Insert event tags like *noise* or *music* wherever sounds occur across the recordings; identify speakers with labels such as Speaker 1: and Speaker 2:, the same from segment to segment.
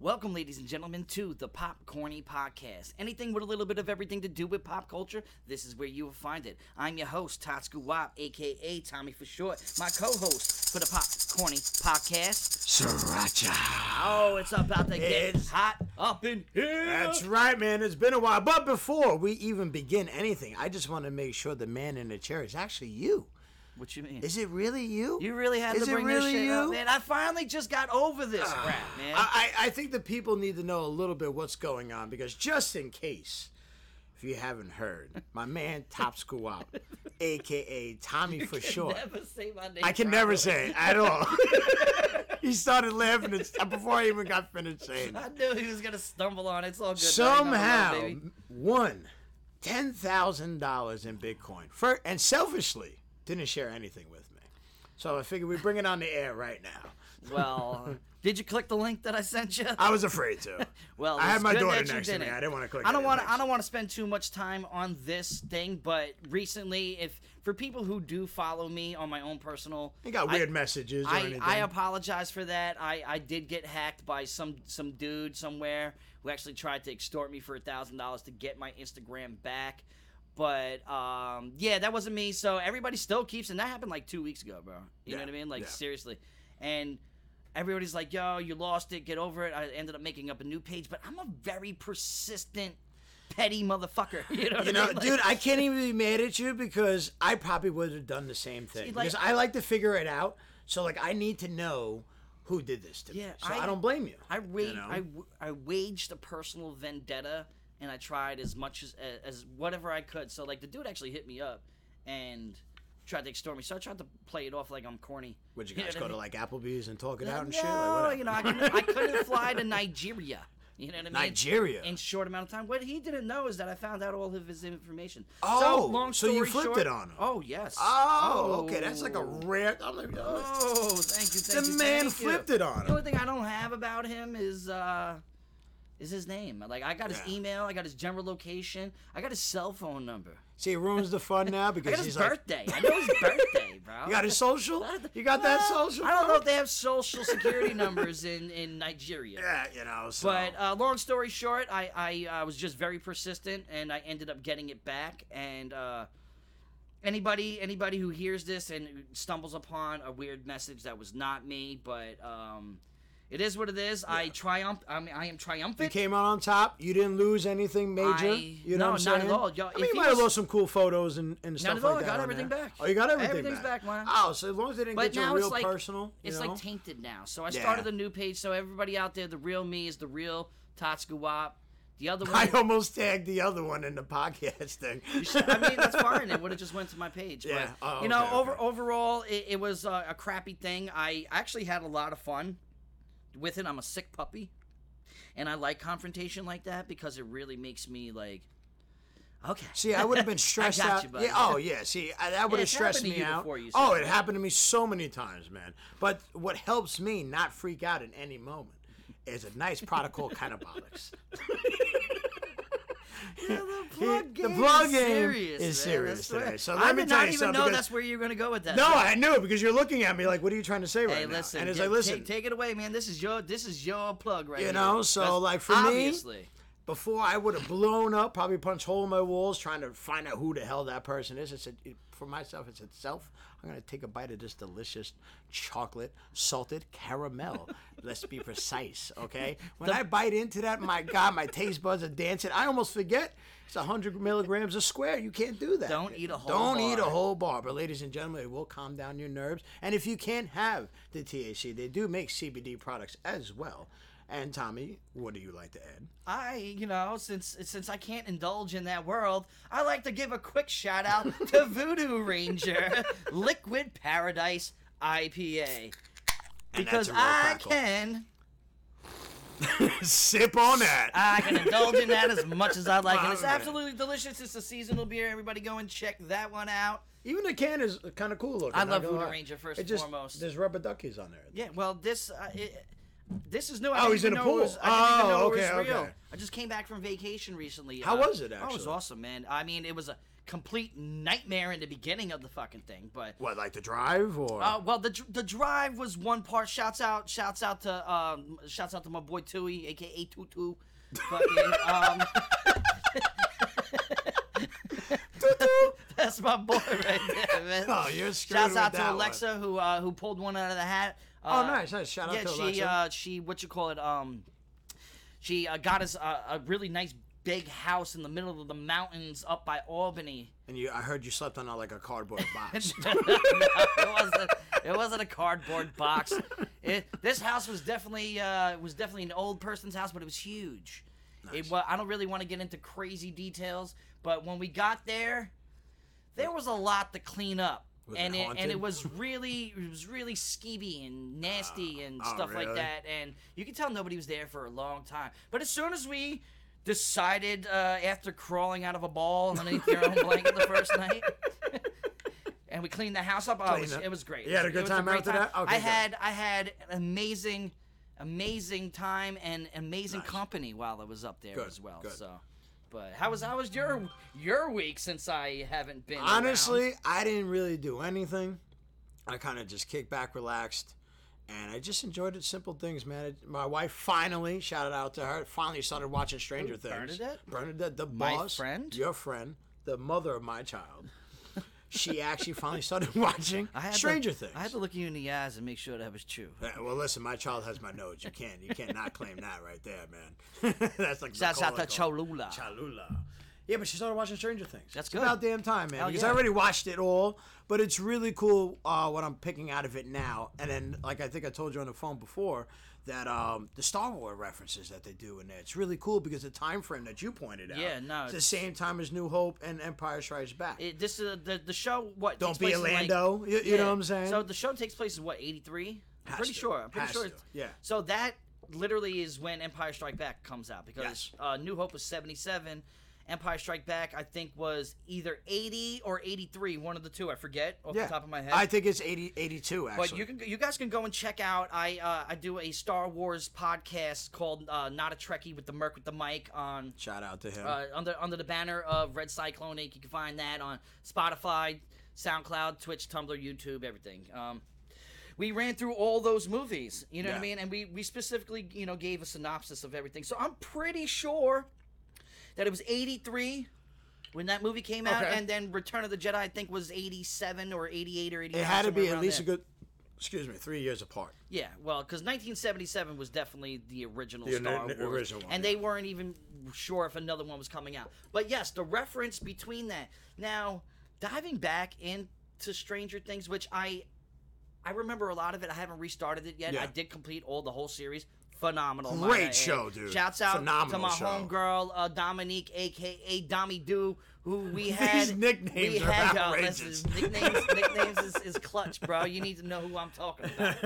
Speaker 1: Welcome, ladies and gentlemen, to the Popcorny Podcast. Anything with a little bit of everything to do with pop culture, this is where you will find it. I'm your host, Totsku Wop, aka Tommy for short, my co host for the Popcorny Podcast.
Speaker 2: Sriracha.
Speaker 1: Oh, it's about to get
Speaker 2: It's-
Speaker 1: hot up in here.
Speaker 2: That's right, man. It's been a while. But before we even begin anything, I just want to make sure the man in the chair is actually you.
Speaker 1: What you mean?
Speaker 2: Is it really you?
Speaker 1: You really had
Speaker 2: Is
Speaker 1: to
Speaker 2: it
Speaker 1: bring
Speaker 2: really
Speaker 1: this shit up,
Speaker 2: you? Ah,
Speaker 1: man. I finally just got over this crap, man.
Speaker 2: I, I I think the people need to know a little bit what's going on because just in case, if you haven't heard, my man Top
Speaker 1: *laughs*
Speaker 2: School Up, aka Tommy for short.
Speaker 1: never say my name.
Speaker 2: I can never say it at all. *laughs* he started laughing and st- before I even got finished saying it.
Speaker 1: I knew he was gonna stumble on. it. It's all good.
Speaker 2: somehow
Speaker 1: baby.
Speaker 2: won ten thousand dollars in Bitcoin for, and selfishly didn't share anything with me. So I figured we bring it on the air right now.
Speaker 1: Well, did you click the link that I sent you?
Speaker 2: I was
Speaker 1: *laughs*
Speaker 2: afraid to.
Speaker 1: Well,
Speaker 2: I had
Speaker 1: it's
Speaker 2: my
Speaker 1: good
Speaker 2: daughter
Speaker 1: that you
Speaker 2: next to me.
Speaker 1: didn't.
Speaker 2: I didn't want to click.
Speaker 1: I don't
Speaker 2: want
Speaker 1: want to. I don't want to spend too much time on this thing, but recently, if for people who do follow me on my own personal,
Speaker 2: You got
Speaker 1: I-
Speaker 2: weird messages or
Speaker 1: I,
Speaker 2: anything.
Speaker 1: I apologize for that. I, I did get hacked by some some dude somewhere who actually tried to extort me for a thousand dollars to get my Instagram back. But um, yeah, that wasn't me. So everybody still keeps, and that happened like two weeks ago, bro. You know
Speaker 2: Yeah,
Speaker 1: what I mean? Like
Speaker 2: yeah.
Speaker 1: seriously, and everybody's like, "Yo, you lost it. Get over it." I ended up making up a new page, but I'm a very persistent, petty motherfucker. *laughs* You know, what
Speaker 2: you
Speaker 1: I
Speaker 2: know,
Speaker 1: mean? Like-
Speaker 2: dude,
Speaker 1: *laughs*
Speaker 2: I can't even be mad at you because I probably would have done the same thing.
Speaker 1: like-
Speaker 2: because I like to figure it out. So, like, I need to know who did this to me.
Speaker 1: Yeah,
Speaker 2: So I,
Speaker 1: I-
Speaker 2: don't blame you.
Speaker 1: I wa-
Speaker 2: you know?
Speaker 1: I w- I waged a personal vendetta, and I tried as much as as whatever I could. So like the dude actually hit me up, and tried to extort me. So I tried to play it off like I'm corny.
Speaker 2: Would
Speaker 1: *laughs*
Speaker 2: you
Speaker 1: know
Speaker 2: guys
Speaker 1: what I
Speaker 2: go to
Speaker 1: mean?
Speaker 2: like Applebee's and talk it out and
Speaker 1: no,
Speaker 2: shit? Like, whatever.
Speaker 1: you know I couldn't, I
Speaker 2: *laughs*
Speaker 1: couldn't fly to Nigeria. You know what I mean?
Speaker 2: Nigeria?
Speaker 1: In short amount of time. What he didn't know is that I found out all of his information.
Speaker 2: Oh,
Speaker 1: so, long
Speaker 2: so you
Speaker 1: story
Speaker 2: flipped
Speaker 1: short-
Speaker 2: it on him.
Speaker 1: Oh yes.
Speaker 2: Oh, okay. That's like a
Speaker 1: Oh.
Speaker 2: rare. I'm like, oh,
Speaker 1: Oh, thank you. Thank
Speaker 2: The
Speaker 1: you,
Speaker 2: man
Speaker 1: thank you.
Speaker 2: flipped it on
Speaker 1: The only thing I don't have about him is uh is his name. Like I got his
Speaker 2: Yeah.
Speaker 1: email, I got his general location, I got his cell phone number.
Speaker 2: see, it ruins the fun
Speaker 1: *laughs*
Speaker 2: now
Speaker 1: I
Speaker 2: because
Speaker 1: got his Oh.
Speaker 2: he's like,
Speaker 1: birthday. I know his birthday, bro.
Speaker 2: you got his social. You got that social.
Speaker 1: I don't know
Speaker 2: bro?
Speaker 1: if they have social security numbers in in Nigeria.
Speaker 2: Yeah, you know. So.
Speaker 1: But uh, long story short, I, I I was just very persistent, and I ended up getting it back. And uh, anybody anybody who hears this and stumbles upon a weird message that was not me, but um, it is what it is. I triumph. I mean, I am
Speaker 2: you
Speaker 1: triumphant.
Speaker 2: came out on top. You didn't lose anything major.
Speaker 1: I-
Speaker 2: you know
Speaker 1: no,
Speaker 2: what I'm
Speaker 1: not at
Speaker 2: saying?
Speaker 1: all. Yo,
Speaker 2: I
Speaker 1: if
Speaker 2: mean,
Speaker 1: he
Speaker 2: you might have
Speaker 1: was-
Speaker 2: lost some cool photos and, and stuff
Speaker 1: at all. I
Speaker 2: like that.
Speaker 1: got
Speaker 2: on
Speaker 1: everything
Speaker 2: there.
Speaker 1: back.
Speaker 2: Oh, you got everything
Speaker 1: Everything's back, man.
Speaker 2: Oh, so as long as they didn't
Speaker 1: but
Speaker 2: get
Speaker 1: now
Speaker 2: your real
Speaker 1: it's like
Speaker 2: personal, you
Speaker 1: it's
Speaker 2: know?
Speaker 1: like tainted now. So I
Speaker 2: Yeah.
Speaker 1: started a new page. So everybody out there, the real me is the real Tatsuguwap. The other one,
Speaker 2: *laughs* *laughs* I almost tagged the other one in the podcast thing.
Speaker 1: I
Speaker 2: *laughs*
Speaker 1: mean, that's fine. It would have just went to my page.
Speaker 2: Yeah.
Speaker 1: But,
Speaker 2: Oh,
Speaker 1: you know,
Speaker 2: okay, okay.
Speaker 1: over overall, it, it was uh, a crappy thing. I actually had a lot of fun with it. I'm a sick puppy, and I like confrontation like that because it really makes me like, okay.
Speaker 2: See, I would
Speaker 1: *laughs*
Speaker 2: have been stressed
Speaker 1: got
Speaker 2: out.
Speaker 1: you, buddy.
Speaker 2: yeah, oh yeah. See, I, that would have
Speaker 1: it's
Speaker 2: stressed
Speaker 1: happened to
Speaker 2: me
Speaker 1: you
Speaker 2: out.
Speaker 1: before, you said.
Speaker 2: oh, it happened to me so many times, man. But what helps me not freak out in any moment is a
Speaker 1: *laughs*
Speaker 2: nice protocol catabolics.
Speaker 1: the
Speaker 2: plug game is serious, man. That's what-
Speaker 1: So let I me did tell not you even something, know that's where you're gonna go with that.
Speaker 2: No, I knew because you're looking at me like, what are you trying to say right
Speaker 1: Hey,
Speaker 2: now?
Speaker 1: listen.
Speaker 2: and it's
Speaker 1: get-
Speaker 2: like, listen,
Speaker 1: Take, take it away, man. This is your this is your plug right
Speaker 2: You
Speaker 1: here.
Speaker 2: know, so, like, for me-
Speaker 1: obviously.
Speaker 2: before I would have blown up, probably punched hole in my walls trying to find out who the hell that person is. I said, it, for myself, it's itself. I'm going to take a bite of this delicious chocolate salted caramel. Let's be precise, okay? When I bite into that, my God, my taste buds are dancing. I almost forget it's 100 milligrams a square. You can't do that.
Speaker 1: Don't eat a whole
Speaker 2: Don't eat a
Speaker 1: bar.
Speaker 2: whole bar. But ladies and gentlemen, it will calm down your nerves. And if you can't have the THC, they do make CBD products as well. And Tommy, what do you like to add?
Speaker 1: I, you know, since since I can't indulge in that world, I like to give a quick shout
Speaker 2: *laughs*
Speaker 1: out to Voodoo Ranger Liquid Paradise IPA
Speaker 2: And that's
Speaker 1: because
Speaker 2: a real
Speaker 1: I
Speaker 2: crackle.
Speaker 1: can
Speaker 2: *laughs* sip on that.
Speaker 1: I can indulge in that as much as I like, and it's
Speaker 2: Love it.
Speaker 1: absolutely delicious. It's a seasonal beer. Everybody go and check that one out.
Speaker 2: Even the can is kind of cool looking.
Speaker 1: I
Speaker 2: not
Speaker 1: love
Speaker 2: gonna
Speaker 1: Voodoo
Speaker 2: lie.
Speaker 1: Ranger first
Speaker 2: It
Speaker 1: and
Speaker 2: just,
Speaker 1: foremost.
Speaker 2: There's rubber duckies on there.
Speaker 1: Yeah, well, this uh, it, this is new. I
Speaker 2: Oh,
Speaker 1: didn't
Speaker 2: he's
Speaker 1: even
Speaker 2: in a
Speaker 1: know it
Speaker 2: pool.
Speaker 1: was- I didn't even
Speaker 2: Oh,
Speaker 1: know it was
Speaker 2: okay,
Speaker 1: real.
Speaker 2: okay.
Speaker 1: I just came back from vacation recently.
Speaker 2: How was it,
Speaker 1: Oh, it was
Speaker 2: actually?
Speaker 1: awesome, man. I mean, it was a complete nightmare in the beginning of the fucking thing. But
Speaker 2: What, like the drive or?
Speaker 1: uh, well, the dr- the drive was one part. Shouts out, shouts out to um, shouts out to my boy Tui, aka Tutu. Fucking, um, *laughs* that's my boy right there, man.
Speaker 2: Oh, you're screwed
Speaker 1: Shouts
Speaker 2: with
Speaker 1: out
Speaker 2: that
Speaker 1: to
Speaker 2: one.
Speaker 1: Alexa who uh, who pulled one out of the hat.
Speaker 2: Oh,
Speaker 1: Uh,
Speaker 2: nice, nice. Shout out
Speaker 1: yeah,
Speaker 2: to
Speaker 1: she
Speaker 2: Alexa.
Speaker 1: uh she what you call it um she uh, got us a, a really nice big house in the middle of the mountains up by Albany.
Speaker 2: and you, I heard you slept on a, like
Speaker 1: *laughs*
Speaker 2: a cardboard box.
Speaker 1: it wasn't it wasn't a cardboard box. It, this house was definitely uh, was definitely an old person's house, but it was huge. It was, I don't really want to get into crazy details, but when we got there, there was a lot to clean up.
Speaker 2: Was it
Speaker 1: and it, and
Speaker 2: haunted?
Speaker 1: it was really it was really skeevy and nasty and
Speaker 2: oh,
Speaker 1: stuff like
Speaker 2: really?
Speaker 1: that and you could tell nobody was there for a long time but as soon as we decided uh, after crawling out of a ball underneath your own blanket the first night and we cleaned the house up. Oh, it
Speaker 2: Clean
Speaker 1: was,
Speaker 2: it.
Speaker 1: it was great.
Speaker 2: You
Speaker 1: It
Speaker 2: had
Speaker 1: was-
Speaker 2: a good
Speaker 1: it was
Speaker 2: time
Speaker 1: great
Speaker 2: after that? Okay,
Speaker 1: I
Speaker 2: good.
Speaker 1: had I had an amazing, amazing time and amazing company while I was up there
Speaker 2: Good,
Speaker 1: as well.
Speaker 2: good.
Speaker 1: So, but how was how was your your week since I haven't been? around?
Speaker 2: Honestly, I didn't really do anything. I kind of just kicked back, relaxed, and I just enjoyed it. Simple things, man. It- my wife finally shouted out to her. Finally started watching Stranger Things.
Speaker 1: Bernadette?
Speaker 2: Bernadette, the
Speaker 1: My
Speaker 2: boss,
Speaker 1: friend?
Speaker 2: your friend, the mother of my child. She actually finally started *laughs* watching
Speaker 1: I had to-
Speaker 2: Stranger Things.
Speaker 1: I had to look you in the eyes and make sure that was true.
Speaker 2: Yeah, well, listen, my child has my nose. You can't, you can't not claim that right there, man. *laughs* That's like
Speaker 1: Shouts out to
Speaker 2: Macaulay Culkin.
Speaker 1: Cholula.
Speaker 2: Cholula. Yeah, but she started watching Stranger Things.
Speaker 1: That's
Speaker 2: It's
Speaker 1: good.
Speaker 2: About damn time, man.
Speaker 1: Hell
Speaker 2: because I
Speaker 1: yeah.
Speaker 2: already watched it all, but it's really cool uh, what I'm picking out of it now. And then, like I think I told you on the phone before, that um, the Star Wars references that they do in there, it's really cool because the time frame that you pointed out.
Speaker 1: Yeah, no,
Speaker 2: it's the
Speaker 1: it's-
Speaker 2: same time as New Hope and Empire Strikes Back.
Speaker 1: It, this is the the show. What
Speaker 2: Don't
Speaker 1: takes
Speaker 2: be
Speaker 1: place
Speaker 2: a
Speaker 1: in, like-
Speaker 2: Lando. you, you know what I'm saying?
Speaker 1: So the show takes place in what, 83? I'm
Speaker 2: Has
Speaker 1: pretty
Speaker 2: to.
Speaker 1: sure. I'm pretty
Speaker 2: Has
Speaker 1: sure.
Speaker 2: to. Yeah.
Speaker 1: So that literally is when Empire Strike Back comes out because
Speaker 2: Yes.
Speaker 1: uh, New Hope was 77. Empire Strike Back, I think, was either 80 or 83, one of the two. I forget off
Speaker 2: yeah.
Speaker 1: the top of my head.
Speaker 2: I think it's 80, 82, actually.
Speaker 1: But you can you guys can go and check out I uh, I do a Star Wars podcast called uh, Not a Trekkie with the Merc with the Mic on
Speaker 2: Shout out to him.
Speaker 1: uh, under under the banner of Red Cyclone Inc. You can find that on Spotify, SoundCloud, Twitch, Tumblr, YouTube, everything. Um, we ran through all those movies, you know what I
Speaker 2: Yeah.
Speaker 1: mean, and we we specifically you know gave a synopsis of everything. So I'm pretty sure that it was '83 when that movie came out,
Speaker 2: Okay.
Speaker 1: and then Return of the Jedi I think was '87 or '88 or '89.
Speaker 2: it had to be
Speaker 1: somewhere
Speaker 2: at
Speaker 1: around
Speaker 2: least
Speaker 1: there.
Speaker 2: a good, excuse me, three
Speaker 1: *laughs*
Speaker 2: years apart.
Speaker 1: Yeah, well, because 1977 was definitely the original
Speaker 2: The
Speaker 1: Star
Speaker 2: ori-
Speaker 1: Wars,
Speaker 2: original one,
Speaker 1: and
Speaker 2: yeah.
Speaker 1: they weren't even sure if another one was coming out. But yes, the reference between that. Now, diving back into Stranger Things, which I I remember a lot of it. I haven't restarted it yet.
Speaker 2: Yeah.
Speaker 1: I did complete all the whole series. Phenomenal. might
Speaker 2: Great
Speaker 1: I add.
Speaker 2: show, dude.
Speaker 1: Shouts out
Speaker 2: Phenomenal
Speaker 1: to my
Speaker 2: show.
Speaker 1: homegirl uh, Dominique, aka Dommy Doo, who
Speaker 2: *laughs*
Speaker 1: we had.
Speaker 2: nicknames
Speaker 1: we
Speaker 2: are
Speaker 1: had, yo, listen,
Speaker 2: outrageous.
Speaker 1: nicknames, nicknames is, is clutch, bro. You need to know who I'm talking about.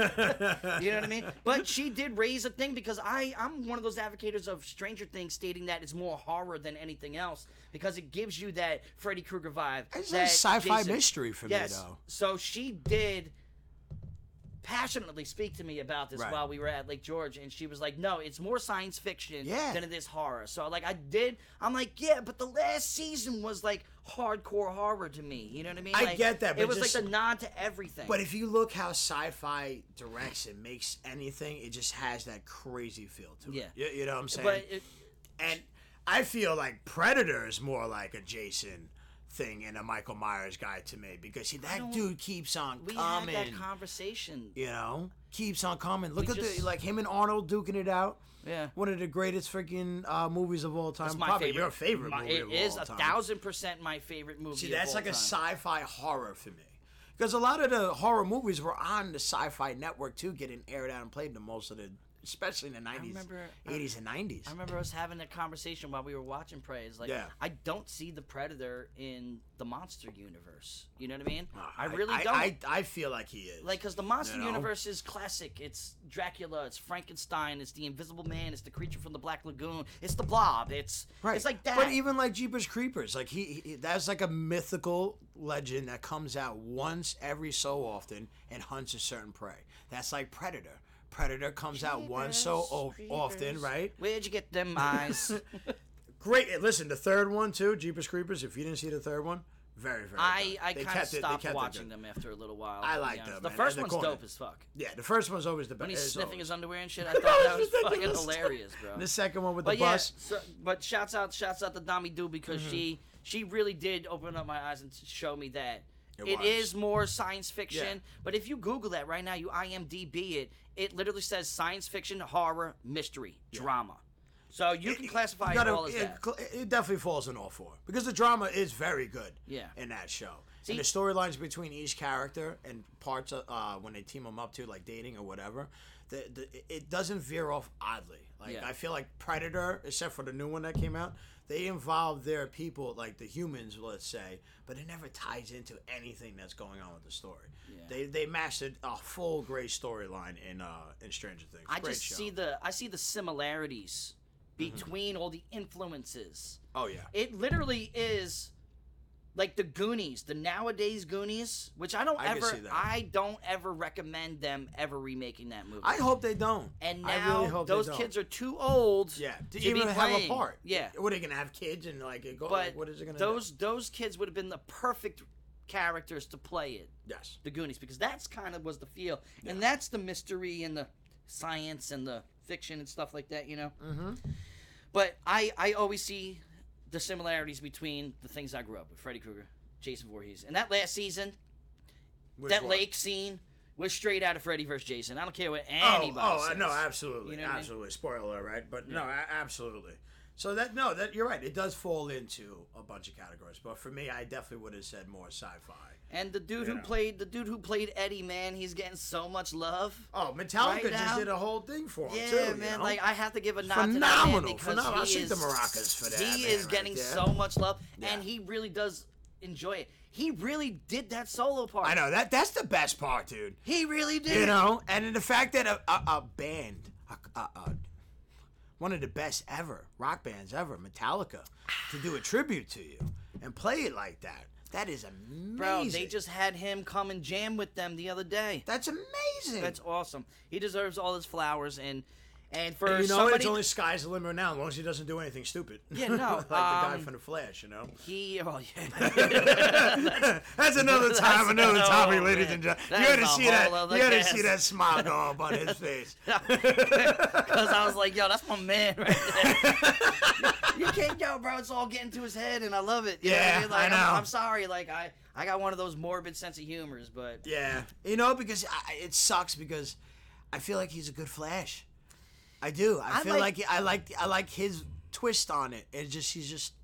Speaker 1: You know what I mean? But she did raise a thing because I I'm one of those advocates of Stranger Things, stating that it's more horror than anything else because it gives you that Freddy Krueger vibe.
Speaker 2: It's a
Speaker 1: that
Speaker 2: sci-fi
Speaker 1: Jason-
Speaker 2: mystery for
Speaker 1: Yes.
Speaker 2: me, though.
Speaker 1: So she did passionately speak to me about this
Speaker 2: Right.
Speaker 1: while we were at Lake George, and she was like, "No, it's more science fiction
Speaker 2: Yeah.
Speaker 1: than it is horror." So like I did, I'm like, "Yeah," but the last season was like hardcore horror to me. You know what I mean?
Speaker 2: I
Speaker 1: Like,
Speaker 2: get that,
Speaker 1: it
Speaker 2: but
Speaker 1: was
Speaker 2: just-
Speaker 1: like the nod to everything.
Speaker 2: But if you look how sci-fi directs and makes anything, it just has that crazy feel to it.
Speaker 1: Yeah.
Speaker 2: You, you know what I'm saying?
Speaker 1: but it,
Speaker 2: and I feel like Predator is more like a Jason thing and a Michael Myers guy to me because see, that
Speaker 1: don't-
Speaker 2: dude keeps on
Speaker 1: we
Speaker 2: coming.
Speaker 1: had that conversation.
Speaker 2: you know, keeps on coming. Look
Speaker 1: We
Speaker 2: at
Speaker 1: just-
Speaker 2: the like him and Arnold duking it out.
Speaker 1: Yeah.
Speaker 2: One of the greatest freaking uh, movies of all time.
Speaker 1: It's my
Speaker 2: Probably
Speaker 1: favorite.
Speaker 2: your favorite
Speaker 1: My-
Speaker 2: movie
Speaker 1: It
Speaker 2: of
Speaker 1: is
Speaker 2: all
Speaker 1: a
Speaker 2: time.
Speaker 1: thousand percent my favorite movie.
Speaker 2: See,
Speaker 1: of
Speaker 2: that's
Speaker 1: all
Speaker 2: like a
Speaker 1: time.
Speaker 2: sci-fi horror for me. Because a lot of the horror movies were on the sci-fi network too, getting aired out and played the most of the, especially in the nineties,
Speaker 1: remember- I-
Speaker 2: eighties, and nineties.
Speaker 1: I remember us having that conversation while we were watching Praise. Like,
Speaker 2: Yeah.
Speaker 1: I don't see the Predator in the monster universe. You know what I mean? I
Speaker 2: I-
Speaker 1: really
Speaker 2: I,
Speaker 1: don't.
Speaker 2: I, I feel like he is.
Speaker 1: like, uh, because the monster
Speaker 2: You know?
Speaker 1: universe is classic. It's Dracula. It's Frankenstein. It's the Invisible Man. It's the creature from the Black Lagoon. It's the Blob. It's It's like that.
Speaker 2: But even like Jeepers Creepers, like he, he that's like a mythical legend that comes out once every so often and hunts a certain prey. That's like Predator. Predator comes out once so
Speaker 1: Jeepers
Speaker 2: o- often,
Speaker 1: Creepers.
Speaker 2: right? *laughs*
Speaker 1: Where'd you get them eyes?
Speaker 2: Great. and Listen, the third one too, Jeepers Creepers. If you didn't see the third one, very very.
Speaker 1: I,
Speaker 2: good.
Speaker 1: I
Speaker 2: They
Speaker 1: kind of
Speaker 2: kept it- they
Speaker 1: stopped
Speaker 2: kept it
Speaker 1: watching
Speaker 2: good.
Speaker 1: them after a little while. to
Speaker 2: I
Speaker 1: be
Speaker 2: like
Speaker 1: honest.
Speaker 2: them,
Speaker 1: The
Speaker 2: man.
Speaker 1: first
Speaker 2: They're
Speaker 1: one's
Speaker 2: corny.
Speaker 1: dope as fuck.
Speaker 2: Yeah, the first one's always the best.
Speaker 1: When he's sniffing his underwear and shit, I
Speaker 2: *laughs* That
Speaker 1: thought that was
Speaker 2: was
Speaker 1: fucking
Speaker 2: ridiculous.
Speaker 1: hilarious, bro.
Speaker 2: the second one with
Speaker 1: but
Speaker 2: the Mm-hmm.
Speaker 1: yeah,
Speaker 2: bus.
Speaker 1: so, but shouts out, shouts out to Dami Do because she she really did open up my eyes and t- show me that
Speaker 2: It
Speaker 1: it
Speaker 2: was.
Speaker 1: is more science fiction. But if you Google that right now, you IMDb it, it literally says science fiction, horror, mystery, drama. So you can classify
Speaker 2: You
Speaker 1: it,
Speaker 2: gotta-
Speaker 1: all as
Speaker 2: it,
Speaker 1: that.
Speaker 2: cl- it definitely falls in all four because the drama is very good.
Speaker 1: Yeah.
Speaker 2: In that show,
Speaker 1: See-
Speaker 2: and the storylines between each character and parts of, uh, when they team them up to like dating or whatever, the, the it doesn't veer off oddly. Like
Speaker 1: Yeah.
Speaker 2: I feel like Predator, except for the new one that came out, they involve their people, like the humans, let's say, but it never ties into anything that's going on with the story. They they mastered a full great storyline in uh in Stranger Things.
Speaker 1: I
Speaker 2: Great
Speaker 1: just
Speaker 2: show. Mm-hmm.
Speaker 1: see the I see the similarities between all the influences.
Speaker 2: oh yeah.
Speaker 1: It literally is like the Goonies, the nowadays Goonies, which I don't
Speaker 2: I can
Speaker 1: ever
Speaker 2: see that.
Speaker 1: I don't ever recommend them ever remaking that movie.
Speaker 2: I hope they don't.
Speaker 1: and
Speaker 2: I
Speaker 1: now
Speaker 2: really hope they
Speaker 1: those
Speaker 2: don't.
Speaker 1: kids are too old
Speaker 2: Yeah,
Speaker 1: to
Speaker 2: to,
Speaker 1: be
Speaker 2: even have a
Speaker 1: playing.
Speaker 2: part.
Speaker 1: Yeah.
Speaker 2: what are they gonna have kids and like it go?
Speaker 1: But
Speaker 2: like, what is it gonna?
Speaker 1: those those kids would have been the perfect characters to play it,
Speaker 2: do? yes,
Speaker 1: the Goonies, because that's kind of was the feel. And that's the mystery and the science and the fiction and stuff like that, you know?
Speaker 2: mm-hmm.
Speaker 1: But I, I always see the similarities between the things I grew up with Freddy Krueger, Jason Voorhees. And that last season, that lake scene was straight out of Freddy vs. Jason. I don't care what anybody
Speaker 2: Oh, oh
Speaker 1: says.
Speaker 2: no, absolutely,
Speaker 1: You know what I mean?
Speaker 2: absolutely. Spoiler, right? But no, a- absolutely. So that no, that you're right. It does fall into a bunch of categories. But for me, I definitely would have said more sci-fi.
Speaker 1: And the dude
Speaker 2: You
Speaker 1: who
Speaker 2: know.
Speaker 1: played the dude who played Eddie, man, he's getting so much love.
Speaker 2: Oh, Metallica
Speaker 1: Right
Speaker 2: just
Speaker 1: now-
Speaker 2: did a whole thing for him
Speaker 1: Yeah,
Speaker 2: too. you
Speaker 1: man.
Speaker 2: know?
Speaker 1: Like I have to give a nod to that man
Speaker 2: Phenomenal,
Speaker 1: because
Speaker 2: phenomenal. I
Speaker 1: he
Speaker 2: shoot
Speaker 1: is
Speaker 2: the maracas for that
Speaker 1: He
Speaker 2: man
Speaker 1: is
Speaker 2: right
Speaker 1: getting
Speaker 2: there.
Speaker 1: so much love, and
Speaker 2: Yeah.
Speaker 1: he really does enjoy it. He really did that solo part.
Speaker 2: I know that that's the best part, dude.
Speaker 1: He really did.
Speaker 2: You
Speaker 1: it.
Speaker 2: know, and then the fact that a, a, a band, a, a, a, one of the best ever rock bands ever, Metallica, to do a tribute to you and play it like that, that is amazing.
Speaker 1: bro. They just had him come and jam with them the other day.
Speaker 2: that's amazing.
Speaker 1: That's awesome. He deserves all his flowers and and for
Speaker 2: you know,
Speaker 1: somebody
Speaker 2: it's only sky's the limit now, as long as he doesn't do anything stupid.
Speaker 1: Yeah, no,
Speaker 2: *laughs* like the guy
Speaker 1: um,
Speaker 2: from the Flash.
Speaker 1: *laughs*
Speaker 2: You know, *laughs*
Speaker 1: he oh yeah.
Speaker 2: that's another
Speaker 1: *laughs* that's-
Speaker 2: time, another
Speaker 1: oh,
Speaker 2: topic, ladies
Speaker 1: man.
Speaker 2: and gentlemen.
Speaker 1: That
Speaker 2: You had to
Speaker 1: is a
Speaker 2: see that.
Speaker 1: whole other
Speaker 2: You had to
Speaker 1: cast.
Speaker 2: see that smile go up
Speaker 1: *laughs*
Speaker 2: on his face.
Speaker 1: Cuz I was like, yo, that's my man right there. *laughs* you can't go, bro. It's all getting to his head and I love it. You know what I
Speaker 2: Yeah,
Speaker 1: mean? Like
Speaker 2: I
Speaker 1: am
Speaker 2: know.
Speaker 1: I'm sorry like I I got one of those morbid sense of humors, but
Speaker 2: Yeah, you know because I, it sucks because I feel like he's a good Flash. I do. I,
Speaker 1: I
Speaker 2: feel
Speaker 1: like-
Speaker 2: like, I like I like his twist on it. It's just he's just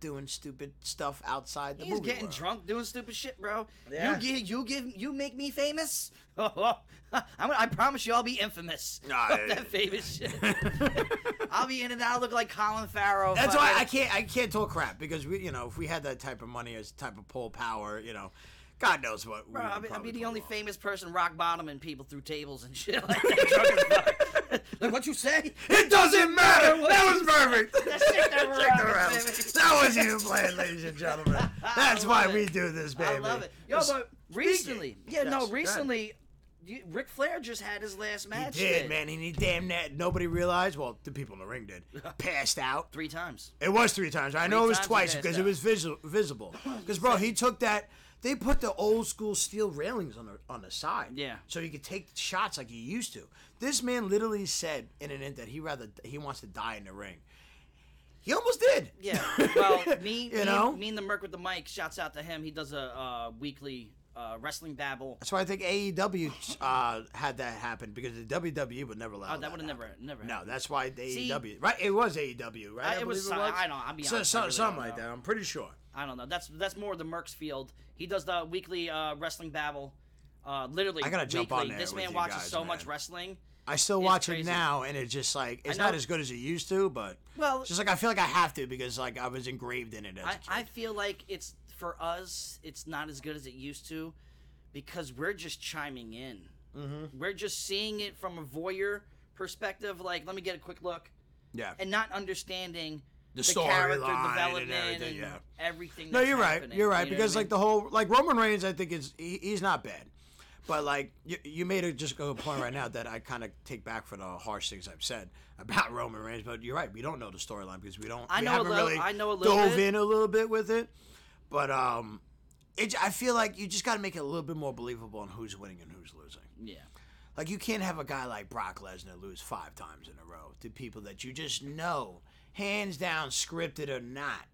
Speaker 2: doing stupid stuff outside the
Speaker 1: He's
Speaker 2: movie.
Speaker 1: getting
Speaker 2: world.
Speaker 1: drunk, doing stupid shit, bro.
Speaker 2: Yeah.
Speaker 1: You give, you give, you make me famous. *laughs* I'm gonna, I promise you, I'll be infamous. *laughs*
Speaker 2: Nah,
Speaker 1: Fuck
Speaker 2: yeah, yeah.
Speaker 1: that famous shit. *laughs* I'll be in and out. I'll look like Colin Farrell.
Speaker 2: That's why
Speaker 1: fucking-
Speaker 2: I can't I can't talk crap because we you know if we had that type of money as type of pull power you know, God knows what. we
Speaker 1: Bro,
Speaker 2: would
Speaker 1: I'll be, I'll
Speaker 2: probably
Speaker 1: be the
Speaker 2: pull
Speaker 1: only
Speaker 2: off.
Speaker 1: famous person rock bottoming people through tables and shit *laughs* like that. drunk as fuck. *laughs* like what you say?
Speaker 2: It doesn't matter.
Speaker 1: What
Speaker 2: That
Speaker 1: you
Speaker 2: was perfect.
Speaker 1: *laughs* That shit never
Speaker 2: Check the
Speaker 1: happens,
Speaker 2: rounds.
Speaker 1: baby.
Speaker 2: That was even playing, ladies and gentlemen.
Speaker 1: *laughs*
Speaker 2: That's
Speaker 1: I
Speaker 2: why
Speaker 1: love
Speaker 2: we
Speaker 1: it.
Speaker 2: do this, baby.
Speaker 1: I love it. Yo, but recently, yeah,
Speaker 2: Yes, go
Speaker 1: no,
Speaker 2: ahead.
Speaker 1: recently, you, Ric Flair just had his last
Speaker 2: He
Speaker 1: match.
Speaker 2: did,
Speaker 1: then.
Speaker 2: man, and he damn that nobody realized. Well, the people in the
Speaker 1: *laughs*
Speaker 2: ring did. Passed out.
Speaker 1: Three times.
Speaker 2: It was three times. I know it was
Speaker 1: times he
Speaker 2: twice
Speaker 1: passed
Speaker 2: because it
Speaker 1: out.
Speaker 2: was visual, visible. Because bro, he took that. They put the old school steel railings on the on the side.
Speaker 1: Yeah.
Speaker 2: So he could take shots like he used to. This man literally said in an end that he rather he wants to die in the ring. He almost did. *laughs*
Speaker 1: Yeah. *laughs* Well, me,
Speaker 2: You
Speaker 1: me,
Speaker 2: know?
Speaker 1: me and the Merc with the mic. Shouts out to him. He does a uh, weekly uh, wrestling babble.
Speaker 2: That's why I think AEW uh, had that happen because the WWE would never allow.
Speaker 1: Oh, that would have never,
Speaker 2: happen.
Speaker 1: never.
Speaker 2: No,
Speaker 1: happened.
Speaker 2: that's why the
Speaker 1: See-
Speaker 2: AEW. Right, it was AEW, right?
Speaker 1: Uh, it was.
Speaker 2: believe
Speaker 1: some- I don't. I'll be
Speaker 2: So,
Speaker 1: honest.
Speaker 2: so,
Speaker 1: I really
Speaker 2: something
Speaker 1: don't
Speaker 2: like
Speaker 1: know.
Speaker 2: that. I'm pretty sure.
Speaker 1: I don't know. That's that's more the Merc's field. He does the weekly uh, wrestling babble. Uh, literally,
Speaker 2: I gotta jump
Speaker 1: weekly.
Speaker 2: on there
Speaker 1: This
Speaker 2: with
Speaker 1: man
Speaker 2: you
Speaker 1: watches
Speaker 2: guys,
Speaker 1: so much
Speaker 2: man.
Speaker 1: wrestling.
Speaker 2: I still
Speaker 1: It's
Speaker 2: watch it
Speaker 1: crazy.
Speaker 2: now, and it's just like it's
Speaker 1: know-
Speaker 2: not as good as it used to, but
Speaker 1: Well,
Speaker 2: it's just like I feel like I have to because like I was engraved in it as a
Speaker 1: I,
Speaker 2: kid.
Speaker 1: I feel like it's for us. It's not as good as it used to, because we're just chiming in. Mm-hmm. We're just seeing it from a voyeur perspective. Like, let me get a quick look.
Speaker 2: yeah.
Speaker 1: and not understanding the,
Speaker 2: storyline
Speaker 1: character
Speaker 2: and
Speaker 1: development and
Speaker 2: everything,
Speaker 1: everything.
Speaker 2: yeah.
Speaker 1: That's
Speaker 2: No, you're right.
Speaker 1: happening,
Speaker 2: You're right
Speaker 1: you know
Speaker 2: because
Speaker 1: what I
Speaker 2: like the whole like Roman Reigns, I think is he, he's not bad, But like you, you made a just a point right now that I kind of take back for the harsh things I've said about *laughs* Roman Reigns. But you're right, we don't know the storyline because we don't.
Speaker 1: I
Speaker 2: we
Speaker 1: know a
Speaker 2: haven't
Speaker 1: little-
Speaker 2: Really
Speaker 1: I know a little
Speaker 2: Dove
Speaker 1: bit.
Speaker 2: in a little bit with it, but um, it. j- I feel like you just got to make it a little bit more believable on who's winning and who's losing.
Speaker 1: Yeah.
Speaker 2: Like you can't have a guy like Brock Lesnar lose five times in a row to people that you just know, hands down, scripted or not.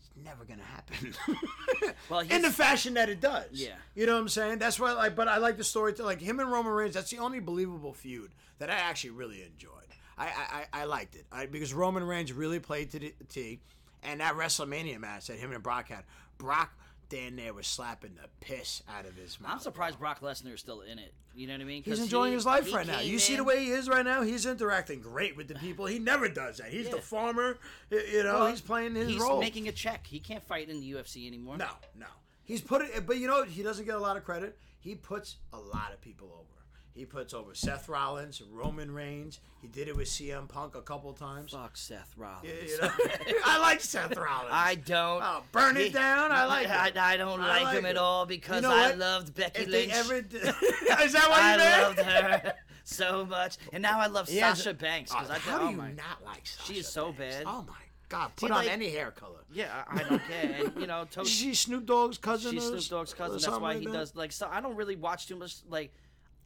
Speaker 2: It's never gonna happen.
Speaker 1: *laughs* Well,
Speaker 2: in the
Speaker 1: he's-
Speaker 2: fashion that it does.
Speaker 1: Yeah.
Speaker 2: you know what I'm saying. That's why. Like, but I like the story. To, like him and Roman Reigns. That's the only believable feud that I actually really enjoyed. I I, I I liked it I, because Roman Reigns really played to the T, and that WrestleMania match that him and Brock had. Brock damn near was slapping the piss out of his mouth.
Speaker 1: I'm surprised Brock Lesnar is still in it. You know what I mean?
Speaker 2: He's
Speaker 1: 'Cause
Speaker 2: enjoying
Speaker 1: he-
Speaker 2: his life
Speaker 1: he
Speaker 2: right now.
Speaker 1: came
Speaker 2: You see the
Speaker 1: in-
Speaker 2: way he is right now. He's interacting great with the people. He never does that. He's the
Speaker 1: Yeah.
Speaker 2: farmer. y- You know,
Speaker 1: Well,
Speaker 2: he's playing his
Speaker 1: he's
Speaker 2: role.
Speaker 1: making a check. He can't fight in the UFC anymore.
Speaker 2: no, no. He's put it, but you know, he doesn't get a lot of credit. He puts a lot of people over. He puts over Seth Rollins, Roman Reigns. He did it with CM Punk a couple times.
Speaker 1: Fuck Seth Rollins.
Speaker 2: You know? *laughs* I like Seth Rollins.
Speaker 1: I don't.
Speaker 2: Oh, burn it down. I like
Speaker 1: I,
Speaker 2: it.
Speaker 1: I don't
Speaker 2: I
Speaker 1: like,
Speaker 2: like
Speaker 1: him
Speaker 2: it.
Speaker 1: at all because
Speaker 2: know
Speaker 1: I
Speaker 2: what?
Speaker 1: loved Becky
Speaker 2: if
Speaker 1: Lynch.
Speaker 2: they ever did, *laughs* is that
Speaker 1: *laughs*
Speaker 2: why
Speaker 1: I
Speaker 2: you made?
Speaker 1: loved
Speaker 2: *laughs*
Speaker 1: her *laughs* so much, and now I love
Speaker 2: Yeah,
Speaker 1: Sasha Banks because
Speaker 2: Oh,
Speaker 1: I
Speaker 2: how
Speaker 1: thought, oh
Speaker 2: do you
Speaker 1: my,
Speaker 2: not like Sasha?
Speaker 1: is so
Speaker 2: Banks?
Speaker 1: bad.
Speaker 2: Oh my god! Put on
Speaker 1: like-
Speaker 2: any hair color.
Speaker 1: yeah, I I don't care. And, you know,
Speaker 2: *laughs*
Speaker 1: Toast
Speaker 2: She's Snoop Dogg's cousin.
Speaker 1: She's
Speaker 2: or
Speaker 1: Snoop Dogg's
Speaker 2: s-
Speaker 1: cousin.
Speaker 2: or
Speaker 1: That's
Speaker 2: something
Speaker 1: why
Speaker 2: like
Speaker 1: he
Speaker 2: that?
Speaker 1: does like. So I don't really watch too much. Like,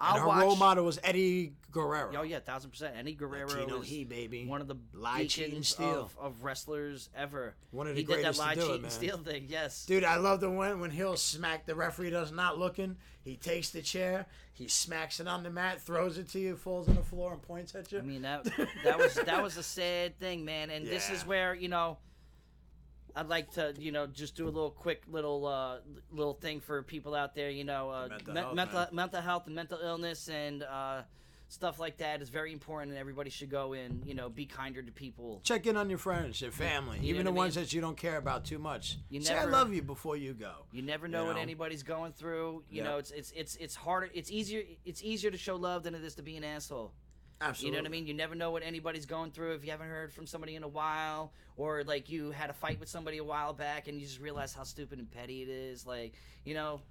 Speaker 2: And
Speaker 1: I'll
Speaker 2: her
Speaker 1: watch.
Speaker 2: role model was Eddie Guerrero.
Speaker 1: Oh yeah, thousand percent. Eddie Guerrero
Speaker 2: Latino
Speaker 1: is
Speaker 2: he, baby.
Speaker 1: one of the
Speaker 2: Lie, cheat, and
Speaker 1: beacons
Speaker 2: steal.
Speaker 1: of, of wrestlers ever.
Speaker 2: One of
Speaker 1: he
Speaker 2: the greatest to
Speaker 1: did that lie,
Speaker 2: do it,
Speaker 1: cheat,
Speaker 2: man.
Speaker 1: and steal thing. Yes.
Speaker 2: Dude, I love the one when he'll smack the referee does not looking. He takes the chair, he smacks it on the mat, throws it to you, falls on the floor, and points at you.
Speaker 1: I mean that that was that was a sad thing, man. And this is
Speaker 2: Yeah.
Speaker 1: where you know. I'd like to, you know, just do a little quick little uh, little thing for people out there. You know, uh,
Speaker 2: Mental
Speaker 1: men-
Speaker 2: health,
Speaker 1: mental,
Speaker 2: man.
Speaker 1: mental health and mental illness and uh, stuff like that is very important, and everybody should go in. You know, be kinder to people.
Speaker 2: check in on your friends, your family,
Speaker 1: know what
Speaker 2: even the
Speaker 1: I
Speaker 2: ones
Speaker 1: mean?
Speaker 2: that you don't care about too much.
Speaker 1: You
Speaker 2: Say
Speaker 1: never-
Speaker 2: I love you before you go.
Speaker 1: You never know, what
Speaker 2: know?
Speaker 1: anybody's going through. You
Speaker 2: Yep.
Speaker 1: know, it's it's it's it's harder. It's easier. It's easier to show love than it is to be an asshole. You
Speaker 2: Absolutely.
Speaker 1: know what I mean? You never know what anybody's going through if you haven't heard from somebody in a while, or like you had a fight with somebody a while back and you just realize how stupid and petty it is. Like, you know,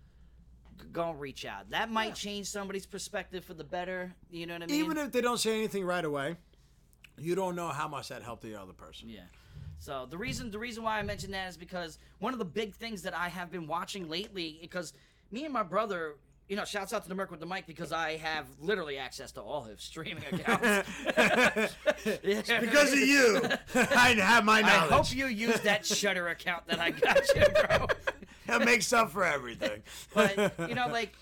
Speaker 1: g- go and reach out. That might change somebody's perspective for the better. You know what I mean?
Speaker 2: Even if they don't say anything right away, you don't know how much that helped the other person.
Speaker 1: Yeah. So the reason the reason why I mentioned that is because one of the big things that I have been watching lately because me and my brother, you know, shouts out to the Merc with the mic because I have literally access to all his
Speaker 2: *laughs*
Speaker 1: streaming accounts. Yeah.
Speaker 2: Because of you, I have
Speaker 1: I
Speaker 2: my knowledge.
Speaker 1: hope you use that
Speaker 2: *laughs*
Speaker 1: Shutter account that I got you, bro.
Speaker 2: that makes up for everything.
Speaker 1: But you know, like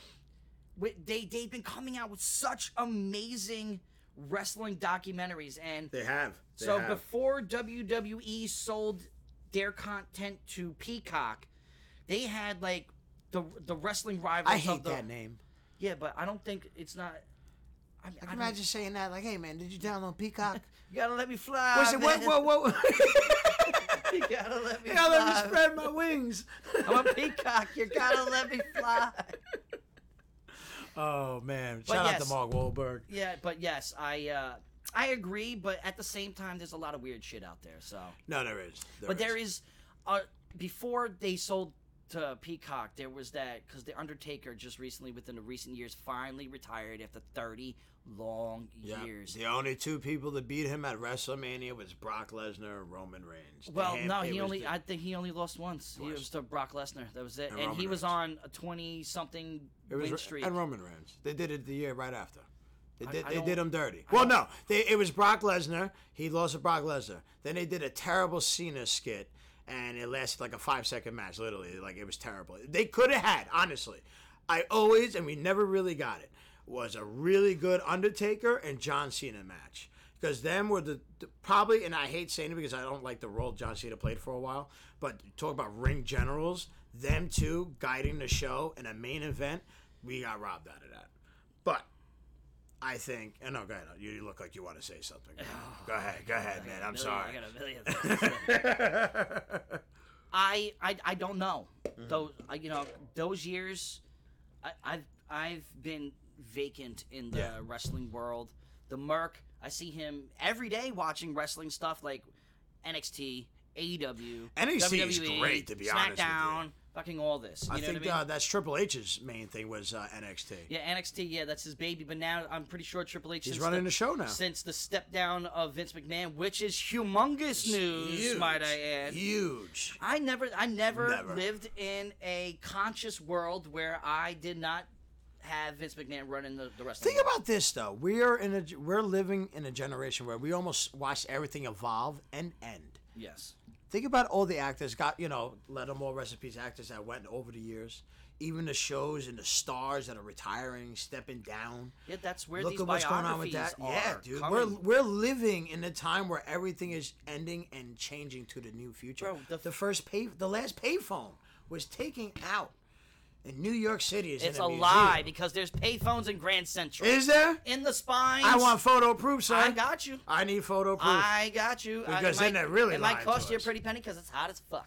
Speaker 1: wi- they they've been coming out with such amazing wrestling documentaries and
Speaker 2: they have. They
Speaker 1: So
Speaker 2: have.
Speaker 1: before WWE sold their content to Peacock, they had like the the wrestling rivals.
Speaker 2: I
Speaker 1: of
Speaker 2: hate
Speaker 1: the,
Speaker 2: that name.
Speaker 1: Yeah, but I don't think it's not. I, I
Speaker 2: Can
Speaker 1: don't-
Speaker 2: you imagine saying that? Like, hey man, did you
Speaker 1: *laughs*
Speaker 2: download Peacock?
Speaker 1: you gotta let me fly.
Speaker 2: I said, what?
Speaker 1: man.
Speaker 2: What? What?
Speaker 1: *laughs* You gotta let
Speaker 2: *laughs*
Speaker 1: me
Speaker 2: You
Speaker 1: fly.
Speaker 2: gotta let me spread my wings.
Speaker 1: I'm a peacock. You gotta let me fly.
Speaker 2: *laughs* oh man!
Speaker 1: But
Speaker 2: Shout out
Speaker 1: yes.
Speaker 2: to Mark Wahlberg.
Speaker 1: Yeah, but yes, I uh, I agree. But at the same time, there's a lot of weird shit out there. So.
Speaker 2: No, there is.
Speaker 1: but there is uh, before they sold to Peacock, there was that because the Undertaker just recently, within the recent years, finally retired after thirty long
Speaker 2: Yeah.
Speaker 1: years.
Speaker 2: The only two people that beat him at WrestleMania was Brock Lesnar and Roman Reigns.
Speaker 1: Well,
Speaker 2: Damn,
Speaker 1: no,
Speaker 2: it
Speaker 1: he
Speaker 2: was
Speaker 1: only
Speaker 2: the-
Speaker 1: I think he only lost once. He was to Brock Lesnar. That was it, and,
Speaker 2: Roman
Speaker 1: he was on a twenty something
Speaker 2: It was
Speaker 1: win
Speaker 2: Ro-
Speaker 1: streak.
Speaker 2: and Roman Reigns. They did it the year right after. They did,
Speaker 1: I
Speaker 2: they
Speaker 1: don't-
Speaker 2: did him dirty. Well, no, they, it was Brock Lesnar. He lost to Brock Lesnar. Then they did a terrible Cena skit, and it lasted like a five second match. Literally, like it was terrible. They could have had, honestly. I always and we never really got it was a really good Undertaker and John Cena match because them were the, the probably and I hate saying it because I don't like the role John Cena played for a while, but talk about ring generals, them two guiding the show in a main event. We got robbed out of that, but I think. And no, go ahead. You you look like you want to say
Speaker 1: *sighs*
Speaker 2: something. go ahead, go ahead, man. I'm
Speaker 1: Million- I
Speaker 2: sorry. *laughs*
Speaker 1: got a million things to say. I, I I don't know
Speaker 2: Mm-hmm.
Speaker 1: those I- you know those years. I, I've I've been vacant in the
Speaker 2: Yeah.
Speaker 1: wrestling world. The Merc, I see him every day watching wrestling stuff like NXT, AEW,
Speaker 2: NXT
Speaker 1: WWE,
Speaker 2: is great, to be honest with you.
Speaker 1: E, SmackDown, fucking all this. You
Speaker 2: I
Speaker 1: know
Speaker 2: think
Speaker 1: what I mean?
Speaker 2: uh, that's Triple H's main thing was uh, NXT.
Speaker 1: yeah, NXT. Yeah, that's his baby. But now I'm pretty sure Triple H.
Speaker 2: He's
Speaker 1: since
Speaker 2: running the show now.
Speaker 1: since the step down of Vince McMahon, which is humongous news,
Speaker 2: Huge.
Speaker 1: might I add.
Speaker 2: Huge.
Speaker 1: I never, I never,
Speaker 2: Never.
Speaker 1: lived in a conscious world where I did not have Vince McMahon running the, the wrestling.
Speaker 2: Think about this though. We are in a g- we're living in a generation where we almost watch everything evolve and end.
Speaker 1: about yes,
Speaker 2: Think about all the actors got you know Lettermore recipes actors that went over the years, even the shows and the stars that are retiring, stepping down.
Speaker 1: yeah, that's where
Speaker 2: Look
Speaker 1: these
Speaker 2: at what's going on with that.
Speaker 1: biographies are.
Speaker 2: Yeah, dude.
Speaker 1: coming.
Speaker 2: We're we're living in a time where everything is ending and changing to the new future.
Speaker 1: Bro, the
Speaker 2: the,
Speaker 1: f-
Speaker 2: first pay the last payphone was taken out in New York City. Is
Speaker 1: it's
Speaker 2: in
Speaker 1: a
Speaker 2: a
Speaker 1: lie
Speaker 2: museum.
Speaker 1: because there's payphones in Grand Central.
Speaker 2: Is there?
Speaker 1: in the spine.
Speaker 2: I want photo proof, son.
Speaker 1: I got you.
Speaker 2: I need photo proof.
Speaker 1: I got you. I- it
Speaker 2: Because then
Speaker 1: might-
Speaker 2: they're really
Speaker 1: It might
Speaker 2: lying
Speaker 1: cost
Speaker 2: to
Speaker 1: you a
Speaker 2: us.
Speaker 1: pretty penny because it's hot as
Speaker 2: *laughs*
Speaker 1: fuck.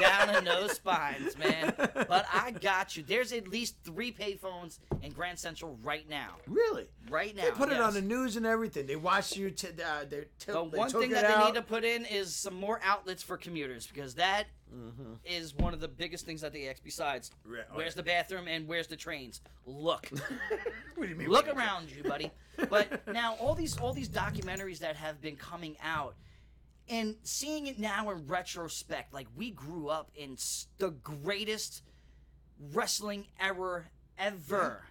Speaker 1: Down in those spines, man. But I got you. There's at least three payphones in Grand Central right now.
Speaker 2: really?
Speaker 1: Right now.
Speaker 2: They put it on the
Speaker 1: yes.
Speaker 2: news and everything. They watched you. T- uh, they t-
Speaker 1: The
Speaker 2: they
Speaker 1: one
Speaker 2: took
Speaker 1: thing
Speaker 2: it
Speaker 1: that they
Speaker 2: out.
Speaker 1: need to put in is some more outlets for commuters because that is
Speaker 2: Mm-hmm.
Speaker 1: one of the biggest things that they ask. Besides,
Speaker 2: Re- oh,
Speaker 1: where's
Speaker 2: yeah.
Speaker 1: the bathroom and where's the trains?
Speaker 2: *laughs*
Speaker 1: Look.
Speaker 2: What do you mean?
Speaker 1: look around you buddy but now all these all these documentaries that have been coming out and seeing it now in retrospect like we grew up in s- the greatest wrestling era ever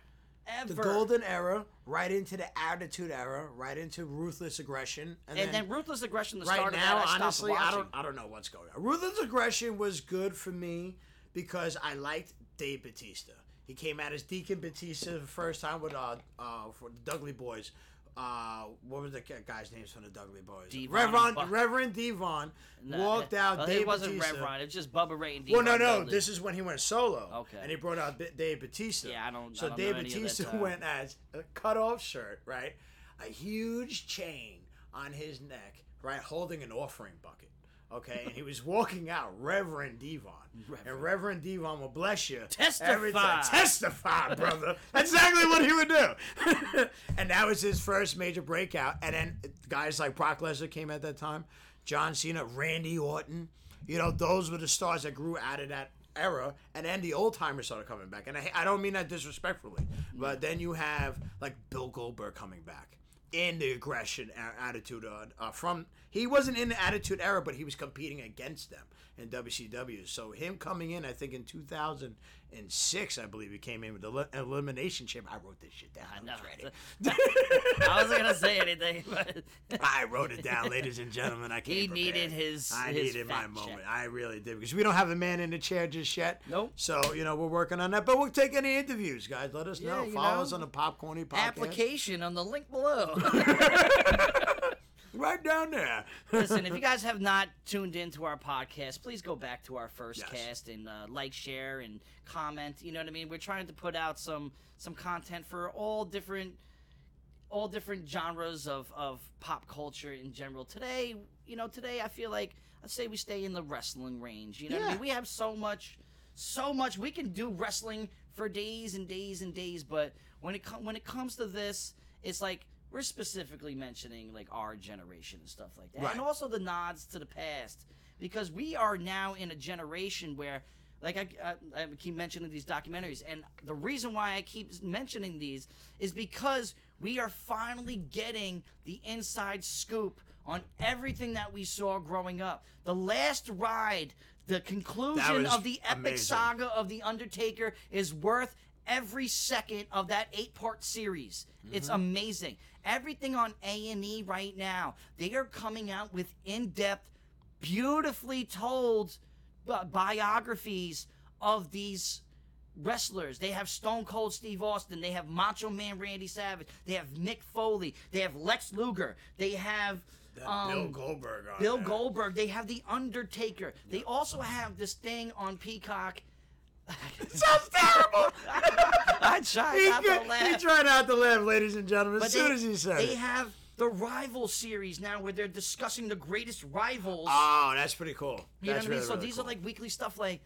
Speaker 1: ever
Speaker 2: The golden era, right into the attitude era, right into ruthless aggression,
Speaker 1: and
Speaker 2: and, then
Speaker 1: then ruthless aggression the
Speaker 2: right
Speaker 1: start
Speaker 2: now,
Speaker 1: of that, I stopped
Speaker 2: honestly, I
Speaker 1: watching.
Speaker 2: don't, I don't know what's going on. Ruthless Aggression was good for me because I liked Dave Batista. He came out as Deacon Batista the first time with uh, uh for the Dudley Boys. Uh, what were the ca- guys' names from the Dudley Boys?
Speaker 1: Devon and
Speaker 2: Reverend
Speaker 1: Buck.
Speaker 2: Reverend Devon
Speaker 1: Nah,
Speaker 2: walked out.
Speaker 1: well,
Speaker 2: Dave
Speaker 1: it wasn't
Speaker 2: Batista.
Speaker 1: Reverend. It was just Bubba Ray and
Speaker 2: Well,
Speaker 1: Devon
Speaker 2: no, no.
Speaker 1: Dudley.
Speaker 2: This is when he went solo.
Speaker 1: Okay.
Speaker 2: And he brought out B- Dave Batista.
Speaker 1: Yeah, I don't-
Speaker 2: So
Speaker 1: I don't know
Speaker 2: Dave
Speaker 1: any of that uh,
Speaker 2: Batista
Speaker 1: time.
Speaker 2: went as a cutoff shirt, right? A huge chain on his neck, right, holding an offering bucket. Okay, and he was walking out,
Speaker 1: *laughs*
Speaker 2: Reverend Devon, and Reverend Devon will bless you. every time.
Speaker 1: Testify.
Speaker 2: testify, brother. That's exactly what he would do. *laughs* and that was his first major breakout. And then guys like Brock Lesnar came at that time, John Cena, Randy Orton. You know, those were the stars that grew out of that era. And then the old timers started coming back. And I, I don't mean that disrespectfully, but then you have like Bill Goldberg coming back in the aggression a- attitude uh, uh, from he wasn't in the attitude era but he was competing against them in WCW so him coming in I think in 2006 I believe he came in with the Eli- elimination chamber I wrote this shit down I,
Speaker 1: No,
Speaker 2: was
Speaker 1: *laughs*
Speaker 2: ready.
Speaker 1: *laughs* I wasn't
Speaker 2: *laughs*
Speaker 1: gonna say anything, but
Speaker 2: I wrote it down ladies and gentlemen I came
Speaker 1: He
Speaker 2: prepared.
Speaker 1: needed his-
Speaker 2: I
Speaker 1: his
Speaker 2: needed my
Speaker 1: fact check.
Speaker 2: moment I really did because we don't have a man in the chair just yet
Speaker 1: Nope.
Speaker 2: so you know we're working on that but we'll take any interviews guys let us
Speaker 1: Yeah,
Speaker 2: know
Speaker 1: you
Speaker 2: follow
Speaker 1: know.
Speaker 2: us on the Popcorny podcast
Speaker 1: application on the link below.
Speaker 2: right down there
Speaker 1: *laughs* Listen, if you guys have not tuned into our podcast, please go back to our first
Speaker 2: Yes.
Speaker 1: cast and uh, like, share, and comment. You know what I mean? We're trying to put out some some content for all different all different genres of of pop culture in general. Today, you know, today I feel like I'd say we stay in the wrestling range. You know what I
Speaker 2: Yeah.
Speaker 1: mean? We have so much, so much. We can do wrestling for days and days and days, but when it com- when it comes to this, it's like we're specifically mentioning like our generation and stuff like that,
Speaker 2: Right.
Speaker 1: and also the nods to the past because we are now in a generation where. Like I, I, I keep mentioning these documentaries, and the reason why I keep mentioning these is because we are finally getting the inside scoop on everything that we saw growing up. The last ride, the conclusion
Speaker 2: was
Speaker 1: of the epic
Speaker 2: amazing.
Speaker 1: saga of The Undertaker is worth every second of that eight part series. It's
Speaker 2: Mm-hmm.
Speaker 1: amazing. Everything on A&E right now, they are coming out with in depth, beautifully told bi- biographies of these wrestlers. They have Stone Cold Steve Austin. They have Macho Man Randy Savage. They have Mick Foley. They have Lex Luger. They have
Speaker 2: That
Speaker 1: um,
Speaker 2: Bill Goldberg on
Speaker 1: Bill
Speaker 2: there.
Speaker 1: Goldberg. They have The Undertaker. They also have this thing on Peacock.
Speaker 2: *laughs* sounds terrible.
Speaker 1: *laughs* I tried
Speaker 2: *laughs* He,
Speaker 1: not
Speaker 2: get-
Speaker 1: to
Speaker 2: he
Speaker 1: laugh.
Speaker 2: tried not to laugh, ladies and gentlemen,
Speaker 1: but
Speaker 2: as soon
Speaker 1: they,
Speaker 2: as he said
Speaker 1: they
Speaker 2: it.
Speaker 1: have the rival series now where they're discussing the greatest rivals.
Speaker 2: oh, that's pretty cool.
Speaker 1: You know what
Speaker 2: That's
Speaker 1: I mean?
Speaker 2: really,
Speaker 1: so
Speaker 2: really
Speaker 1: these
Speaker 2: cool.
Speaker 1: are like weekly stuff like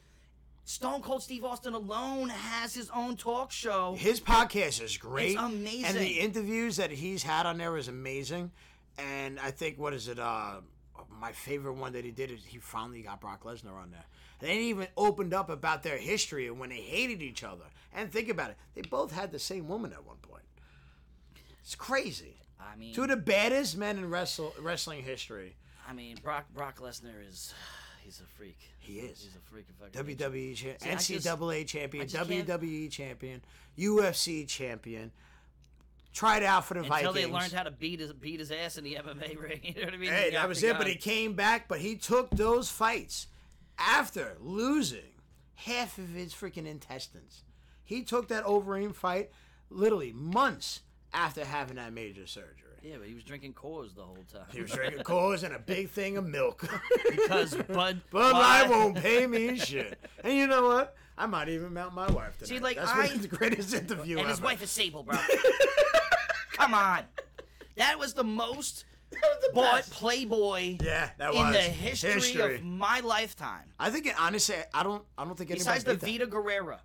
Speaker 1: Stone Cold Steve Austin alone has his own talk show.
Speaker 2: his podcast is great.
Speaker 1: It's amazing.
Speaker 2: And the interviews that he's had on there is amazing. And I think what is it? Uh, my favorite one that he did is he finally got Brock Lesnar on there. They ain't even opened up about their history and when they hated each other. And think about it, they both had the same woman at one point. It's crazy.
Speaker 1: I mean,
Speaker 2: Two of the baddest men in wrestle, wrestling history.
Speaker 1: I mean, Brock Brock Lesnar is he's a freak.
Speaker 2: He is.
Speaker 1: He's a freak of fucking. nature.
Speaker 2: WWE E cha-
Speaker 1: I just-
Speaker 2: NCAA champion,
Speaker 1: just can't-
Speaker 2: WWE champion, UFC champion. Tried out for the
Speaker 1: Until
Speaker 2: Vikings.
Speaker 1: they learned how to beat his beat his ass in the MMA *laughs* ring, you know what I mean?
Speaker 2: Hey,
Speaker 1: You
Speaker 2: that
Speaker 1: got
Speaker 2: was
Speaker 1: the
Speaker 2: it. But
Speaker 1: guy.
Speaker 2: he came back, but he took those fights after losing half of his freaking intestines. He took that Overeem fight literally months after having that major surgery.
Speaker 1: Yeah, but he was drinking Coors the whole time. *laughs*
Speaker 2: He was drinking Coors and a big thing of milk.
Speaker 1: because
Speaker 2: *laughs*
Speaker 1: Bud
Speaker 2: Bud Light
Speaker 1: Light- *laughs*
Speaker 2: won't pay me shit. And you know what? I might even mount my wife tonight.
Speaker 1: See, like,
Speaker 2: That's
Speaker 1: I-
Speaker 2: what the greatest interview
Speaker 1: and his
Speaker 2: ever.
Speaker 1: wife
Speaker 2: *laughs*
Speaker 1: is Sable, bro. Come on, that was the most
Speaker 2: *laughs* the
Speaker 1: bought
Speaker 2: best.
Speaker 1: Playboy
Speaker 2: Yeah, that
Speaker 1: in
Speaker 2: was
Speaker 1: the history, of my lifetime.
Speaker 2: I think it, honestly, I don't. I don't think anybody.
Speaker 1: Besides the
Speaker 2: beat that.
Speaker 1: Vita Guerrera,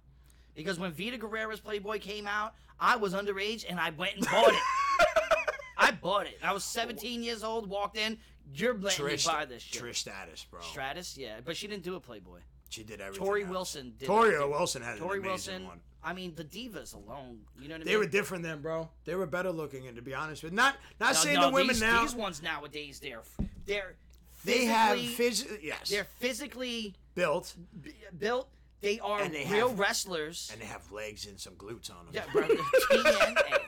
Speaker 1: because when Vita Guerrera's Playboy came out, I was underage and I went and
Speaker 2: *laughs*
Speaker 1: bought it. I bought it. I was 17 years old. Walked in. You're letting
Speaker 2: Trish,
Speaker 1: me buy this shit.
Speaker 2: Trish Stratus, bro.
Speaker 1: Stratus, yeah, but she didn't do a Playboy.
Speaker 2: she did everything.
Speaker 1: Tori
Speaker 2: else.
Speaker 1: Wilson did.
Speaker 2: Tori
Speaker 1: did-
Speaker 2: Wilson had
Speaker 1: Tori
Speaker 2: an amazing
Speaker 1: Wilson.
Speaker 2: one.
Speaker 1: I mean, the divas alone. You know what I
Speaker 2: They
Speaker 1: mean?
Speaker 2: were different then, bro. They were better looking, and to be honest with, not not
Speaker 1: No,
Speaker 2: saying
Speaker 1: no,
Speaker 2: the women
Speaker 1: these,
Speaker 2: now.
Speaker 1: These ones nowadays, they're they're
Speaker 2: they have
Speaker 1: physically-
Speaker 2: phys- yes,
Speaker 1: they're physically
Speaker 2: built,
Speaker 1: b- built. They are
Speaker 2: And they
Speaker 1: real
Speaker 2: have-
Speaker 1: wrestlers.
Speaker 2: and they have legs and some glutes on them.
Speaker 1: Yeah,
Speaker 2: *laughs*
Speaker 1: bro, *laughs* TNA.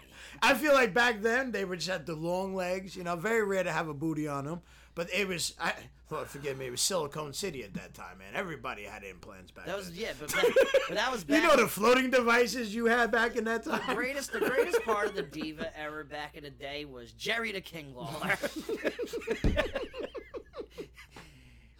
Speaker 2: I feel like back then they were just had the long legs. You know, very rare to have a booty on them. But it was, I Lord forgive me, it was Silicon City at that time, man. Everybody had implants back
Speaker 1: That was
Speaker 2: then.
Speaker 1: yeah, but, back, but that was
Speaker 2: You
Speaker 1: back.
Speaker 2: know the floating devices you had back in that time.
Speaker 1: the greatest. The
Speaker 2: *laughs*
Speaker 1: greatest part of the diva era back in the day was Jerry the King Lawler. *laughs*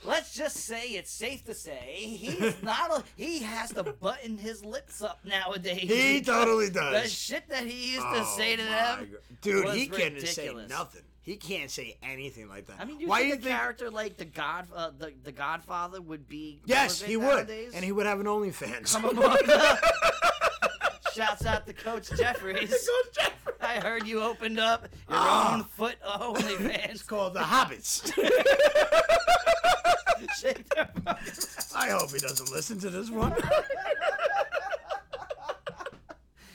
Speaker 1: Let's just say it's safe to say he's not a. He has to button his lips up nowadays.
Speaker 2: He totally
Speaker 1: the
Speaker 2: does.
Speaker 1: shit that he used to
Speaker 2: Oh,
Speaker 1: say to
Speaker 2: my
Speaker 1: them.
Speaker 2: God. dude.
Speaker 1: was
Speaker 2: He can't say
Speaker 1: ridiculous.
Speaker 2: nothing. He can't say anything like that.
Speaker 1: I mean, do you
Speaker 2: Why
Speaker 1: think
Speaker 2: you
Speaker 1: a character like the God, uh, the the Godfather would be?
Speaker 2: Yes, he
Speaker 1: relevant
Speaker 2: would,
Speaker 1: nowadays?
Speaker 2: and he would have an OnlyFans.
Speaker 1: Come
Speaker 2: *laughs*
Speaker 1: among the- *laughs* Shouts out to Coach
Speaker 2: *laughs*
Speaker 1: Jeffries. *laughs* I heard you opened up your
Speaker 2: Ah.
Speaker 1: own foot oh, only fans.
Speaker 2: *laughs* It's called the Hobbits. *laughs* I hope he doesn't listen to this
Speaker 1: *laughs*
Speaker 2: one. *laughs*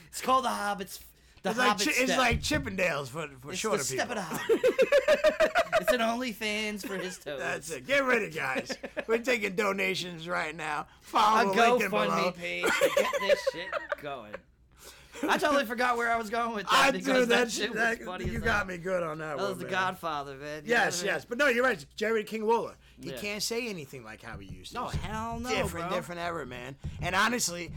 Speaker 1: It's called the Hobbits. The
Speaker 2: It's like
Speaker 1: Hobbit
Speaker 2: chi- it's
Speaker 1: step.
Speaker 2: like Chippendales for for
Speaker 1: It's
Speaker 2: shorter
Speaker 1: the step
Speaker 2: people.
Speaker 1: of the
Speaker 2: *laughs*
Speaker 1: Hobbit. it's an OnlyFans for his toes.
Speaker 2: That's it. Get ready, guys. We're taking donations right now.
Speaker 1: a
Speaker 2: Follow the link in below.
Speaker 1: GoFundMe page to get
Speaker 2: *laughs*
Speaker 1: this shit going. I totally forgot where I was going with that
Speaker 2: I
Speaker 1: because
Speaker 2: do
Speaker 1: that,
Speaker 2: that.
Speaker 1: shit
Speaker 2: that-
Speaker 1: was funny
Speaker 2: you
Speaker 1: as hell.
Speaker 2: got me good on
Speaker 1: That
Speaker 2: that, one.
Speaker 1: was the
Speaker 2: man.
Speaker 1: Godfather, man. You know
Speaker 2: Yes,
Speaker 1: what I mean?
Speaker 2: yes, but no, you're right. Jerry King Lawler. He
Speaker 1: Yeah.
Speaker 2: can't say anything like how he used to.
Speaker 1: No, hell no,
Speaker 2: different,
Speaker 1: bro.
Speaker 2: different era, man. And honestly,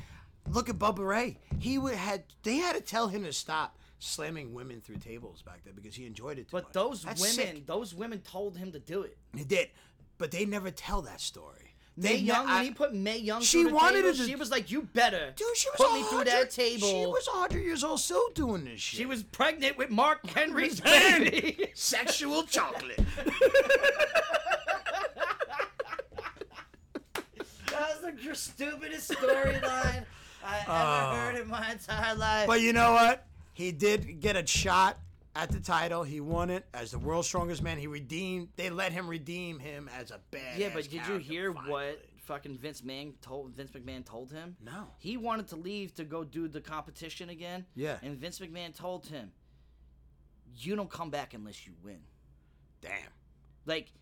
Speaker 2: look at Bubba Ray. He would had they had to tell him to stop slamming women through tables back then because he enjoyed it too
Speaker 1: But
Speaker 2: much.
Speaker 1: those
Speaker 2: That's
Speaker 1: women,
Speaker 2: sick.
Speaker 1: those women told him to do it.
Speaker 2: he did, but they never tell that story.
Speaker 1: May
Speaker 2: They ne-
Speaker 1: Young,
Speaker 2: I-
Speaker 1: when he put May Young,
Speaker 2: She
Speaker 1: through the
Speaker 2: wanted
Speaker 1: table,
Speaker 2: it to-
Speaker 1: She was like, "You better,
Speaker 2: dude, she was
Speaker 1: put me through that
Speaker 2: 100
Speaker 1: table."
Speaker 2: She was hundred years old, still doing this shit.
Speaker 1: She was pregnant with Mark *laughs* Henry's baby.
Speaker 2: *laughs* sexual chocolate.
Speaker 1: that was the stupidest storyline I ever
Speaker 2: Oh.
Speaker 1: heard in my entire life.
Speaker 2: But you know what? He did get a shot at the title. He won it as the world's strongest man. He redeemed. They let him redeem him as a bad.
Speaker 1: yeah, but did you hear what fucking Vince Man told Vince McMahon told him?
Speaker 2: No.
Speaker 1: He wanted to leave to go do the competition again.
Speaker 2: Yeah.
Speaker 1: And Vince McMahon told him, "You don't come back unless you win."
Speaker 2: Damn.
Speaker 1: Like,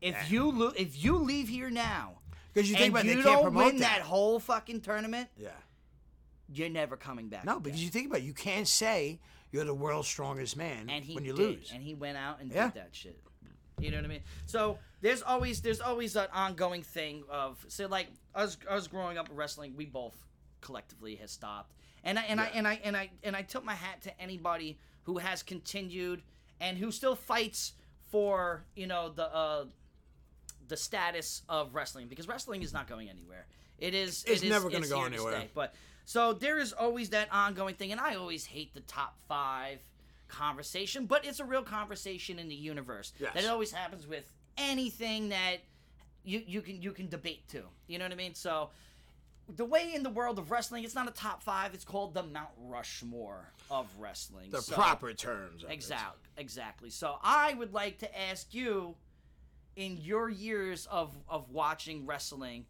Speaker 1: if
Speaker 2: Yeah.
Speaker 1: you lo- if you leave here now
Speaker 2: Because you think
Speaker 1: and
Speaker 2: about it,
Speaker 1: you
Speaker 2: they can't
Speaker 1: don't
Speaker 2: promote
Speaker 1: win
Speaker 2: that.
Speaker 1: that whole fucking tournament,
Speaker 2: yeah.
Speaker 1: you're never coming back.
Speaker 2: No,
Speaker 1: again.
Speaker 2: because you think about it, you can't say you're the world's strongest man
Speaker 1: and he
Speaker 2: when you
Speaker 1: did,
Speaker 2: lose.
Speaker 1: and he went out and
Speaker 2: Yeah.
Speaker 1: did that shit. You know what I mean? So there's always there's always an ongoing thing of so like us us growing up wrestling, we both collectively has stopped, and I and I
Speaker 2: Yeah.
Speaker 1: and I and I and I tilt my hat to anybody who has continued and who still fights for you know the uh, the status of wrestling because wrestling is not going anywhere. It is.
Speaker 2: It's
Speaker 1: it is-
Speaker 2: never gonna go
Speaker 1: here to
Speaker 2: anywhere.
Speaker 1: stay. But so there is always that ongoing thing, and I always hate the top five conversation, but it's a real conversation in the universe.
Speaker 2: Yes.
Speaker 1: That it always happens with anything that you you can you can debate to. You know what I mean? So the way in the world of wrestling, it's not a top five. It's called the Mount Rushmore of wrestling.
Speaker 2: the
Speaker 1: So-
Speaker 2: proper terms. of it.
Speaker 1: Exactly. Exactly. So I would like to ask you, in your years of of watching wrestling,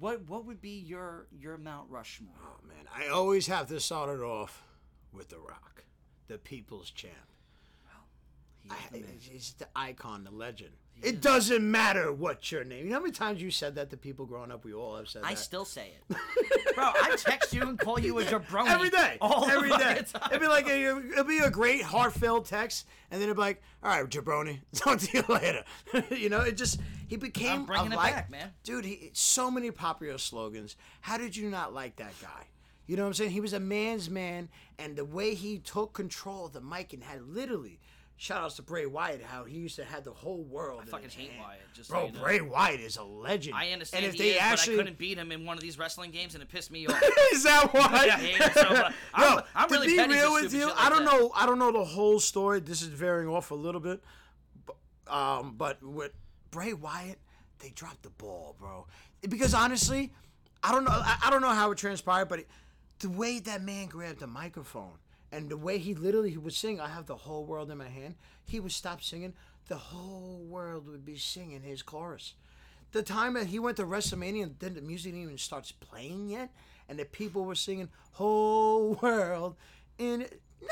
Speaker 1: what what would be your your Mount Rushmore?
Speaker 2: Oh man, I always have to start it off with The Rock, the people's champ.
Speaker 1: He's
Speaker 2: I,
Speaker 1: the man.
Speaker 2: it's- it's the icon, the legend. It doesn't matter what your name. You know how many times you said that to people growing up? We all have said
Speaker 1: I
Speaker 2: that.
Speaker 1: still say it, *laughs* bro. I text you and call you a jabroni
Speaker 2: Every day,
Speaker 1: all the
Speaker 2: every
Speaker 1: fucking
Speaker 2: day.
Speaker 1: time.
Speaker 2: It'd be like a, it'd be a great heartfelt text, and then it'd be like, "All right, jabroni, *laughs* talk to you later." *laughs* you know, it just he became.
Speaker 1: I'm bringing
Speaker 2: a
Speaker 1: it
Speaker 2: li-
Speaker 1: back, man.
Speaker 2: Dude, he, so many popular slogans. How did you not like that guy? You know what I'm saying? He was a man's man, and the way he took control of the mic and had literally. Shout outs to Bray Wyatt, how he used to have the whole world. I
Speaker 1: fucking hate Wyatt, just so
Speaker 2: Bro,
Speaker 1: you know.
Speaker 2: Bray Wyatt is a legend.
Speaker 1: I understand
Speaker 2: And if
Speaker 1: he
Speaker 2: they
Speaker 1: is,
Speaker 2: actually
Speaker 1: but I couldn't beat him in one of these wrestling games, and it pissed
Speaker 2: *laughs*
Speaker 1: me off.
Speaker 2: is that why?
Speaker 1: Yeah, *laughs* I hate it so much. I'm-
Speaker 2: Yo,
Speaker 1: I'm
Speaker 2: to
Speaker 1: really
Speaker 2: be
Speaker 1: petty for
Speaker 2: real with
Speaker 1: stupid shit
Speaker 2: you,
Speaker 1: like
Speaker 2: I don't
Speaker 1: that.
Speaker 2: know. I don't know the whole story. This is veering off a little bit, but, um, but with Bray Wyatt, they dropped the ball, bro. Because honestly, I don't know. I, I don't know how it transpired, but it, the way that man grabbed the microphone and the way he literally he was singing, "I have the whole world in my hand," he would stop singing. The whole world would be singing his chorus the time that he went to WrestleMania and then the music didn't even starts playing yet, and the people were singing "Whole World" in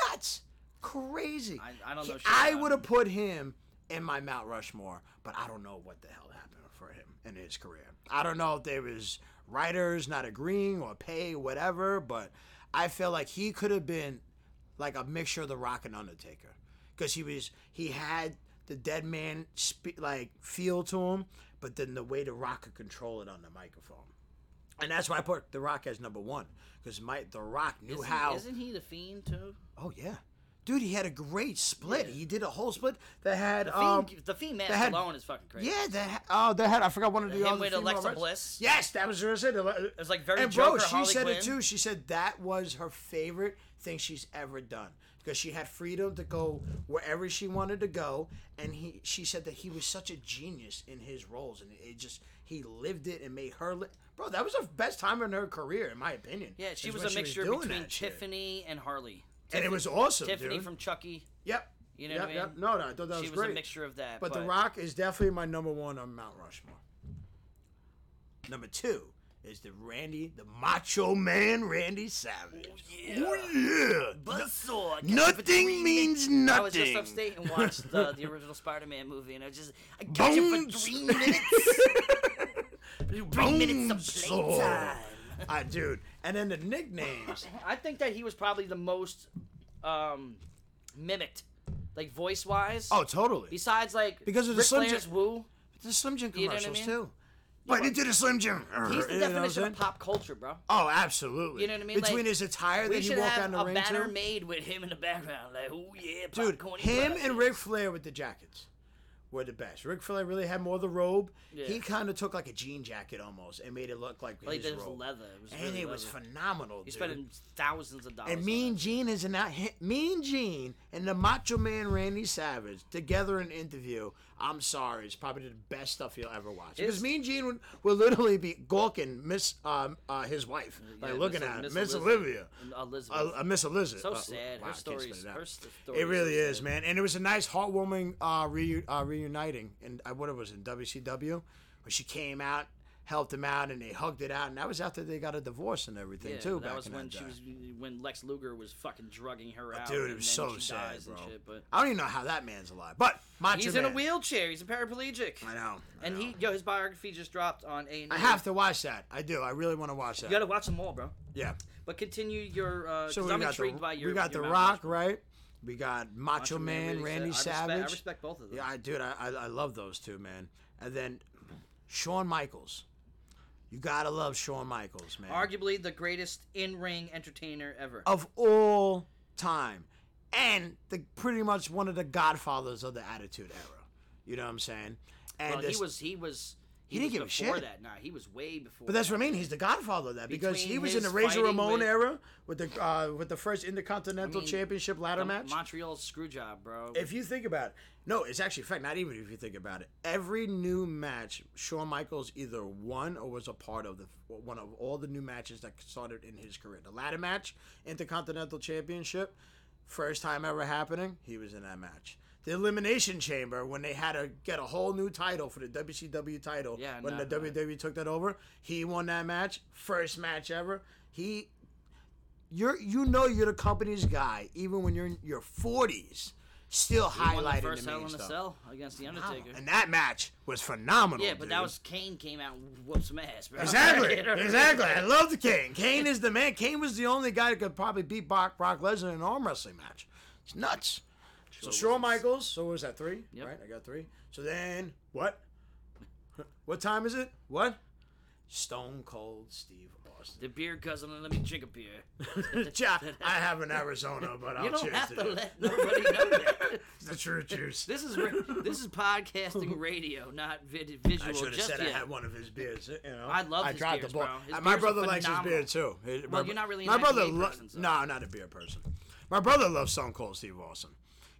Speaker 2: nuts, crazy.
Speaker 1: I- I don't know
Speaker 2: He-
Speaker 1: shit
Speaker 2: I
Speaker 1: about
Speaker 2: would have put him in my Mount Rushmore, but I don't know what the hell happened for him in his career. I don't know if there was writers not agreeing or pay whatever, but I feel like he could have been like a mixture of The Rock and Undertaker, because he was he had the dead man spe- like feel to him, but then the way The Rock could control it on the microphone, and that's why I put The Rock as number one because my The Rock knew
Speaker 1: Isn't-
Speaker 2: how.
Speaker 1: Isn't he the fiend too?
Speaker 2: oh yeah, dude, he had a great split. He did a whole split that had
Speaker 1: The
Speaker 2: um,
Speaker 1: fiend, the fiend mask
Speaker 2: had-
Speaker 1: alone is fucking crazy.
Speaker 2: yeah that ha- oh that had I forgot one of the
Speaker 1: Him
Speaker 2: other
Speaker 1: with
Speaker 2: female
Speaker 1: Alexa
Speaker 2: wrestlers.
Speaker 1: Bliss.
Speaker 2: Yes, that was what I said.
Speaker 1: It was like very
Speaker 2: and
Speaker 1: Joker,
Speaker 2: bro, she
Speaker 1: Harley
Speaker 2: said
Speaker 1: Quinn.
Speaker 2: it too. She said that was her favorite thing she's ever done because she had freedom to go wherever she wanted to go, and he she said that he was such a genius in his roles, and it just he lived it and made her. Li- bro, that was the best time in her career, in my opinion.
Speaker 1: Yeah, she
Speaker 2: is
Speaker 1: was
Speaker 2: when
Speaker 1: a mixture
Speaker 2: doing
Speaker 1: between
Speaker 2: that shit.
Speaker 1: Tiffany and Harley.
Speaker 2: and it was awesome,
Speaker 1: Tiffany
Speaker 2: dude.
Speaker 1: from Chucky.
Speaker 2: yep.
Speaker 1: You know
Speaker 2: yep,
Speaker 1: what I mean?
Speaker 2: yep. No, no, I thought that
Speaker 1: she
Speaker 2: was
Speaker 1: was
Speaker 2: great.
Speaker 1: a mixture of that.
Speaker 2: But, The Rock is definitely my number one on Mount Rushmore. Number two is the Randy, the Macho Man Randy Savage. Oh, yeah.
Speaker 1: Buzzsaw.
Speaker 2: Nothing means
Speaker 1: I was just
Speaker 2: nothing.
Speaker 1: upstate and watched uh,
Speaker 2: *laughs*
Speaker 1: the original Spider-Man movie, and I just I got you for
Speaker 2: Bones.
Speaker 1: three
Speaker 2: *laughs*
Speaker 1: minutes.
Speaker 2: Bone
Speaker 1: minutes of
Speaker 2: saw.
Speaker 1: playtime.
Speaker 2: Ah, dude. And then the
Speaker 1: *laughs*
Speaker 2: nicknames.
Speaker 1: I think that he was probably the most um, mimicked, like voice-wise.
Speaker 2: Oh, totally.
Speaker 1: Besides, like
Speaker 2: Because of the
Speaker 1: Ric
Speaker 2: Slim
Speaker 1: Flair's
Speaker 2: Jim-
Speaker 1: woo,
Speaker 2: The Slim Jim
Speaker 1: You know what I
Speaker 2: commercials,
Speaker 1: mean?
Speaker 2: too. But into the Slim Jim.
Speaker 1: he's the
Speaker 2: You know what I'm
Speaker 1: definition
Speaker 2: saying?
Speaker 1: of pop culture, bro.
Speaker 2: Oh, absolutely.
Speaker 1: You know what I mean?
Speaker 2: Between
Speaker 1: Like,
Speaker 2: his attire
Speaker 1: We
Speaker 2: that he
Speaker 1: should
Speaker 2: walked
Speaker 1: have
Speaker 2: out in the
Speaker 1: a
Speaker 2: ring
Speaker 1: banner
Speaker 2: to.
Speaker 1: made with him in the background, like, oh yeah,
Speaker 2: Dude,
Speaker 1: popcorn and
Speaker 2: him
Speaker 1: butter."
Speaker 2: and Ric Flair with the jackets were the best. Ric Flair really had more of the robe. He
Speaker 1: Yeah.
Speaker 2: kind of took like a jean jacket almost and made it look like,
Speaker 1: like
Speaker 2: his
Speaker 1: there was
Speaker 2: robe.
Speaker 1: leather. It was
Speaker 2: and
Speaker 1: really
Speaker 2: it was
Speaker 1: leather.
Speaker 2: phenomenal,
Speaker 1: He
Speaker 2: dude.
Speaker 1: spent thousands of dollars.
Speaker 2: and
Speaker 1: on
Speaker 2: Mean
Speaker 1: that.
Speaker 2: Gene is not Mean Gene and the Macho Man Randy Savage together in an interview. I'm sorry, it's probably the best stuff you'll ever watch. because
Speaker 1: It's-
Speaker 2: Mean Gene would, would literally be gawking Miss um, uh, his wife, like
Speaker 1: Miss-
Speaker 2: looking at
Speaker 1: Miss
Speaker 2: him, Miss
Speaker 1: Elizabeth.
Speaker 2: Olivia.
Speaker 1: And Elizabeth.
Speaker 2: Uh, uh, Miss Elizabeth.
Speaker 1: So
Speaker 2: Uh,
Speaker 1: sad.
Speaker 2: wow,
Speaker 1: her
Speaker 2: I can't spell
Speaker 1: stories.
Speaker 2: it out.
Speaker 1: Her s- story.
Speaker 2: It really is, man. And it was a nice, heartwarming uh, reu- uh, reuniting. And I what it was in WCW, where she came out, helped him out, and they hugged it out. And that was after they got a divorce and everything
Speaker 1: Yeah,
Speaker 2: too.
Speaker 1: that
Speaker 2: back
Speaker 1: was
Speaker 2: in
Speaker 1: when
Speaker 2: that
Speaker 1: she
Speaker 2: time.
Speaker 1: was when Lex Luger was fucking drugging her out.
Speaker 2: Dude,
Speaker 1: and
Speaker 2: it was
Speaker 1: then
Speaker 2: so
Speaker 1: she
Speaker 2: sad,
Speaker 1: dies
Speaker 2: bro.
Speaker 1: and shit, but
Speaker 2: I don't even know how that man's alive. But Macho
Speaker 1: he's in a
Speaker 2: Man.
Speaker 1: wheelchair. He's a paraplegic.
Speaker 2: I know. I
Speaker 1: And
Speaker 2: know.
Speaker 1: he, yo, his biography just dropped on a. E.
Speaker 2: I have to watch that. I do. I really want to watch that.
Speaker 1: You gotta watch them all, bro.
Speaker 2: yeah.
Speaker 1: But continue your. Uh,
Speaker 2: So
Speaker 1: 'cause
Speaker 2: we
Speaker 1: I'm
Speaker 2: got
Speaker 1: intrigued
Speaker 2: the
Speaker 1: by your.
Speaker 2: we got
Speaker 1: your
Speaker 2: the
Speaker 1: Mount
Speaker 2: Rock,
Speaker 1: Rushmore.
Speaker 2: right? We got Macho, Man,
Speaker 1: really
Speaker 2: Randy
Speaker 1: said- I
Speaker 2: Savage.
Speaker 1: Respect, I respect both of them.
Speaker 2: Yeah, I dude, I, I I love those two, man. And then Shawn Michaels. You gotta love Shawn Michaels, man.
Speaker 1: Arguably the greatest in-ring entertainer ever.
Speaker 2: of all time. And the pretty much one of the godfathers of the Attitude Era. You know what I'm saying? And
Speaker 1: Well, he
Speaker 2: this-
Speaker 1: was. He was. He,
Speaker 2: didn't
Speaker 1: was
Speaker 2: give a
Speaker 1: before
Speaker 2: shit.
Speaker 1: that. Nah, he was way before.
Speaker 2: But that's what I mean. He's the godfather of that because he
Speaker 1: Between
Speaker 2: was in the
Speaker 1: his
Speaker 2: Razor
Speaker 1: fighting
Speaker 2: Ramon
Speaker 1: with-
Speaker 2: era with the uh, with the first
Speaker 1: I
Speaker 2: Intercontinental
Speaker 1: mean,
Speaker 2: Championship ladder
Speaker 1: the
Speaker 2: match.
Speaker 1: Montreal screw job, bro.
Speaker 2: If you think about it, no, it's actually a fact. Not even if you think about it, every new match Shawn Michaels either won or was a part of the one of all the new matches that started in his career. The ladder match, Intercontinental Championship, first time ever happening, he was in that match. the Elimination Chamber when they had to get a whole new title for the WCW title.
Speaker 1: Yeah,
Speaker 2: when
Speaker 1: no,
Speaker 2: the WWE took that over, he won that match, first match ever. He, you're you know you're the company's guy even when you're in your 40s, still
Speaker 1: Won the
Speaker 2: highlighting
Speaker 1: first
Speaker 2: the
Speaker 1: Hell
Speaker 2: main
Speaker 1: in a
Speaker 2: stuff.
Speaker 1: Cell against the
Speaker 2: Wow.
Speaker 1: Undertaker.
Speaker 2: And that match was phenomenal.
Speaker 1: Yeah, but
Speaker 2: dude.
Speaker 1: that was Kane came out and whooped some ass, bro.
Speaker 2: *laughs*
Speaker 1: *laughs*
Speaker 2: Exactly.
Speaker 1: You know what I mean?
Speaker 2: exactly. I loved Kane. Kane is the man. Kane was the only guy that could probably beat Brock, Brock Lesnar in an arm wrestling match. It's nuts. So Shawn Michaels. So what was that three?
Speaker 1: Yep.
Speaker 2: Right. I got three. So then what? *laughs* What time is it? What? Stone Cold Steve Austin.
Speaker 1: The beer cousin, let me drink a beer.
Speaker 2: *laughs* Ja, I have an Arizona, but I'll
Speaker 1: You don't
Speaker 2: cheers
Speaker 1: have
Speaker 2: to,
Speaker 1: to
Speaker 2: that.
Speaker 1: let nobody know that.
Speaker 2: It's *laughs* the true juice.
Speaker 1: This is ra- this is
Speaker 2: *laughs*
Speaker 1: podcasting radio, not vid-
Speaker 2: I
Speaker 1: visual.
Speaker 2: should have
Speaker 1: just
Speaker 2: said
Speaker 1: yet.
Speaker 2: I had one of his beers. You know,
Speaker 1: I love
Speaker 2: I
Speaker 1: his
Speaker 2: dropped
Speaker 1: beers,
Speaker 2: the ball.
Speaker 1: bro. His
Speaker 2: Uh, my
Speaker 1: beers are
Speaker 2: brother likes his
Speaker 1: phenomenal.
Speaker 2: beer too. His-
Speaker 1: Well,
Speaker 2: my-
Speaker 1: you're not really an
Speaker 2: My brother,
Speaker 1: IPA
Speaker 2: lo-
Speaker 1: person, so-
Speaker 2: no, not a beer person. My brother loves Stone Cold Steve Austin.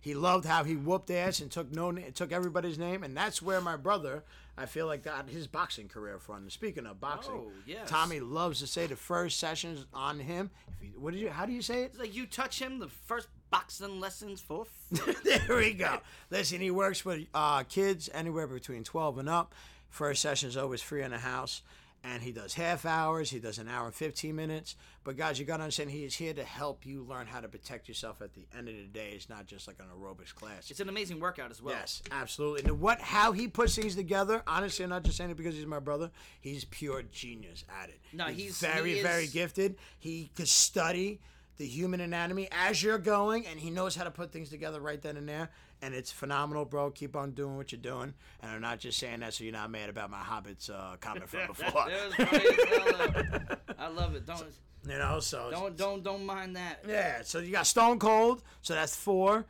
Speaker 2: He loved how he whooped ass and took no, na- took everybody's name, and that's where my brother, I feel like, got his boxing career from. Speaking of boxing,
Speaker 1: Oh, yes.
Speaker 2: Tommy loves to say the first sessions on him. If you, what did you? How do you say it?
Speaker 1: It's like you touch him, the first boxing lessons for. free.
Speaker 2: *laughs* there we go. Listen, he works with uh, kids anywhere between 12 and up. First session is always free in the house. And he does half hours, he does an hour and 15 minutes. But guys, you got to understand, he is here to help you learn how to protect yourself at the end of the day. It's not just like an aerobics class.
Speaker 1: it's an amazing workout as well.
Speaker 2: Yes, absolutely. And what how he puts things together, honestly, I'm not just saying it because he's my brother. He's pure genius at it.
Speaker 1: No, he's-
Speaker 2: very,
Speaker 1: he
Speaker 2: very
Speaker 1: is-
Speaker 2: gifted. He could study the human anatomy as you're going, and he knows how to put things together right then and there. And it's phenomenal, bro. Keep on doing what you're doing. And I'm not just saying that so you're not mad about my Hobbits uh, comment
Speaker 1: *laughs*
Speaker 2: from before.
Speaker 1: It was funny as hell,
Speaker 2: *laughs*
Speaker 1: though. I love it. Don't
Speaker 2: you know, so
Speaker 1: don't don't don't mind that.
Speaker 2: yeah, so you got Stone Cold, so that's four,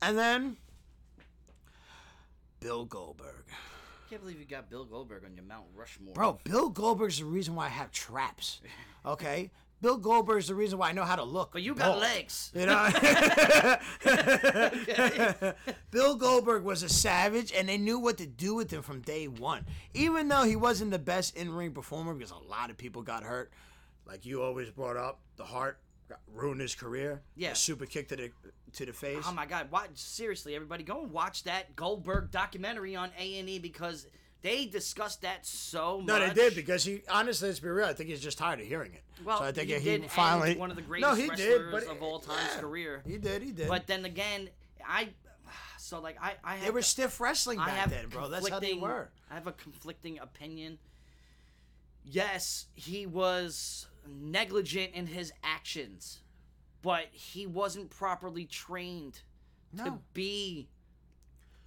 Speaker 2: and then Bill Goldberg.
Speaker 1: I can't believe you got Bill Goldberg on your Mount Rushmore.
Speaker 2: Bro, Bill Goldberg's the reason why I have traps. Okay? Bill Goldberg's the reason why I know how to look.
Speaker 1: but you got
Speaker 2: bald,
Speaker 1: legs.
Speaker 2: You know? *laughs* Bill Goldberg was a savage and they knew what to do with him from day one. Even though he wasn't the best in ring performer because a lot of people got hurt. Like you always brought up, the heart got- ruined his career.
Speaker 1: Yeah.
Speaker 2: The super kick to the to the face.
Speaker 1: Oh my God! Watch seriously, everybody, go and watch that Goldberg documentary on A and E because they discussed that so much.
Speaker 2: No, they did because he honestly, let's be real. I think he's just tired of hearing it.
Speaker 1: Well,
Speaker 2: so I think
Speaker 1: he,
Speaker 2: he,
Speaker 1: did end
Speaker 2: finally
Speaker 1: one of the greatest
Speaker 2: no, he did,
Speaker 1: wrestlers
Speaker 2: but
Speaker 1: of all time's
Speaker 2: yeah,
Speaker 1: career.
Speaker 2: He did, he did.
Speaker 1: But then again, I so like I I
Speaker 2: they
Speaker 1: have
Speaker 2: were
Speaker 1: to-
Speaker 2: stiff wrestling
Speaker 1: I
Speaker 2: back
Speaker 1: have
Speaker 2: then, bro. That's how they
Speaker 1: conflicting-
Speaker 2: were.
Speaker 1: I have a conflicting opinion. Yes, he was negligent in his actions, but he wasn't properly trained to
Speaker 2: No,
Speaker 1: be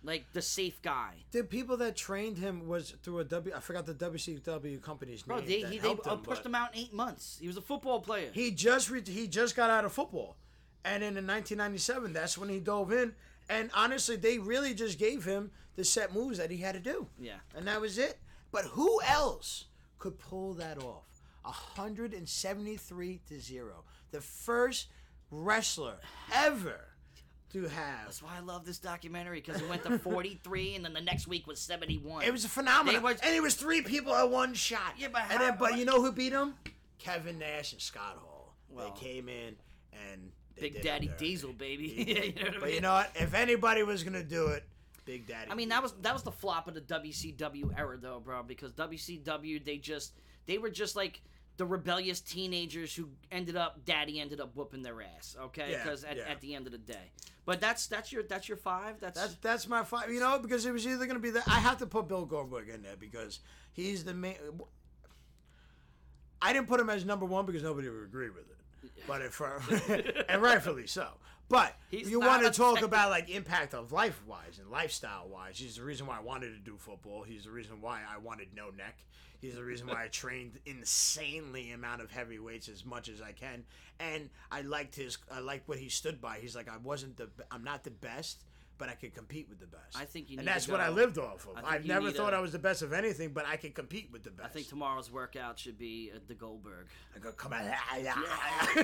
Speaker 1: like the safe guy.
Speaker 2: the people that trained him was through a W. I forgot the WCW company's
Speaker 1: Bro,
Speaker 2: name.
Speaker 1: they,
Speaker 2: that
Speaker 1: he, they
Speaker 2: helped
Speaker 1: uh,
Speaker 2: him,
Speaker 1: pushed
Speaker 2: but-
Speaker 1: him out in eight months. He was a football player.
Speaker 2: He just re- he just got out of football, and then in 1997, that's when he dove in. And honestly, they really just gave him the set moves that he had to do.
Speaker 1: Yeah.
Speaker 2: and that was it. But who else could pull that off? 173 to zero, the first wrestler ever to have.
Speaker 1: That's why I love this documentary because it went
Speaker 2: *laughs*
Speaker 1: to 43 and then the next week was 71.
Speaker 2: It was a phenomenon,
Speaker 1: They was-
Speaker 2: and it was three people at one shot.
Speaker 1: Yeah, but
Speaker 2: and then,
Speaker 1: how-
Speaker 2: but you know who beat him? Kevin Nash and Scott Hall.
Speaker 1: Well,
Speaker 2: they came in and they
Speaker 1: Big
Speaker 2: did it
Speaker 1: Daddy
Speaker 2: there.
Speaker 1: Diesel, baby. *laughs* Yeah, you know what I
Speaker 2: But
Speaker 1: mean?
Speaker 2: you know what? If anybody was gonna do it, Big Daddy.
Speaker 1: I mean that was that was the flop of the WCW era though, bro, because WCW they just they were just like the rebellious teenagers who ended up daddy ended up whooping their ass, okay?
Speaker 2: Yeah,
Speaker 1: Because at,
Speaker 2: yeah.
Speaker 1: at the end of the day. But that's that's your that's your five. That's,
Speaker 2: that's that's my five. You know, because it was either gonna be that. I have to put Bill Goldberg in there because he's the main. I didn't put him as number one because nobody would agree with it, but if *laughs* for
Speaker 1: *laughs*
Speaker 2: and rightfully so. But
Speaker 1: He's
Speaker 2: you
Speaker 1: not
Speaker 2: want to talk
Speaker 1: objective.
Speaker 2: about like impact of life wise and lifestyle wise. He's the reason why I wanted to do football. He's the reason why I wanted no neck. He's the reason
Speaker 1: *laughs*
Speaker 2: why I trained insanely amount of heavy weights as much as I can. And I liked his. I liked what he stood by. He's like I wasn't the. I'm not the best. But I could compete with the best.
Speaker 1: I think you need
Speaker 2: and
Speaker 1: to
Speaker 2: that's what I
Speaker 1: go-
Speaker 2: lived off of.
Speaker 1: I think
Speaker 2: I've
Speaker 1: you
Speaker 2: never
Speaker 1: need a-
Speaker 2: thought I was the best of anything, but I could compete with the best.
Speaker 1: I think tomorrow's workout should be uh, the
Speaker 2: *laughs*
Speaker 1: Goldberg.
Speaker 2: I go, come on. ah,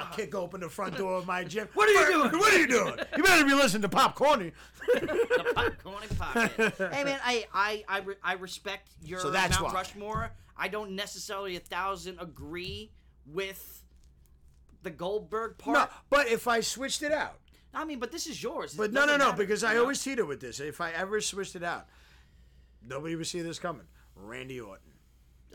Speaker 2: *laughs* I'll kick open the front door of my gym. Ah. What are you doing? *laughs* What are you doing? You better be listening to Pop *laughs* Corny.
Speaker 1: the popcorn and
Speaker 2: *laughs*
Speaker 1: pocket. hey man, I I I, re- I respect your
Speaker 2: So that's
Speaker 1: Mount
Speaker 2: why.
Speaker 1: Rushmore. I don't necessarily a thousand agree with the Goldberg part.
Speaker 2: no, but if I switched it out
Speaker 1: I mean, but this is yours. It
Speaker 2: But no, no,
Speaker 1: doesn't
Speaker 2: no,
Speaker 1: matter,
Speaker 2: because
Speaker 1: you
Speaker 2: I
Speaker 1: know?
Speaker 2: always teeter with this. If I ever switched it out, nobody would see this coming. Randy Orton.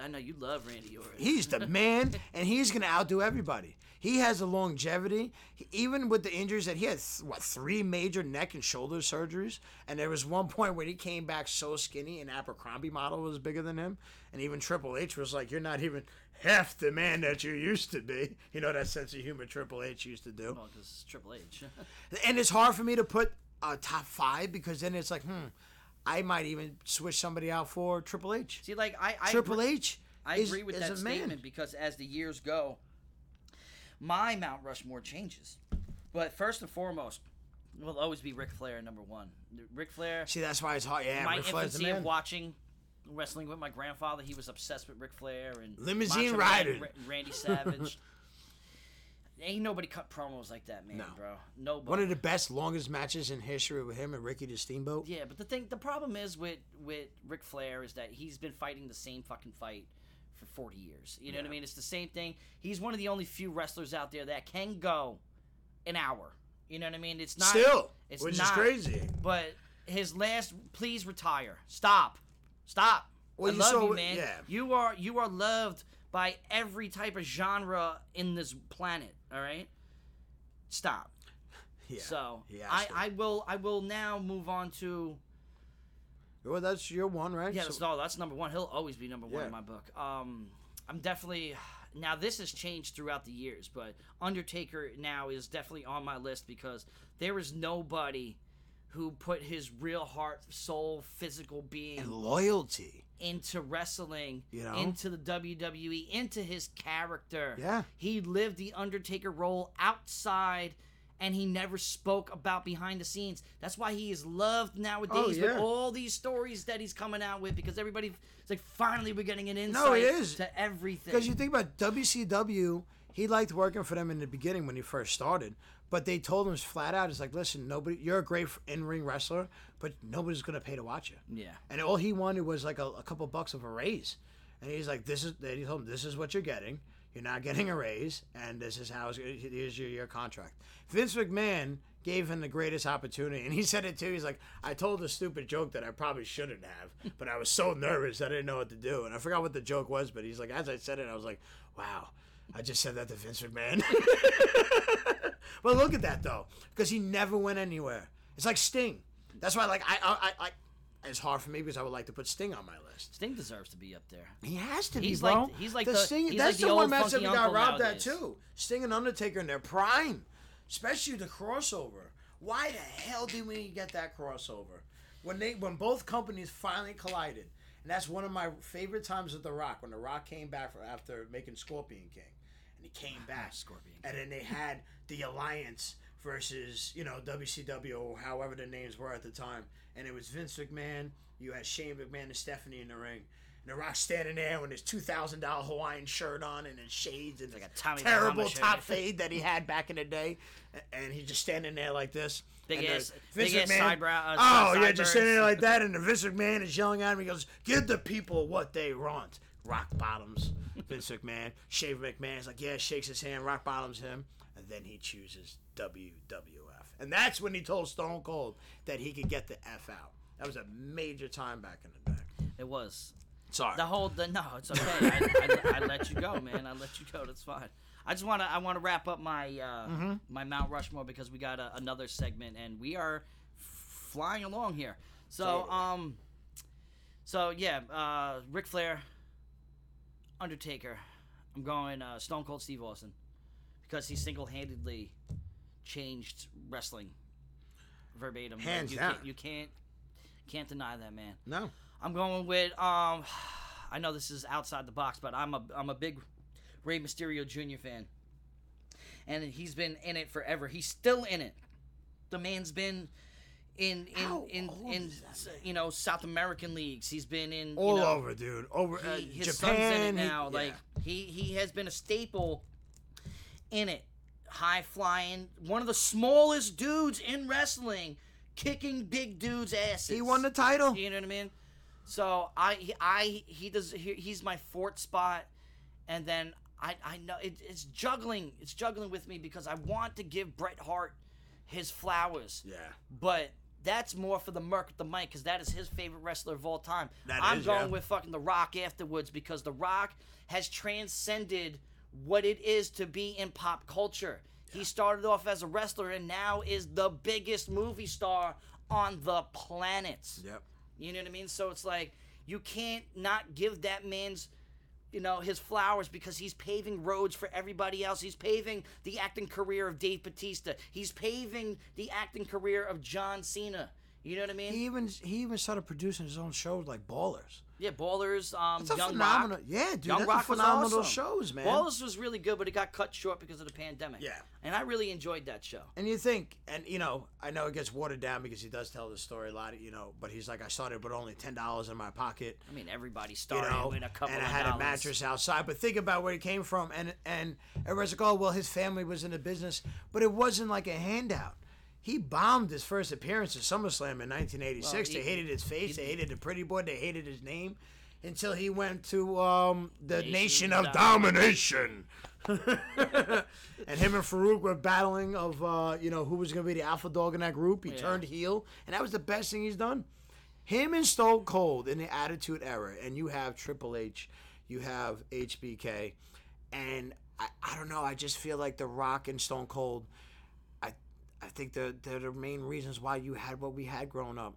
Speaker 1: I know you love Randy
Speaker 2: *laughs*
Speaker 1: Orton.
Speaker 2: He's the man, and he's going to outdo everybody. He has the longevity, He- even with the injuries that he had. th- What three major neck and shoulder surgeries? And there was one point when he came back so skinny, and Abercrombie model was bigger than him, and even Triple H was like, "You're not even half the man that you used to be." You know that sense of humor Triple H used to do.
Speaker 1: Well, 'cause it's Triple H. *laughs*
Speaker 2: And it's hard for me to put a top five because then it's like, hmm, I might even switch somebody out for Triple H.
Speaker 1: See, like I, I
Speaker 2: Triple
Speaker 1: agree-
Speaker 2: H.
Speaker 1: I
Speaker 2: is-
Speaker 1: agree with
Speaker 2: is
Speaker 1: that
Speaker 2: a man.
Speaker 1: statement because as the years go, my Mount Rushmore changes. But first and foremost, will always be Ric Flair number one. Ric Flair,
Speaker 2: See, that's why it's hard. Yeah,
Speaker 1: my
Speaker 2: Ric Flair's the
Speaker 1: infancy
Speaker 2: man.
Speaker 1: of watching wrestling with my grandfather, he was obsessed with Ric Flair and
Speaker 2: Limousine
Speaker 1: Macho Man,
Speaker 2: Rider.
Speaker 1: Ra- Randy
Speaker 2: *laughs*
Speaker 1: Savage. Ain't nobody cut promos like that, man,
Speaker 2: No.
Speaker 1: bro. Nobody.
Speaker 2: One of the best, longest matches in history with him and Ricky the Steamboat.
Speaker 1: Yeah, but the thing, the problem is with with Ric Flair is that he's been fighting the same fucking fight for forty years. You know what I mean? It's the same thing. He's one of the only few wrestlers out there that can go an hour. You know what I mean? It's not
Speaker 2: Still,
Speaker 1: it's
Speaker 2: which
Speaker 1: not,
Speaker 2: is crazy.
Speaker 1: But his last, please retire. Stop, stop.
Speaker 2: Well,
Speaker 1: I
Speaker 2: you
Speaker 1: love
Speaker 2: saw
Speaker 1: you,
Speaker 2: what-
Speaker 1: man.
Speaker 2: yeah.
Speaker 1: You are you are loved by every type of genre in this planet. All right, stop.
Speaker 2: Yeah.
Speaker 1: So
Speaker 2: Yeah,
Speaker 1: I,
Speaker 2: still.
Speaker 1: I will I will now move on to
Speaker 2: well, that's your one, right?
Speaker 1: yeah
Speaker 2: So-
Speaker 1: that's, no that's number one. He'll always be number one
Speaker 2: Yeah.
Speaker 1: in my book. Um, I'm definitely now this has changed throughout the years, but Undertaker now is definitely on my list because there is nobody who put his real heart, soul, physical being
Speaker 2: and loyalty.
Speaker 1: into wrestling,
Speaker 2: You know?
Speaker 1: into the WWE, into his character.
Speaker 2: Yeah.
Speaker 1: He lived the Undertaker role outside and he never spoke about behind the scenes. That's why he is loved nowadays with
Speaker 2: Oh, yeah.
Speaker 1: all these stories that he's coming out with because everybody's like, finally, we're getting an insight
Speaker 2: No, it is.
Speaker 1: to everything.
Speaker 2: Because you think about WCW, he liked working for them in the beginning when he first started, but they told him flat out, "It's like, listen, nobody, you're a great in-ring wrestler, but nobody's gonna pay to watch you."
Speaker 1: yeah.
Speaker 2: And all he wanted was like a, a couple bucks of a raise. And he's like, this is, they told him, this is what you're getting. You're not getting a raise. And this is how, it's, here's your, your contract. Vince McMahon gave him the greatest opportunity. And he said it too. He's like, I told a stupid joke that I probably shouldn't have, but I was so nervous I didn't know what to do. And I forgot what the joke was, but he's like, as I said it, I was like, wow, I just said that to Vince McMahon. *laughs* But look at that though, because he never went anywhere. It's like Sting. That's why, like, I, I, I, I, it's hard for me because I would like to put Sting on my list.
Speaker 1: Sting deserves to be up there.
Speaker 2: He has to
Speaker 1: He's
Speaker 2: be, bro.
Speaker 1: like- he's like
Speaker 2: the,
Speaker 1: the-
Speaker 2: Sting.
Speaker 1: he's
Speaker 2: that's
Speaker 1: like the
Speaker 2: the, one
Speaker 1: old
Speaker 2: match that
Speaker 1: funky
Speaker 2: we got
Speaker 1: uncle
Speaker 2: robbed
Speaker 1: nowadays.
Speaker 2: at too. Sting and Undertaker in their prime, especially the crossover. Why the hell did we get that crossover? When they, when both companies finally collided, and that's one of my favorite times with The Rock. When The Rock came back for, after making Scorpion King, and
Speaker 1: *sighs*
Speaker 2: he came back.
Speaker 1: Scorpion King.
Speaker 2: And then they had the Alliance versus, you know, WCW or however the names were at the time. And it was Vince McMahon, you had Shane McMahon and Stephanie in the ring. And The Rock standing there with his two thousand dollar Hawaiian shirt on and his shades and like
Speaker 1: a Tommy
Speaker 2: terrible
Speaker 1: Bahama shirt. *laughs*
Speaker 2: top fade that he had back in the day, A- and he's just standing there like this.
Speaker 1: Big
Speaker 2: and the
Speaker 1: ass-
Speaker 2: Vince
Speaker 1: big ass
Speaker 2: McMahon-
Speaker 1: eyebrow- uh,
Speaker 2: oh yeah,
Speaker 1: sideburns.
Speaker 2: just standing there like that, and the Vince McMahon is yelling at him. He goes, "Give the people what they want." Rock bottoms Vince McMahon. Shave McMahon's like, yeah, shakes his hand. Rock bottoms him, and then he chooses WWF, and that's when he told Stone Cold that he could get the F out. That was a major time back in the day.
Speaker 1: It was.
Speaker 2: Sorry.
Speaker 1: The whole the no, it's okay. I, I, I let you go, man. I let you go. That's fine. I just want to I want to wrap up my uh,
Speaker 2: Mm-hmm.
Speaker 1: my Mount Rushmore because we got a, another segment and we are f- flying along here. So
Speaker 2: Totally.
Speaker 1: um, so yeah, uh, Ric Flair, Undertaker. I'm going uh, Stone Cold Steve Austin because he single handedly changed wrestling verbatim. Like,
Speaker 2: Hands
Speaker 1: you
Speaker 2: down.
Speaker 1: Can't, you can't can't deny that man.
Speaker 2: no.
Speaker 1: I'm going with um *sighs* I know this is outside the box, but I'm a I'm a big Rey Mysterio Jr. fan. And he's been in it forever. He's still in it. The man's been in in
Speaker 2: How
Speaker 1: in,
Speaker 2: old
Speaker 1: in,
Speaker 2: is that
Speaker 1: s- you know South American leagues. He's been in you
Speaker 2: all
Speaker 1: know,
Speaker 2: over, dude. Over uh,
Speaker 1: he- his
Speaker 2: Japan.
Speaker 1: son's in it
Speaker 2: he-
Speaker 1: now.
Speaker 2: yeah.
Speaker 1: Like he he has been a staple in it. High flying, one of the smallest dudes in wrestling, kicking big dudes' asses.
Speaker 2: he won the title.
Speaker 1: You know what I mean? So I he- I he does he, he's my fourth spot, and then I I know it, it's juggling it's juggling with me because I want to give Bret Hart his flowers.
Speaker 2: Yeah.
Speaker 1: But that's more for the Merc with the mic because that is his favorite wrestler of all time.
Speaker 2: That
Speaker 1: I'm
Speaker 2: is,
Speaker 1: going
Speaker 2: yeah.
Speaker 1: with fucking The Rock afterwards because The Rock has transcended what it is to be in pop culture. He started off as a wrestler and now is the biggest movie star on the planet.
Speaker 2: Yep.
Speaker 1: You know what I mean? So it's like you can't not give that man's you know his flowers because he's paving roads for everybody else. He's paving the acting career of Dave Batista. He's paving the acting career of John Cena. You know what I mean?
Speaker 2: He even he even started producing his own shows like Ballers.
Speaker 1: yeah, Ballers, um,
Speaker 2: It's a
Speaker 1: Young
Speaker 2: phenomenal,
Speaker 1: Rock.
Speaker 2: yeah, dude.
Speaker 1: Young
Speaker 2: that's
Speaker 1: Rock
Speaker 2: a
Speaker 1: was
Speaker 2: phenomenal
Speaker 1: awesome.
Speaker 2: shows, man.
Speaker 1: Ballers was really good, but it got cut short because of the pandemic.
Speaker 2: Yeah.
Speaker 1: and I really enjoyed that show.
Speaker 2: And you think, and you know, I know it gets watered down because he does tell the story a lot, you know. But he's like, I started with only ten dollars in my pocket,
Speaker 1: I mean, everybody
Speaker 2: you
Speaker 1: started
Speaker 2: know,
Speaker 1: with a couple
Speaker 2: and I
Speaker 1: of
Speaker 2: had
Speaker 1: dollars.
Speaker 2: a mattress outside. But think about where he came from, and and everyone's like, oh well, his family was in the business, but it wasn't like a handout. He bombed his first appearance at SummerSlam in 1986.
Speaker 1: Well,
Speaker 2: they
Speaker 1: he-
Speaker 2: hated his face,
Speaker 1: he-
Speaker 2: they hated the pretty boy, they hated his name, until he went to um, the Nation,
Speaker 1: Nation
Speaker 2: of
Speaker 1: of
Speaker 2: Domination. *laughs* and him and Farouk were battling of uh, you know who was gonna be the alpha dog in that group. He turned heel, and that was the best thing he's done. Him and Stone Cold in the Attitude Era, and you have Triple H, you have HBK, and I, I don't know. I just feel like The Rock and Stone Cold. I I think they're they're the main reasons why you had what we had growing up.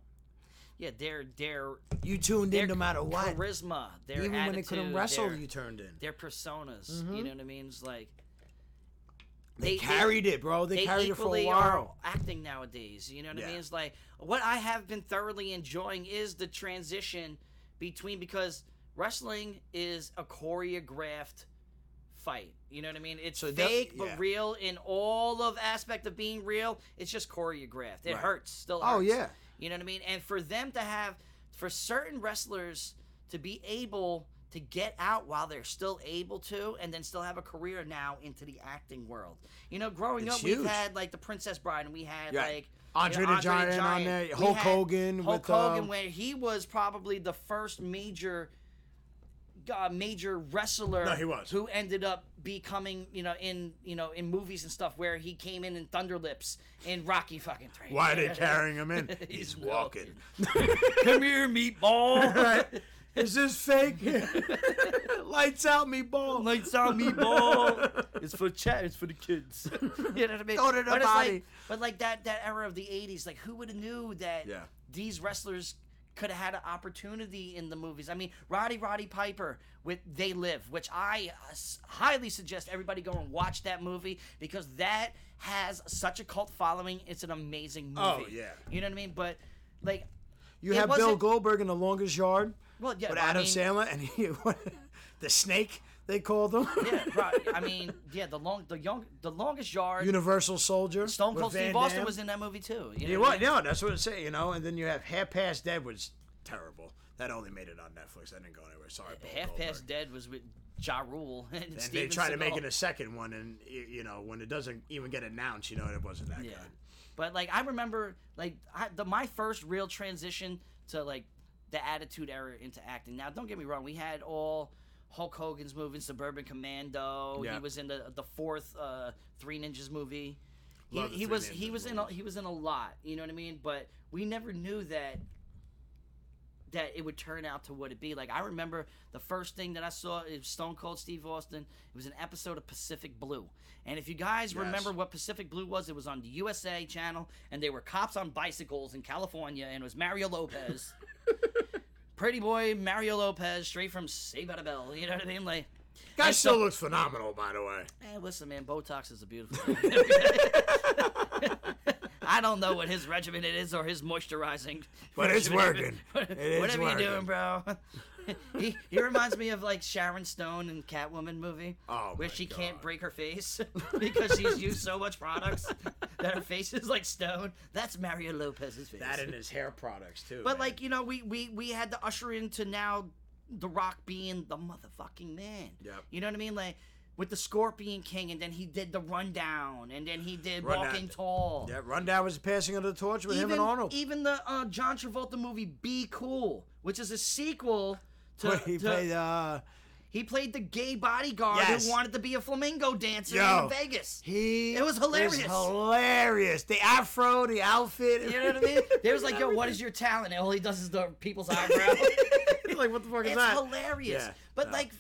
Speaker 1: Yeah, their their
Speaker 2: You tuned
Speaker 1: their
Speaker 2: in no matter what,
Speaker 1: charisma, their
Speaker 2: even
Speaker 1: attitude,
Speaker 2: when they couldn't wrestle.
Speaker 1: their-
Speaker 2: You turned in.
Speaker 1: their personas. You know what I mean? It's like
Speaker 2: Mm-hmm. They, carried it, bro. They,
Speaker 1: They
Speaker 2: carried it for a
Speaker 1: equally
Speaker 2: while.
Speaker 1: are acting nowadays. You know what I
Speaker 2: Yeah.
Speaker 1: mean? It's like what I have been thoroughly enjoying is the transition between because wrestling is a choreographed fight. You know what I mean? It's
Speaker 2: So that-
Speaker 1: fake but
Speaker 2: yeah.
Speaker 1: real in all of aspect of being real. It's just choreographed. It
Speaker 2: Right.
Speaker 1: hurts. Still hurts.
Speaker 2: Oh, yeah.
Speaker 1: You know what I mean? And for them to have for certain wrestlers to be able to get out while they're still able to and then still have a career now into the acting world. You know, growing
Speaker 2: It's
Speaker 1: up
Speaker 2: huge.
Speaker 1: we've had like the Princess Bride and we had
Speaker 2: Yeah.
Speaker 1: like
Speaker 2: Andre
Speaker 1: you know,
Speaker 2: the Giant on there,
Speaker 1: We
Speaker 2: Hulk
Speaker 1: had
Speaker 2: Hogan
Speaker 1: Hulk
Speaker 2: with,
Speaker 1: Hogan
Speaker 2: um,
Speaker 1: where he was probably the first major uh, major wrestler
Speaker 2: No, he was.
Speaker 1: who ended up becoming, you know, in you know, in movies and stuff where he came in in Thunderlips in Rocky fucking 3.
Speaker 2: Why are
Speaker 1: *laughs*
Speaker 2: they carrying him in?
Speaker 1: He's
Speaker 2: He's *laughs* walking.
Speaker 1: Come here, meatball.
Speaker 2: *laughs* Right? Is this fake? *laughs* Lights out, me ball.
Speaker 1: Lights out, meatball. It's for chat. It's for the kids. *laughs* you know what I mean?
Speaker 2: Throw it in the
Speaker 1: but, it's
Speaker 2: body.
Speaker 1: like, but like that that era of the '80s, like who would have knew that
Speaker 2: Yeah.
Speaker 1: these wrestlers could have had an opportunity in the movies? I mean, Roddy Roddy Piper with "They Live," which I uh, s- highly suggest everybody go and watch that movie because that has such a cult following. It's an amazing movie.
Speaker 2: Oh, yeah.
Speaker 1: You know what I mean? But like.
Speaker 2: You
Speaker 1: it
Speaker 2: have Bill
Speaker 1: wasn't-
Speaker 2: Goldberg in The Longest Yard
Speaker 1: Well, yeah,
Speaker 2: with
Speaker 1: but I
Speaker 2: Adam
Speaker 1: mean-
Speaker 2: Sandler and he, *laughs* the snake, they called him. *laughs*
Speaker 1: yeah, right. I mean, yeah, the long, the young, the longest yard.
Speaker 2: Universal Soldier.
Speaker 1: Stone
Speaker 2: with
Speaker 1: Cold Steve
Speaker 2: Van
Speaker 1: Austin
Speaker 2: Damme.
Speaker 1: was in that movie too. You
Speaker 2: Yeah,
Speaker 1: know what I
Speaker 2: well,
Speaker 1: mean?
Speaker 2: no, that's what it's saying, you know. And then you have Half Past Dead, which is terrible. That only made it on Netflix. That didn't go anywhere. Sorry, Bill
Speaker 1: Half
Speaker 2: Goldberg.
Speaker 1: Past Dead was with Ja Rule *laughs* and,
Speaker 2: And
Speaker 1: Steven
Speaker 2: they tried to make
Speaker 1: Seagal.
Speaker 2: it a second one, and y- you know when it doesn't even get announced, you know it wasn't that
Speaker 1: Yeah,
Speaker 2: good.
Speaker 1: but like I remember, like I, the my first real transition to like the Attitude Era into acting. Now, don't get me wrong, we had all Hulk Hogan's movie, Suburban Commando.
Speaker 2: Yeah.
Speaker 1: He was in the the fourth uh, Three Ninjas movie. He,
Speaker 2: Love the
Speaker 1: he
Speaker 2: Three
Speaker 1: was he
Speaker 2: Ninjas
Speaker 1: was in a, he was in a lot. You know what I mean? But we never knew that that it would turn out to what it be. Like I remember the first thing that I saw is Stone Cold Steve Austin. It was an episode of Pacific Blue. And if you guys remember what Pacific Blue was, it was on the USA channel and they were cops on bicycles in California and it was Mario Lopez. Pretty boy Mario Lopez straight from Save by the Bell. You know what I mean? Like
Speaker 2: Guy
Speaker 1: And
Speaker 2: still
Speaker 1: so-
Speaker 2: looks phenomenal, by the way.
Speaker 1: Hey, Eh, listen, man, Botox is a beautiful thing. *laughs* I don't know what his regimen it is or his moisturizing.
Speaker 2: *laughs* But it's
Speaker 1: regimen. *laughs*
Speaker 2: working. It is
Speaker 1: Whatever
Speaker 2: working.
Speaker 1: you're doing, bro. *laughs* he, he reminds me of like Sharon Stone in Catwoman movie,
Speaker 2: Oh,
Speaker 1: where
Speaker 2: my
Speaker 1: she can't
Speaker 2: God.
Speaker 1: break her face *laughs* because she's used so much products *laughs* that her face is like stone. That's Mario Lopez's face.
Speaker 2: That *laughs* and his hair products too.
Speaker 1: But
Speaker 2: man.
Speaker 1: like you know, we we we had to usher into now the Rock being the motherfucking man.
Speaker 2: Yep.
Speaker 1: You know what I mean? Like with the Scorpion King, and then he did the Rundown, and then he did
Speaker 2: Rundown.
Speaker 1: Walking Tall.
Speaker 2: yeah, Rundown was passing of the torch with him
Speaker 1: Even
Speaker 2: and Arnold.
Speaker 1: even the uh, John Travolta movie Be Cool, which is a sequel to,
Speaker 2: Where *laughs* he
Speaker 1: to-
Speaker 2: played uh,
Speaker 1: He played the gay bodyguard
Speaker 2: Yes.
Speaker 1: who wanted to be a flamingo dancer
Speaker 2: Yo.
Speaker 1: in Vegas.
Speaker 2: He
Speaker 1: It was hilarious.
Speaker 2: hilarious. The afro, the outfit.
Speaker 1: You know
Speaker 2: *laughs*
Speaker 1: what I mean? They was like, "Yo, what is your talent?" And all he does is the people's eyebrow.
Speaker 2: like what the fuck is
Speaker 1: it's
Speaker 2: that?
Speaker 1: hilarious.
Speaker 2: Yeah,
Speaker 1: But
Speaker 2: no.
Speaker 1: like,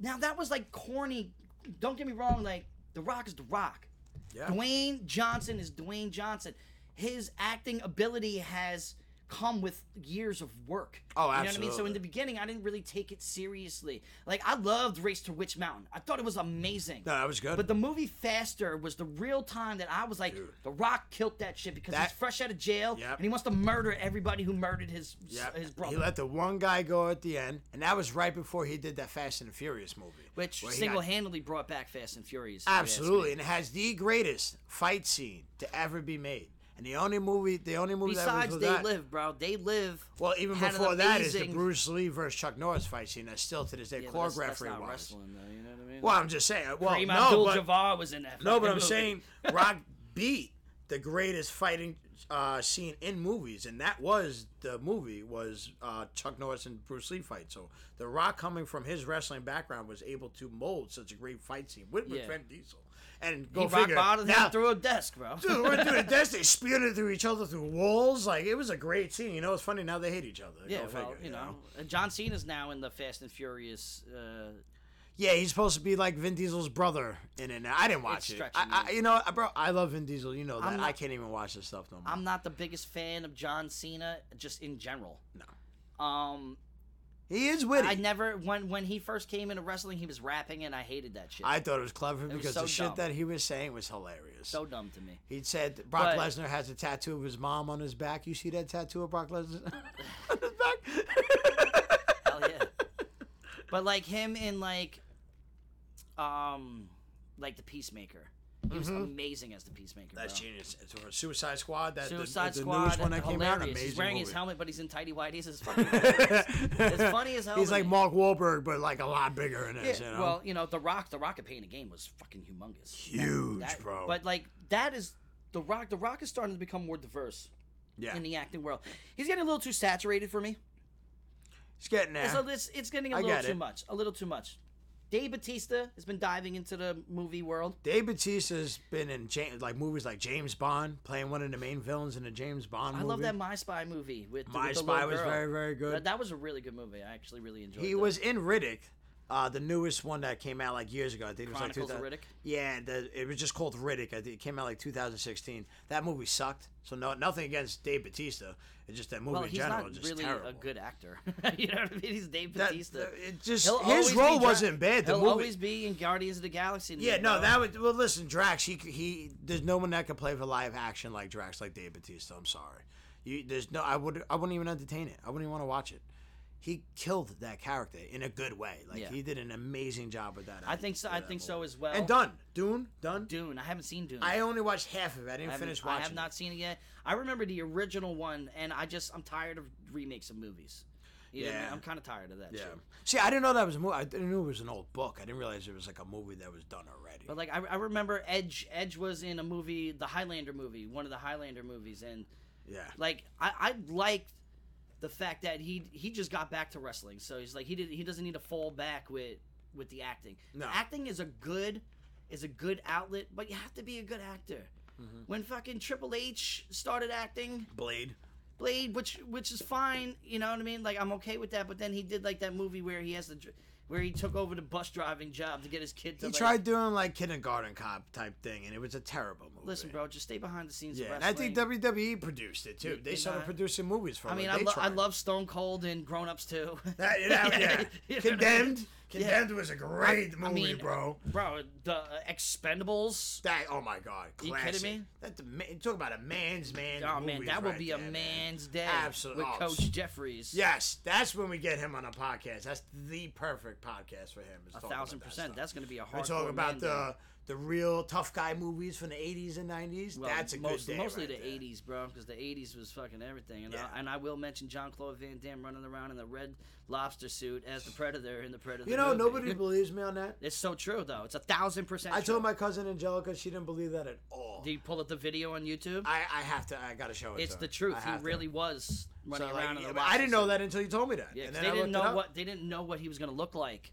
Speaker 1: now that was like corny. Don't get me wrong. Like, The Rock is The Rock.
Speaker 2: Yeah.
Speaker 1: Dwayne Johnson is Dwayne Johnson. His acting ability has come with years of work.
Speaker 2: Oh,
Speaker 1: You know what I mean? So in
Speaker 2: absolutely.
Speaker 1: the beginning, I didn't really take it seriously. Like I loved Race to Witch Mountain. I thought it was amazing.
Speaker 2: No, that was good.
Speaker 1: But the movie Faster was the real time that I was like, The Rock killed that shit because
Speaker 2: That-
Speaker 1: he's fresh out of jail
Speaker 2: Yep.
Speaker 1: and he wants to murder everybody who murdered his
Speaker 2: Yep.
Speaker 1: his brother.
Speaker 2: He let the one guy go at the end, and that was right before he did that Fast and the Furious movie,
Speaker 1: which
Speaker 2: where he got-
Speaker 1: single-handedly brought back Fast and Furious. if you ask me.
Speaker 2: absolutely, and it has the greatest fight scene to ever be made. And the only movie, the only movie that
Speaker 1: Besides,
Speaker 2: was
Speaker 1: they
Speaker 2: that,
Speaker 1: live, bro. They live.
Speaker 2: Well, even
Speaker 1: had an
Speaker 2: before that is the
Speaker 1: amazing-
Speaker 2: Bruce Lee versus Chuck Norris fight scene that's still to this day
Speaker 1: Yeah, but that's- that's
Speaker 2: choreography
Speaker 1: not
Speaker 2: wise.
Speaker 1: wrestling, though. You know what I mean?
Speaker 2: Well, I'm just saying. Well,
Speaker 1: Kareem
Speaker 2: no, but,
Speaker 1: Abdul-Jabbar was in that.
Speaker 2: No,
Speaker 1: fucking
Speaker 2: but I'm
Speaker 1: movie. *laughs*
Speaker 2: saying Rock beat the greatest fighting uh, scene in movies, and that was the movie was uh, Chuck Norris and Bruce Lee fight. So the Rock, coming from his wrestling background, was able to mold such a great fight scene with, with
Speaker 1: Yeah.
Speaker 2: Vin Diesel. And go
Speaker 1: he rock
Speaker 2: figure.
Speaker 1: bottomed
Speaker 2: now-
Speaker 1: him through a desk, bro. *laughs*
Speaker 2: Dude, we're doing this. They spewed it through each other through walls. Like it was a great scene. You know, it's funny now they hate each other.
Speaker 1: yeah,
Speaker 2: Go
Speaker 1: well,
Speaker 2: figure,
Speaker 1: you know, And John Cena's now in the Fast and Furious. Uh,
Speaker 2: Yeah, he's supposed to be like Vin Diesel's brother in it. I didn't watch
Speaker 1: It's
Speaker 2: it.
Speaker 1: stretching
Speaker 2: I, I, you know, bro, I love Vin Diesel. You know that.
Speaker 1: I'm
Speaker 2: I
Speaker 1: not-
Speaker 2: can't even watch this stuff no more.
Speaker 1: I'm not the biggest fan of John Cena, just in general. No. Um,
Speaker 2: He is witty.
Speaker 1: I
Speaker 2: I,
Speaker 1: never when when he first came into wrestling, he was rapping, and I hated that shit.
Speaker 2: thought it was clever
Speaker 1: was
Speaker 2: because
Speaker 1: so
Speaker 2: the shit
Speaker 1: dumb.
Speaker 2: that he was saying was hilarious.
Speaker 1: so dumb to me.
Speaker 2: he said that Brock
Speaker 1: But-
Speaker 2: Lesnar has a tattoo of his mom on his back. You see that tattoo of Brock Lesnar *laughs* on his back?
Speaker 1: *laughs* Hell yeah. but like him in like, um, like the Peacemaker. He was
Speaker 2: Mm-hmm.
Speaker 1: amazing as the Peacemaker.
Speaker 2: That's
Speaker 1: bro.
Speaker 2: genius. It's for Suicide Squad. That
Speaker 1: Suicide
Speaker 2: the, the
Speaker 1: Squad.
Speaker 2: newest one that came
Speaker 1: hilarious.
Speaker 2: out. Amazing
Speaker 1: he's wearing
Speaker 2: movie.
Speaker 1: his helmet, but he's in tidy whities.
Speaker 2: *laughs*
Speaker 1: It's fucking hilarious. It's funny as hell
Speaker 2: He's
Speaker 1: to
Speaker 2: like
Speaker 1: me.
Speaker 2: Mark Wahlberg, but like a lot bigger in this. you know,
Speaker 1: Well, you know, The Rock, The Rock of Pain the Game was fucking humongous.
Speaker 2: huge,
Speaker 1: That-
Speaker 2: bro.
Speaker 1: But like that is The Rock. The Rock is starting to become more diverse
Speaker 2: yeah,
Speaker 1: in the acting world. He's getting a little too saturated for me.
Speaker 2: it's getting there.
Speaker 1: So this it's getting a
Speaker 2: I
Speaker 1: little
Speaker 2: get
Speaker 1: too
Speaker 2: it.
Speaker 1: much. A little too much. Dave Batista has been diving into the movie world.
Speaker 2: Dave Bautista's been in James, like movies like James Bond, playing one of the main villains in a James Bond
Speaker 1: I
Speaker 2: movie.
Speaker 1: love that My Spy movie with the,
Speaker 2: My
Speaker 1: with the
Speaker 2: Spy
Speaker 1: little
Speaker 2: was
Speaker 1: girl.
Speaker 2: very, very good.
Speaker 1: That, that was a really good movie. I actually really enjoyed.
Speaker 2: He
Speaker 1: that.
Speaker 2: was in Riddick, uh, the newest one that came out like years ago. I think it was like
Speaker 1: Chronicles of
Speaker 2: 2000
Speaker 1: Riddick?
Speaker 2: Yeah, the, it was just called Riddick. I think it came out like 2016. That movie sucked. So no, nothing against Dave Batista. It's just that movie
Speaker 1: well,
Speaker 2: in
Speaker 1: he's
Speaker 2: general
Speaker 1: not
Speaker 2: is just
Speaker 1: really
Speaker 2: terrible.
Speaker 1: a good actor. *laughs* you know what I mean? He's Dave
Speaker 2: That-
Speaker 1: Batista.
Speaker 2: it just
Speaker 1: He'll always
Speaker 2: his
Speaker 1: be
Speaker 2: role
Speaker 1: Dra-
Speaker 2: wasn't bad. The
Speaker 1: he'll
Speaker 2: movie.
Speaker 1: always be in Guardians of the Galaxy. to
Speaker 2: yeah,
Speaker 1: me,
Speaker 2: no,
Speaker 1: bro.
Speaker 2: that would. Well, listen, Drax. He he. There's no one that could play for live action like Drax, like Dave Batista. I'm sorry. You, there's no. I would. I wouldn't even entertain it. I wouldn't even want to watch it. He killed that character in a good way. Like
Speaker 1: Yeah.
Speaker 2: he did an amazing job with that.
Speaker 1: I think so. I
Speaker 2: that
Speaker 1: think so
Speaker 2: movie.
Speaker 1: as well.
Speaker 2: And done. Dune. Done.
Speaker 1: Dune. I haven't seen Dune.
Speaker 2: I only watched half of it. I
Speaker 1: I
Speaker 2: didn't
Speaker 1: haven't-
Speaker 2: finish
Speaker 1: I
Speaker 2: watching.
Speaker 1: have
Speaker 2: it.
Speaker 1: not seen it yet. I remember the original one, and I just I'm tired of remakes of movies. You know what I mean?
Speaker 2: Yeah.
Speaker 1: I'm kind of tired of that.
Speaker 2: Yeah.
Speaker 1: shit.
Speaker 2: See, I didn't know that was a movie. I didn't know it was an old book. I didn't realize it was like a movie that was done already.
Speaker 1: But like I, I remember Edge. Edge was in a movie, the Highlander movie, one of the Highlander movies, and
Speaker 2: yeah.
Speaker 1: like I, I liked the fact that he he just got back to wrestling. So he's like he did he doesn't need to fall back with with the acting.
Speaker 2: No.
Speaker 1: Acting is a good is a good outlet, but you have to be a good actor.
Speaker 2: Mm-hmm.
Speaker 1: When fucking Triple H started acting,
Speaker 2: Blade.
Speaker 1: Blade, which which is fine, you know what I mean? Like I'm okay with that. But then he did like that movie where he has the dr- where he took over the bus driving job to get his kid to.
Speaker 2: He
Speaker 1: like,
Speaker 2: tried doing like kindergarten cop type thing, and it was a terrible movie.
Speaker 1: Listen, bro, just stay behind the scenes.
Speaker 2: Yeah,
Speaker 1: of
Speaker 2: and I think
Speaker 1: wrestling.
Speaker 2: WWE produced it too. They
Speaker 1: you
Speaker 2: started
Speaker 1: know,
Speaker 2: producing movies from
Speaker 1: I mean,
Speaker 2: it.
Speaker 1: I,
Speaker 2: They
Speaker 1: lo- I
Speaker 2: tried.
Speaker 1: love Stone Cold and Grown Ups too. *laughs*
Speaker 2: that. that- yeah.
Speaker 1: You know what I mean?
Speaker 2: Condemned. Condemned was a great movie,
Speaker 1: I mean,
Speaker 2: bro.
Speaker 1: Bro, the uh, Expendables.
Speaker 2: That oh my god,
Speaker 1: You
Speaker 2: classic.
Speaker 1: kidding me?
Speaker 2: That the man, talk about a man's man.
Speaker 1: Oh man,
Speaker 2: movies
Speaker 1: that will
Speaker 2: right
Speaker 1: be a
Speaker 2: there,
Speaker 1: man's day
Speaker 2: Absolute-
Speaker 1: with
Speaker 2: oh, s-
Speaker 1: Coach Jeffries.
Speaker 2: Yes, that's when we get him on a podcast. That's the perfect podcast for him.
Speaker 1: a
Speaker 2: is talking
Speaker 1: thousand
Speaker 2: about that
Speaker 1: percent.
Speaker 2: stuff.
Speaker 1: That's gonna be a hard.
Speaker 2: We're talking about the the real tough guy movies from the '80s and '90s. that's a
Speaker 1: most,
Speaker 2: good day.
Speaker 1: Mostly
Speaker 2: right
Speaker 1: the
Speaker 2: there.
Speaker 1: '80s, bro, because the '80s was fucking everything. And,
Speaker 2: Yeah.
Speaker 1: I, and I will mention John Claude Van Damme running around in the red lobster suit as the Predator in the Predator.
Speaker 2: You know,
Speaker 1: movie.
Speaker 2: nobody believes me on that.
Speaker 1: It's so true, though. It's a thousand percent.
Speaker 2: I
Speaker 1: true.
Speaker 2: told my cousin Angelica she didn't believe that at all.
Speaker 1: Did you pull up the video on YouTube?
Speaker 2: I, I have to. I gotta show it.
Speaker 1: it's
Speaker 2: to
Speaker 1: the
Speaker 2: her.
Speaker 1: truth.
Speaker 2: I
Speaker 1: He
Speaker 2: have to.
Speaker 1: really was
Speaker 2: So,
Speaker 1: running
Speaker 2: like,
Speaker 1: around. in
Speaker 2: yeah,
Speaker 1: the
Speaker 2: but I
Speaker 1: lobster
Speaker 2: didn't know that until you told me that.
Speaker 1: Yeah, 'cause
Speaker 2: and then
Speaker 1: they
Speaker 2: I
Speaker 1: didn't
Speaker 2: looked it
Speaker 1: know
Speaker 2: up.
Speaker 1: what they didn't know what he was gonna look like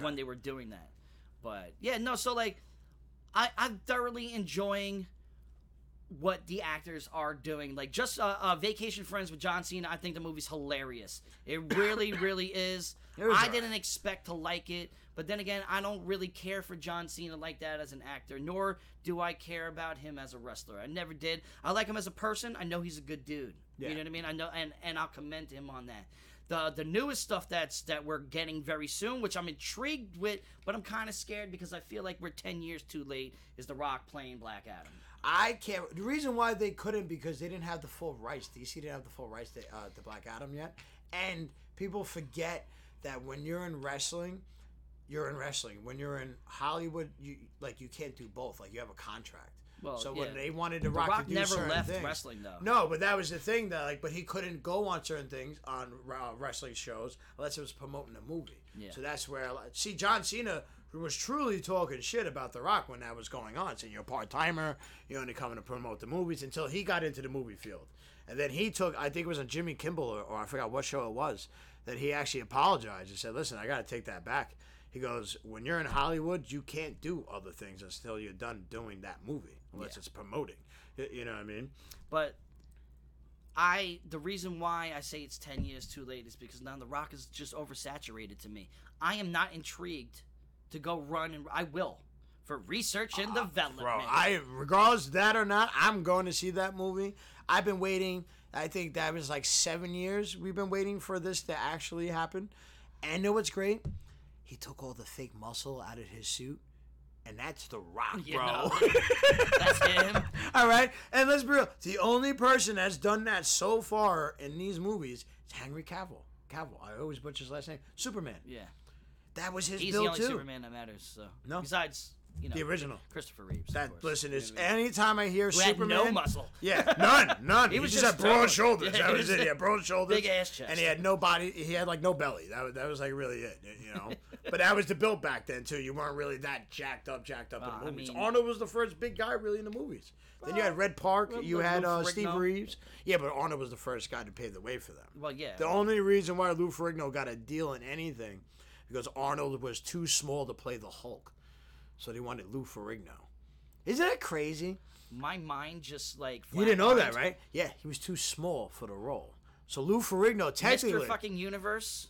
Speaker 1: when they were doing that. But yeah, no. So like, I I'm thoroughly enjoying what the actors are doing. Like just uh, uh, Vacation Friends with John Cena. I think the movie's hilarious. It
Speaker 2: *laughs*
Speaker 1: really, really is.
Speaker 2: It was
Speaker 1: I
Speaker 2: alright.
Speaker 1: didn't expect to like it, but then again, I don't really care for John Cena like that as an actor, nor do I care about him as a wrestler. I never did. I like him as a person. I know he's a good dude.
Speaker 2: Yeah.
Speaker 1: You know what I mean? I know, and and I'll commend him on that. The, the newest stuff that's that we're getting very soon, which I'm intrigued with, but I'm kind of scared because I feel like we're ten years too late. Is The Rock playing Black Adam?
Speaker 2: I can't. The reason why they couldn't because they didn't have the full rights. DC didn't have the full rights to uh, the Black Adam yet, and people forget that when you're in wrestling, you're in wrestling. When you're in Hollywood, you like you can't do both. Like you have a contract.
Speaker 1: Well,
Speaker 2: so when
Speaker 1: yeah.
Speaker 2: they wanted to
Speaker 1: The
Speaker 2: rock,
Speaker 1: Rock,
Speaker 2: to do
Speaker 1: never
Speaker 2: certain
Speaker 1: left
Speaker 2: things-
Speaker 1: wrestling though.
Speaker 2: No, but that was the thing that like, but he couldn't go on certain things on uh, wrestling shows unless it was promoting a movie.
Speaker 1: Yeah.
Speaker 2: So that's where like, see John Cena was truly talking shit about The Rock when that was going on, saying you're a part timer, you're only coming to promote the movies until he got into the movie field, and then he took I think it was on Jimmy Kimmel or, or I forgot what show it was that he actually apologized and said, listen, I got to take that back. He goes, when you're in Hollywood, you can't do other things until you're done doing that movie, unless it's promoting. Y- You know what I mean?
Speaker 1: But I the reason why I say it's ten years too late is because now The Rock is just oversaturated to me. I am not intrigued to go run and I will for research and development.
Speaker 2: Ah, Bro, I regardless of that or not, I'm going to see that movie. I've been waiting. I think that was like seven years we've been waiting for this to actually happen. And know what's great? He took all the fake muscle out of his suit, and that's The Rock,
Speaker 1: You
Speaker 2: bro. *laughs*
Speaker 1: know? That's him.
Speaker 2: all right, and let's be real. The only person that's done that so far in these movies is Henry Cavill. Cavill. I always butcher his last name. Superman.
Speaker 1: Yeah,
Speaker 2: That was his
Speaker 1: he's
Speaker 2: build
Speaker 1: the only
Speaker 2: too.
Speaker 1: Superman that matters. So
Speaker 2: No.
Speaker 1: besides you know
Speaker 2: The original.
Speaker 1: Christopher Reeves. of
Speaker 2: That
Speaker 1: course.
Speaker 2: listen
Speaker 1: You know
Speaker 2: is
Speaker 1: what I mean?
Speaker 2: anytime I hear
Speaker 1: Who had
Speaker 2: Superman,
Speaker 1: no muscle.
Speaker 2: Yeah, *laughs* none, none. he
Speaker 1: was
Speaker 2: was just,
Speaker 1: just
Speaker 2: had broad
Speaker 1: tall.
Speaker 2: shoulders.
Speaker 1: Yeah,
Speaker 2: that
Speaker 1: he
Speaker 2: was
Speaker 1: was
Speaker 2: it. He had broad shoulders,
Speaker 1: big ass chest.
Speaker 2: and he had no body. He had like no belly. That was, that was like really it,
Speaker 1: *laughs*
Speaker 2: you know. but that was the build back then too. You weren't really that jacked up, jacked up
Speaker 1: Well,
Speaker 2: in
Speaker 1: I
Speaker 2: the movies.
Speaker 1: mean-
Speaker 2: Arnold was the first big guy really in the movies. then you had Red Park.
Speaker 1: well,
Speaker 2: you
Speaker 1: Lou
Speaker 2: had uh,
Speaker 1: Ferrigno.
Speaker 2: Steve Reeves. Yeah, but Arnold was the first guy to pave the way for them.
Speaker 1: Well, yeah.
Speaker 2: The only reason why Lou Ferrigno got a deal in anything, because Arnold was too small to play the Hulk, so they wanted Lou Ferrigno. Isn't that crazy?
Speaker 1: My mind just like
Speaker 2: You didn't know that,
Speaker 1: flatlined.
Speaker 2: right? Yeah, he was too small for the role. So Lou Ferrigno,
Speaker 1: Mr.
Speaker 2: technically,
Speaker 1: Fucking Universe,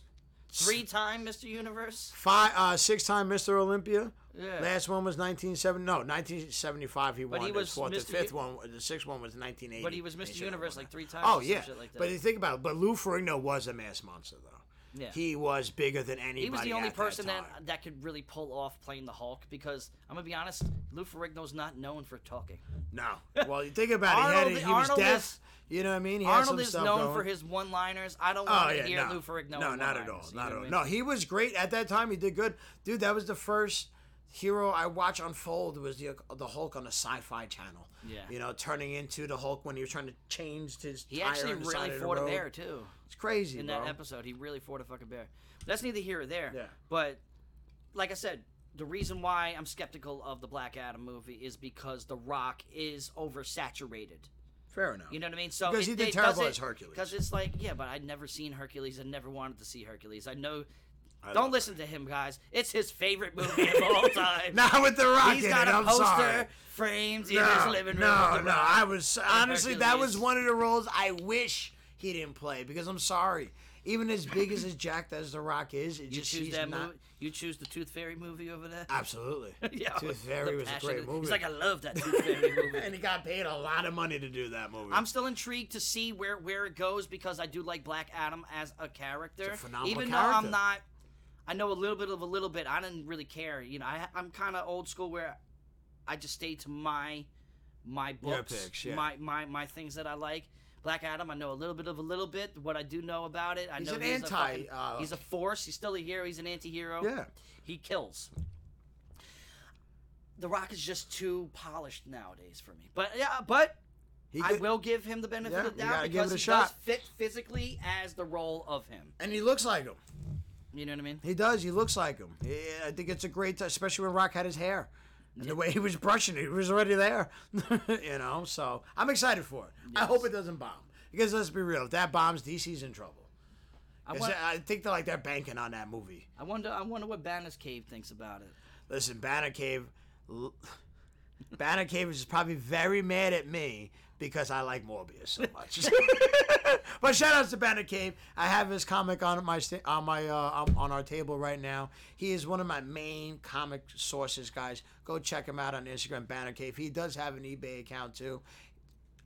Speaker 1: three time Mr. Universe.
Speaker 2: five, uh, six-time Mr. Olympia.
Speaker 1: Yeah.
Speaker 2: Last one was 1970. No, 1975. He won.
Speaker 1: he
Speaker 2: his
Speaker 1: was
Speaker 2: fourth. The
Speaker 1: Mr.
Speaker 2: fifth
Speaker 1: U-
Speaker 2: one, the sixth one was 1980.
Speaker 1: But he was Mr.
Speaker 2: They should've
Speaker 1: Universe
Speaker 2: won
Speaker 1: like
Speaker 2: that.
Speaker 1: three times. or
Speaker 2: Oh
Speaker 1: some
Speaker 2: yeah,
Speaker 1: shit like that.
Speaker 2: but you think about it. But Lou Ferrigno was a mass monster, though.
Speaker 1: Yeah.
Speaker 2: He was bigger than anybody.
Speaker 1: he was the only
Speaker 2: at
Speaker 1: person
Speaker 2: that,
Speaker 1: that,
Speaker 2: time.
Speaker 1: that could really pull off playing the Hulk because I'm gonna be honest, Lou Ferrigno's not known for talking. *laughs*
Speaker 2: No. Well, you think about it.
Speaker 1: Arnold-
Speaker 2: he, had, he was
Speaker 1: Arnold
Speaker 2: deaf.
Speaker 1: is-
Speaker 2: you know what I mean? He had some
Speaker 1: Arnold is
Speaker 2: stuff
Speaker 1: known
Speaker 2: going.
Speaker 1: for his one-liners. I don't
Speaker 2: Oh
Speaker 1: want to
Speaker 2: yeah,
Speaker 1: hear
Speaker 2: no,
Speaker 1: Lou Ferrigno.
Speaker 2: no,
Speaker 1: in
Speaker 2: not at all,
Speaker 1: one-liners, you
Speaker 2: not
Speaker 1: know
Speaker 2: at all.
Speaker 1: what I
Speaker 2: No,
Speaker 1: mean?
Speaker 2: he was great at that time. He did good, dude. That was the first hero I watched unfold was the the Hulk on the Sci-Fi Channel.
Speaker 1: Yeah.
Speaker 2: you know, turning into the Hulk when he was trying to change his.
Speaker 1: He
Speaker 2: tire
Speaker 1: actually
Speaker 2: on the side
Speaker 1: really
Speaker 2: of the
Speaker 1: fought a
Speaker 2: road.
Speaker 1: bear too
Speaker 2: It's crazy,
Speaker 1: in
Speaker 2: bro.
Speaker 1: that episode. He really fought a fucking bear. That's neither here or there.
Speaker 2: Yeah.
Speaker 1: But like I said, the reason why I'm skeptical of the Black Adam movie is because The Rock is oversaturated.
Speaker 2: Fair enough.
Speaker 1: You know what I mean? So
Speaker 2: Because
Speaker 1: it,
Speaker 2: he did
Speaker 1: it
Speaker 2: terrible
Speaker 1: doesn't-
Speaker 2: as Hercules.
Speaker 1: Because it's like, yeah, but I'd never seen Hercules. I never wanted to see Hercules. I know.
Speaker 2: I
Speaker 1: don't
Speaker 2: love
Speaker 1: listen to him, guys. It's his
Speaker 2: *laughs*
Speaker 1: favorite movie of all time.
Speaker 2: Not with the rock
Speaker 1: He's
Speaker 2: in
Speaker 1: got
Speaker 2: it.
Speaker 1: a
Speaker 2: I'm
Speaker 1: poster
Speaker 2: sorry.
Speaker 1: frames in his
Speaker 2: No,
Speaker 1: living room.
Speaker 2: no,
Speaker 1: with The
Speaker 2: no.
Speaker 1: Rock.
Speaker 2: I was honestly that was
Speaker 1: Hercules.
Speaker 2: one of the roles I wish he didn't play because I'm sorry. Even as big as as jacked as the Rock is, it
Speaker 1: You
Speaker 2: just
Speaker 1: choose
Speaker 2: he's
Speaker 1: that
Speaker 2: not.
Speaker 1: movie. You choose the Tooth Fairy movie over there. *laughs*
Speaker 2: Absolutely. Tooth
Speaker 1: the
Speaker 2: Fairy was a
Speaker 1: passion-
Speaker 2: great movie.
Speaker 1: He's like, I love that *laughs* Tooth
Speaker 2: *laughs*
Speaker 1: Fairy movie.
Speaker 2: and he got paid a lot of money to do that movie.
Speaker 1: I'm still intrigued to see where where it goes because I do like Black Adam as a character.
Speaker 2: It's a phenomenal
Speaker 1: Even though
Speaker 2: character.
Speaker 1: I'm not, I know a little bit of a little bit. I didn't really care. You know, I, I'm kind of old school where I just stay to my my
Speaker 2: Your
Speaker 1: books,
Speaker 2: picks, yeah.
Speaker 1: my my my things that I like. Black Adam, I know a little bit of a little bit. What I do know about it, I
Speaker 2: He's
Speaker 1: know
Speaker 2: an
Speaker 1: he's
Speaker 2: anti,
Speaker 1: A fucking-
Speaker 2: uh,
Speaker 1: he's a force. He's still a hero. He's an anti-hero.
Speaker 2: Yeah.
Speaker 1: he kills. The Rock is just too polished nowadays for me. But yeah, but
Speaker 2: He
Speaker 1: I
Speaker 2: could-
Speaker 1: will give him the benefit
Speaker 2: Yeah,
Speaker 1: of
Speaker 2: you
Speaker 1: the doubt
Speaker 2: gotta give
Speaker 1: because
Speaker 2: it a
Speaker 1: he does
Speaker 2: shot.
Speaker 1: fit physically as the role of him.
Speaker 2: and he looks like him.
Speaker 1: You know what I mean?
Speaker 2: He does. He looks like him. Yeah, I think it's a great, time, especially when Rock had his hair. And the way he was brushing it, he was already there. *laughs* you know, so I'm excited for it. I hope it doesn't bomb. Because let's be real, if that bombs, DC's in trouble.
Speaker 1: I,
Speaker 2: Is
Speaker 1: want,
Speaker 2: that- I think they're like they're banking on that movie.
Speaker 1: I wonder. I wonder what Banner's Cave thinks about it.
Speaker 2: Listen, Banner Cave, l- Banner Cave is probably very mad at me because I like Morbius so much. *laughs* but shout outs to Banner Cave. I have his comic on my sta- on my uh, on- on our table right now. He is one of my main comic sources, guys. Go check him out on Instagram, Banner Cave. He does have an eBay account too.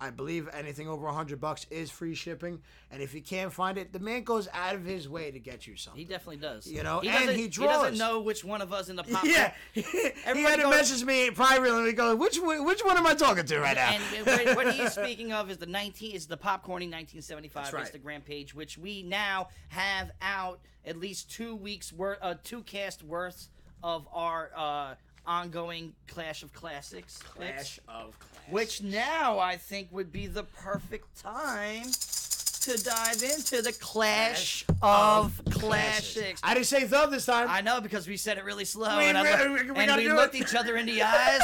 Speaker 2: I believe anything over 100 bucks is free shipping, and if you can't find it, the man goes out of his way to get you something.
Speaker 1: He definitely does.
Speaker 2: You know,
Speaker 1: he
Speaker 2: and
Speaker 1: doesn't-
Speaker 2: he
Speaker 1: doesn't
Speaker 2: draws.
Speaker 1: know which one of us in the pop.
Speaker 2: *laughs* Yeah, he
Speaker 1: Everybody
Speaker 2: had to
Speaker 1: go-
Speaker 2: message me privately. and Go, which one- which one am I talking to right now? *laughs*
Speaker 1: And what- what he is speaking of is the 19 is the popcorning 1975
Speaker 2: That's right.
Speaker 1: Instagram page, which we now have out at least two weeks worth, uh, two cast worths of our uh, ongoing Clash of Classics. picks.
Speaker 2: of Clans.
Speaker 1: Which now I think would be the perfect time to dive into the Clash of Classics.
Speaker 2: I didn't say though this time.
Speaker 1: I know because we said it really slow,
Speaker 2: We
Speaker 1: and, I
Speaker 2: really-
Speaker 1: looked-
Speaker 2: we
Speaker 1: and
Speaker 2: gotta
Speaker 1: we
Speaker 2: do
Speaker 1: looked
Speaker 2: it.
Speaker 1: each other in the eyes,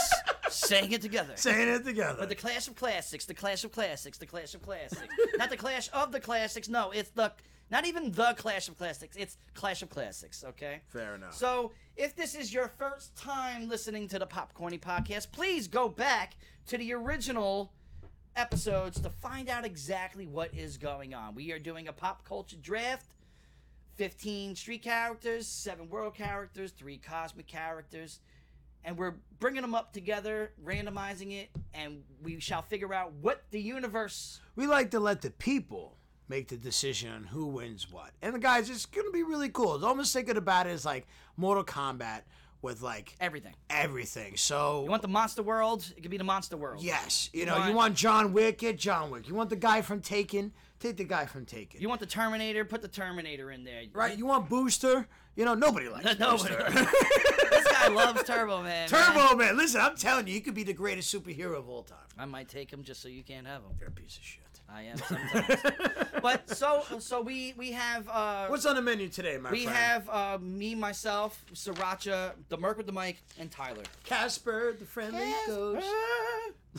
Speaker 1: saying it together.
Speaker 2: *laughs* saying it together.
Speaker 1: But the Clash of Classics, the Clash of Classics, the Clash of Classics. not the Clash of the Classics, no, it's the not even the Clash of Classics, it's Clash of Classics, okay?
Speaker 2: Fair enough.
Speaker 1: So, if this is your first time listening to the Popcorny podcast, please go back to the original episodes to find out exactly what is going on. We are doing a pop culture draft 15 street characters, 7 world characters, 3 cosmic characters, and we're bringing them up together, randomizing it, and we shall figure out what the universe.
Speaker 2: we like to let the people make the decision on who wins what. And the guys, it's gonna be really cool. The almost thinking about it is like Mortal Kombat with like
Speaker 1: Everything.
Speaker 2: everything. So
Speaker 1: You want the monster world? It could be the monster world.
Speaker 2: yes, you, know, you
Speaker 1: want-
Speaker 2: want John Wick, get John Wick. You want the guy from Taken, take the guy from Taken.
Speaker 1: You want the Terminator? Put the Terminator in there.
Speaker 2: right? You want Booster? You know,
Speaker 1: *laughs*
Speaker 2: nobody likes
Speaker 1: No,
Speaker 2: Booster. *laughs*
Speaker 1: this guy loves Turbo Man. man.
Speaker 2: Turbo Man. Listen, I'm telling you, he could be the greatest superhero of all time.
Speaker 1: I might take him just so you can't have him.
Speaker 2: You're a piece of shit.
Speaker 1: I am sometimes.
Speaker 2: *laughs*
Speaker 1: but so so we we have uh
Speaker 2: What's on the menu today, my
Speaker 1: we
Speaker 2: friend?
Speaker 1: have uh me myself, Sriracha, the Merc with the mic, and Tyler.
Speaker 2: Casper, the friendly *laughs* ghost.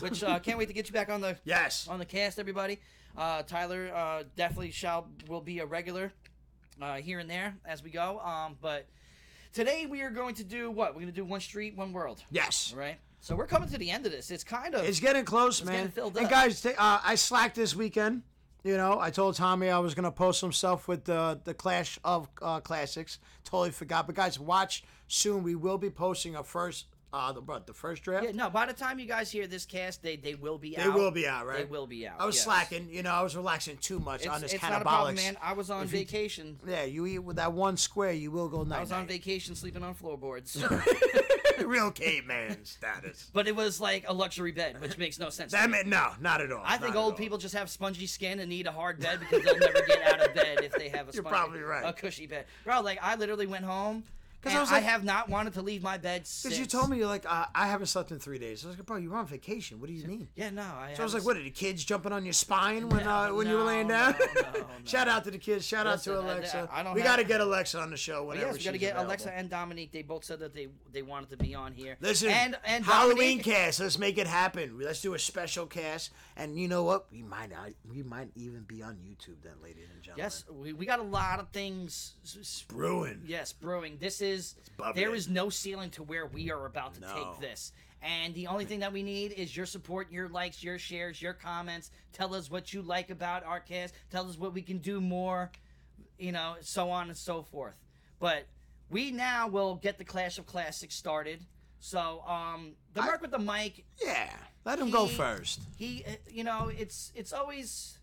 Speaker 1: Which uh, can't wait to get you back on the
Speaker 2: Yes.
Speaker 1: on the cast, everybody. Uh, Tyler uh, definitely shall will be a regular uh, here and there as we go. Um, but today we are going to do what? We're going to do one street, one world.
Speaker 2: Yes.
Speaker 1: All right. So we're coming to the end of this. It's kind of
Speaker 2: It's getting close, man.
Speaker 1: getting filled
Speaker 2: and
Speaker 1: up.
Speaker 2: guys, ta- uh, I slacked this weekend. You know, I told Tommy I was gonna post some stuff with the the Clash of uh, Classics. Totally forgot, but guys, watch soon. We will be posting our first uh the what, the first draft.
Speaker 1: yeah, no. By the time you guys hear this cast, they they will be
Speaker 2: they
Speaker 1: out.
Speaker 2: will be out, right?
Speaker 1: They will be out.
Speaker 2: I was
Speaker 1: yes.
Speaker 2: slacking. You know, I was relaxing too much
Speaker 1: It's,
Speaker 2: on this
Speaker 1: it's
Speaker 2: cannabolics.
Speaker 1: not a problem, man. I
Speaker 2: *laughs*
Speaker 1: was on vacation.
Speaker 2: Yeah, you eat with that one square, you will go night.
Speaker 1: I was on vacation sleeping on floorboards. *laughs*
Speaker 2: *laughs* Real caveman status.
Speaker 1: but it was like a luxury bed, which makes no sense. to
Speaker 2: That
Speaker 1: me.
Speaker 2: meant no, not at all.
Speaker 1: I think
Speaker 2: not at
Speaker 1: old
Speaker 2: all.
Speaker 1: people just have spongy skin and need a hard bed because they'll never get out of bed if they have a
Speaker 2: *laughs* You're
Speaker 1: spongy,
Speaker 2: probably right.
Speaker 1: a cushy bed. Bro, like I literally went home
Speaker 2: 'Cause I
Speaker 1: because I,
Speaker 2: was like-
Speaker 1: have not wanted to leave my bed since.
Speaker 2: Because you told me you're like uh, I haven't slept in three days. I was like, bro, you were on vacation. What do you mean?
Speaker 1: Yeah, no. I
Speaker 2: So I was
Speaker 1: haven't
Speaker 2: like, what are the kids jumping on your spine when
Speaker 1: No,
Speaker 2: uh, when you were laying
Speaker 1: no,
Speaker 2: down?
Speaker 1: no, no, no.
Speaker 2: *laughs* Shout out to the kids. Shout out
Speaker 1: Listen,
Speaker 2: to
Speaker 1: I-
Speaker 2: Alexa.
Speaker 1: I don't
Speaker 2: we
Speaker 1: have-
Speaker 2: got to get Alexa on the show
Speaker 1: But
Speaker 2: whenever
Speaker 1: yes, we gotta
Speaker 2: she's
Speaker 1: get
Speaker 2: available.
Speaker 1: Alexa and Dominique. They both said that they they wanted to be on here.
Speaker 2: Listen,
Speaker 1: and and
Speaker 2: Halloween
Speaker 1: Dominique,
Speaker 2: cast. Let's make it happen. Let's do a special cast. And you know what? We might not, we might even be on YouTube then, ladies and gentlemen.
Speaker 1: Yes, we, we got a lot of things. s- s-
Speaker 2: Brewing.
Speaker 1: Yes, brewing. This is
Speaker 2: bubbling.
Speaker 1: there is no ceiling to where we are about to
Speaker 2: No.
Speaker 1: take this. And the only thing that we need is your support, your likes, your shares, your comments. Tell us what you like about our cast. Tell us what we can do more, you know, so on and so forth. But we now will get the Clash of Classics started. So, um, the Merc with the mic
Speaker 2: Yeah. Let him go
Speaker 1: he-
Speaker 2: first.
Speaker 1: He, uh, you know, it's it's always